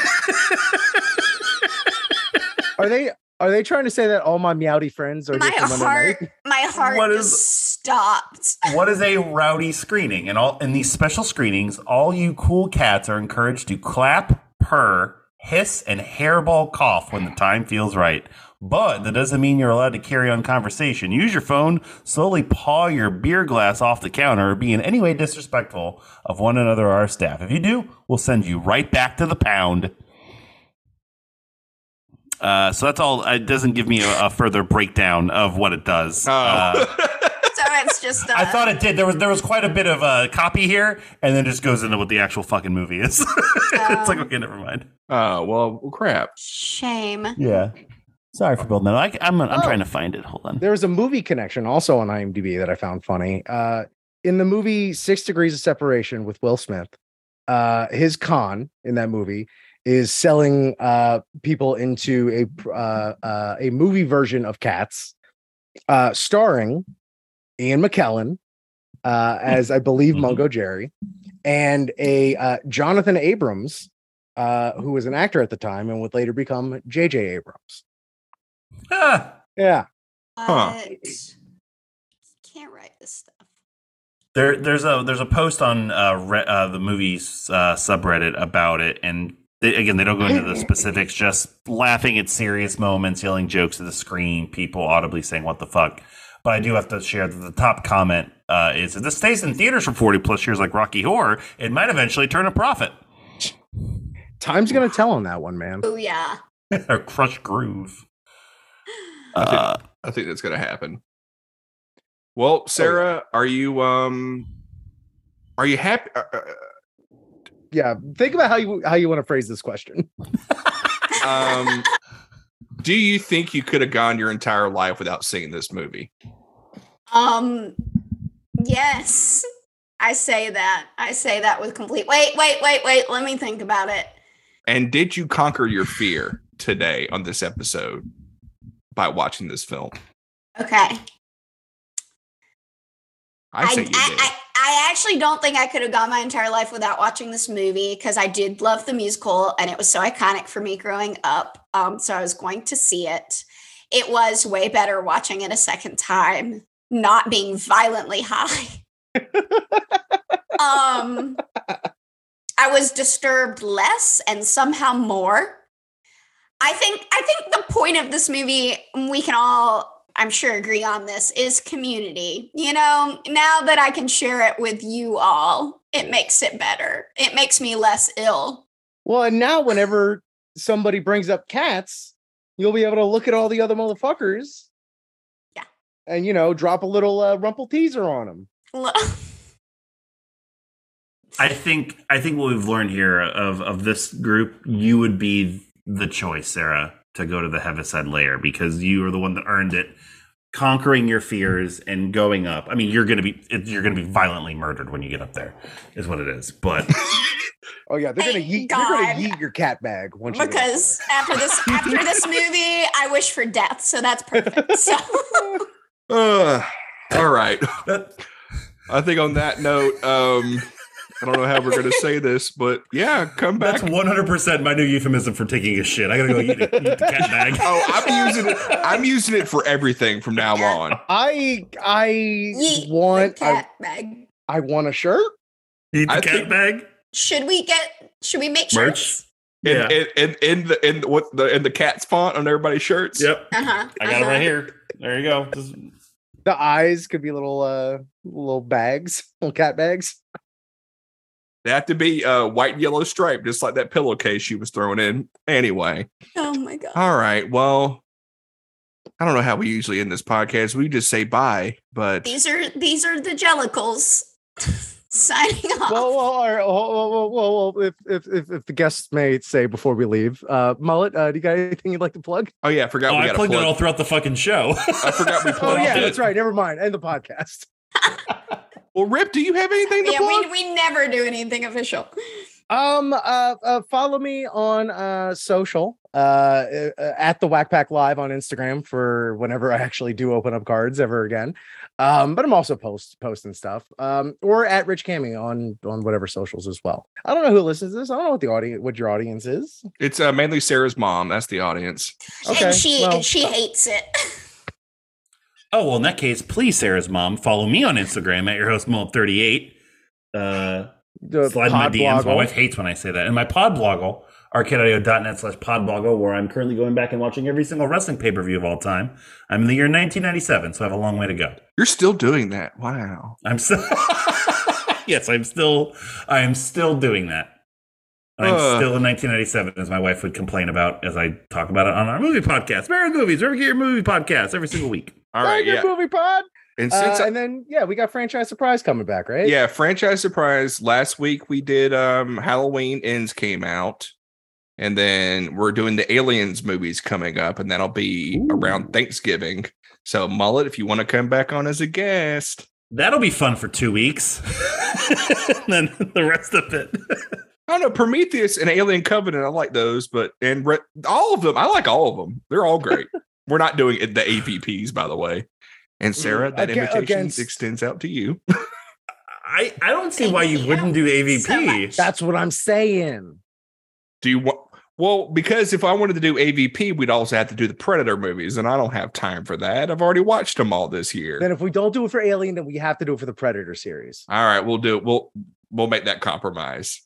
Are they are they trying to say that all my meowdy friends are
My
just from
heart,
underneath?
my heart
What
just
is-
stopped.
what is a rowdy screening? And all in these special screenings, all you cool cats are encouraged to clap, purr, hiss, and hairball cough when the time feels right. But that doesn't mean you're allowed to carry on conversation. Use your phone, slowly paw your beer glass off the counter, or be in any way disrespectful of one another or our staff. If you do, we'll send you right back to the pound. Uh, so that's all. It doesn't give me a, a further breakdown of what it does.
Oh,
Uh,
So it's just. Uh,
I thought it did. There was there was quite a bit of uh, copy here, and then just goes into what the actual fucking movie is. it's like
Um.
okay, never mind.
oh well, crap.
shame.
Yeah. Sorry for building that. I, I'm I'm
Oh.
trying to find it. Hold on.
There was a movie connection also on IMDb that I found funny. Uh, in the movie Six Degrees of Separation with Will Smith, uh, his con in that movie is selling uh, people into a uh, uh, a movie version of Cats, uh, starring Ian McKellen uh, as I believe Mungo Jerry, and a uh, Jonathan Abrams. Uh, who was an actor at the time and would later become J.J. Abrams.
Ah,
Yeah,
Huh.
But Can't write this stuff.
there there's a there's a post on uh, re, uh the movie's uh, subreddit about it, and they, again they don't go into the specifics. Just laughing at serious moments, yelling jokes at the screen, people audibly saying "What the fuck." But I do have to share that the top comment uh, is if this stays in theaters for 40 plus years like Rocky Horror, it might eventually turn a profit.
time's gonna tell on that one, man.
Oh yeah.
or crush groove.
I think-
Uh,
I think that's gonna happen. Well, Sarah, are you um are you happy? Uh, uh,
yeah think about how you how you want to phrase this question
um, do you think you could have gone your entire life without seeing this movie?
Um. Yes, I say that. I say that with complete. Wait, wait, wait, wait. Let me think about it.
And did you conquer your fear today on this episode by watching this film?
Okay.
I say you
I,
did.
I, I actually don't think I could have gone my entire life without watching this movie because I did love the musical and it was so iconic for me growing up. Um, so I was going to see it. It was way better watching it a second time, not being violently high. um, I was disturbed less and somehow more. I think I think the point of this movie we can all I'm sure agree on this is community. You know, now that I can share it with you all, it makes it better. It makes me less ill.
well and now whenever somebody brings up cats you'll be able to look at all the other motherfuckers
Yeah.
and you know drop a little uh, rumple teaser on him.
Look,
I think I think what we've learned here of of this group, you would be the choice, Sarah, to go to the Heaviside layer because you are the one that earned it, conquering your fears and going up. I mean, you're gonna be it- you're gonna be violently murdered when you get up there, is what it is. But
Oh yeah, they're gonna yeet,
Thank
they're gonna
God.
yeet your cat bag once you get out
because after this after this movie, I wish for death. So that's perfect. So
Uh, all right. I think on that note, um, I don't know how we're going to say this, but yeah, come back.
that's 100 percent my new euphemism for taking a shit. I gotta go eat, a- eat the cat bag.
Oh, I'm using it. I'm using it for everything from now on.
I I
yeet the
want I,
cat bag.
I want a shirt.
Eat the
I
cat
think-
bag.
Should we get? Should we make
Merch?
shirts?
In,
Yeah.
in, in, in the in what the in the cat's font on everybody's shirts.
Yep,
Uh huh.
I got it right here. There you go. Just-
The eyes could be little uh little bags, little cat bags.
They have to be uh, white and yellow striped, just like that pillowcase she was throwing in. Anyway,
Oh my god.
all right. Well, I don't know how we usually end this podcast. We just say bye, but
These are these are the Jellicles signing off.
Well, well, all right, well, well, well, well, well, if, if if if the guests may say before we leave, uh, mullet, uh, do you got anything you'd like to plug?
oh yeah, I forgot
Oh,
we
I
got
plugged
to
it all
plug.
throughout the fucking show.
I forgot we
Oh
plugged
yeah,
it.
that's right. Never mind. End the podcast.
Well, Rip, do you have anything to
yeah,
plug?
we, we never do anything official.
Um, uh, uh, follow me on uh social uh, uh uh, at the Whack Pack Live on Instagram for whenever I actually do open up cards ever again. Um, but I'm also post posting stuff. Um, or at Rich Cammy on on whatever socials as well. I don't know who listens to this. I don't know what the audience what your audience is.
It's uh, mainly Sarah's mom. That's the audience.
Okay,
and she
well-
and she hates it.
Oh well, in that case, please, Sarah's mom, follow me on Instagram at your host mom38. Uh,
The
slide in my DMs. My
Podbloggle.
wife hates when I say that. And my podbloggle, arcadeaudio.net slash podbloggle, where I'm currently going back and watching every single wrestling pay per view of all time. I'm in the year 1997, so I have a long way to go.
You're still doing that. Wow.
I'm still, yes, I'm still, I am still doing that. I'm
Uh.
still in 1997, as my wife would complain about as I talk about it on our movie podcast, Married Movies, wherever you get your movie podcast every single week.
All right.
Very
Yeah.
good movie pod.
And
Uh,
since I,
and then yeah, we got franchise surprise coming back, right?
yeah, franchise surprise. Last week we did um Halloween Ends came out, and then we're doing the Aliens movies coming up, and that'll be around Thanksgiving. So Mullet, if you want to come back on as a guest,
That'll be fun for two weeks. and then the rest of it.
I don't know Prometheus and Alien Covenant. I like those, but and re- all of them. I like all of them. They're all great. we're not doing it, the APPs, by the way. And Sarah, that
Aga-
invitation
against-
extends out to you.
I, I don't see why you wouldn't do
So
AVP.
much.
That's what I'm saying.
Do you want? Well, because if I wanted to do AVP, we'd also have to do the Predator movies, and I don't have time for that. I've already watched them all this year.
Then if we don't do it for Alien, then we have to do it for the Predator series.
all right, we'll do. We'll we'll make that compromise.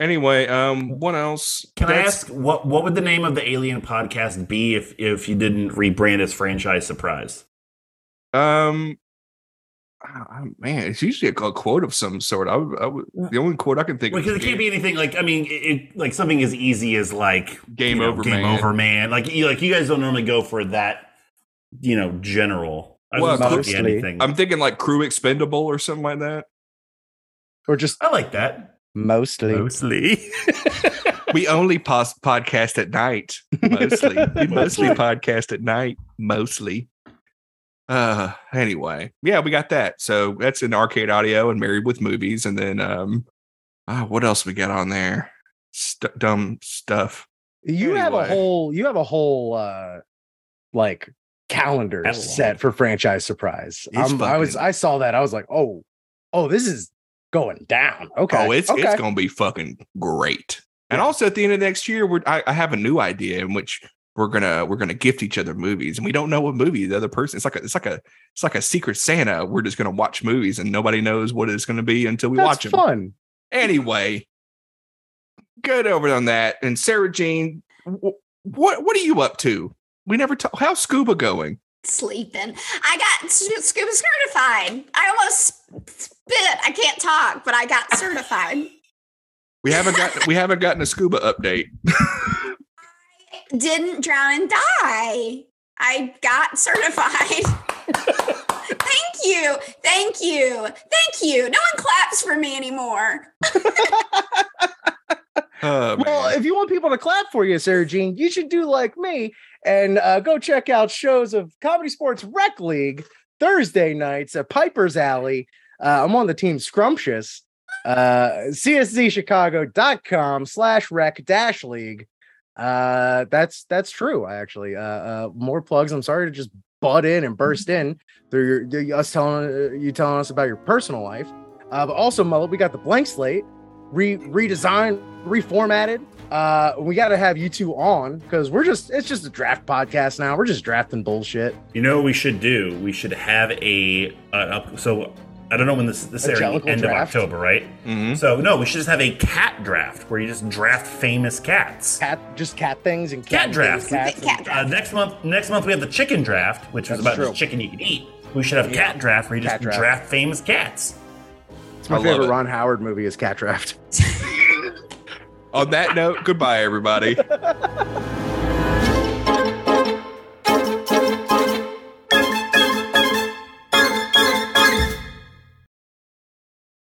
anyway, um, what else?
Can I
That's-
ask what what would the name of the Alien podcast be if if you didn't rebrand as franchise surprise?
Um, I- I- man, it's usually a, quote of some sort. I, would- I would, the only quote I can think
Because
of
it
is
can't be anything like I mean, it, it like something as easy as like
Game
you know,
Over
game
Man.
over man. Like you like you guys don't normally go for that, you know, general. I
Well,
was well, mostly
mostly.
anything.
I'm thinking like Crew Expendable or something like that.
Or just
I like that
mostly.
mostly.
We only pos- podcast at night mostly. we mostly podcast at night mostly. Uh anyway. Yeah, we got that. So that's in arcade audio and married with movies and then um ah, what else we got on there? St- dumb stuff.
You have a
Anyway.
whole you have a whole uh like calendar
Catalog.
set for franchise surprise.
It's
Um, I was
fucking-
I saw that. I was like, oh, oh, this is going down. Okay.
Oh, it's
okay.
it's gonna be fucking great. And also at the end of next year, we're I, I have a new idea in which we're gonna we're gonna gift each other movies, and we don't know what movie the other person. It's like a it's like a it's like a secret Santa. We're just gonna watch movies, and nobody knows what it's gonna be until we
That's
watch them.
fun.
Anyway, good over on that. And Sarah Jean, wh- what what are you up to? We never talk. How's scuba going?
sleeping. I got sc- scuba certified. I almost sp- spit. I can't talk, but I got certified.
We haven't got we haven't gotten a scuba update.
Didn't drown and die. I got certified. Thank you. Thank you. Thank you. No one claps for me anymore.
Oh,
Well,
man.
if you want people to clap for you, Sarah Jean, you should do like me and uh, go check out shows of Comedy Sports Rec League Thursday nights at Piper's Alley. Uh, I'm on the team Scrumptious. Uh, CSZChicago.com slash rec dash league. Uh, that's that's true. I actually uh, uh, more plugs. I'm sorry to just butt in and burst in through your through us telling uh, you telling us about your personal life. Uh, but also, Mullet, we got the blank slate re redesigned, reformatted. Uh, we got to have you two on because we're just it's just a draft podcast now. We're just drafting bullshit.
You know what we should do? We should have a uh, up, so I don't know when this this area
Angelical
end
draft?
of October, right?
Mhm.
So no, we should just have a cat draft where you just draft famous cats.
Cat, just cat things and
Cat draft.
cats and-
Cat
Uh,
draft.
next month, next month we have the chicken draft, which
That's
is about
true.
just chicken you can eat. We should have cat draft where you just
Cat draft.
draft famous cats.
It's my
I love
favorite
it.
Ron Howard movie is Cat Draft.
On that note, goodbye, everybody.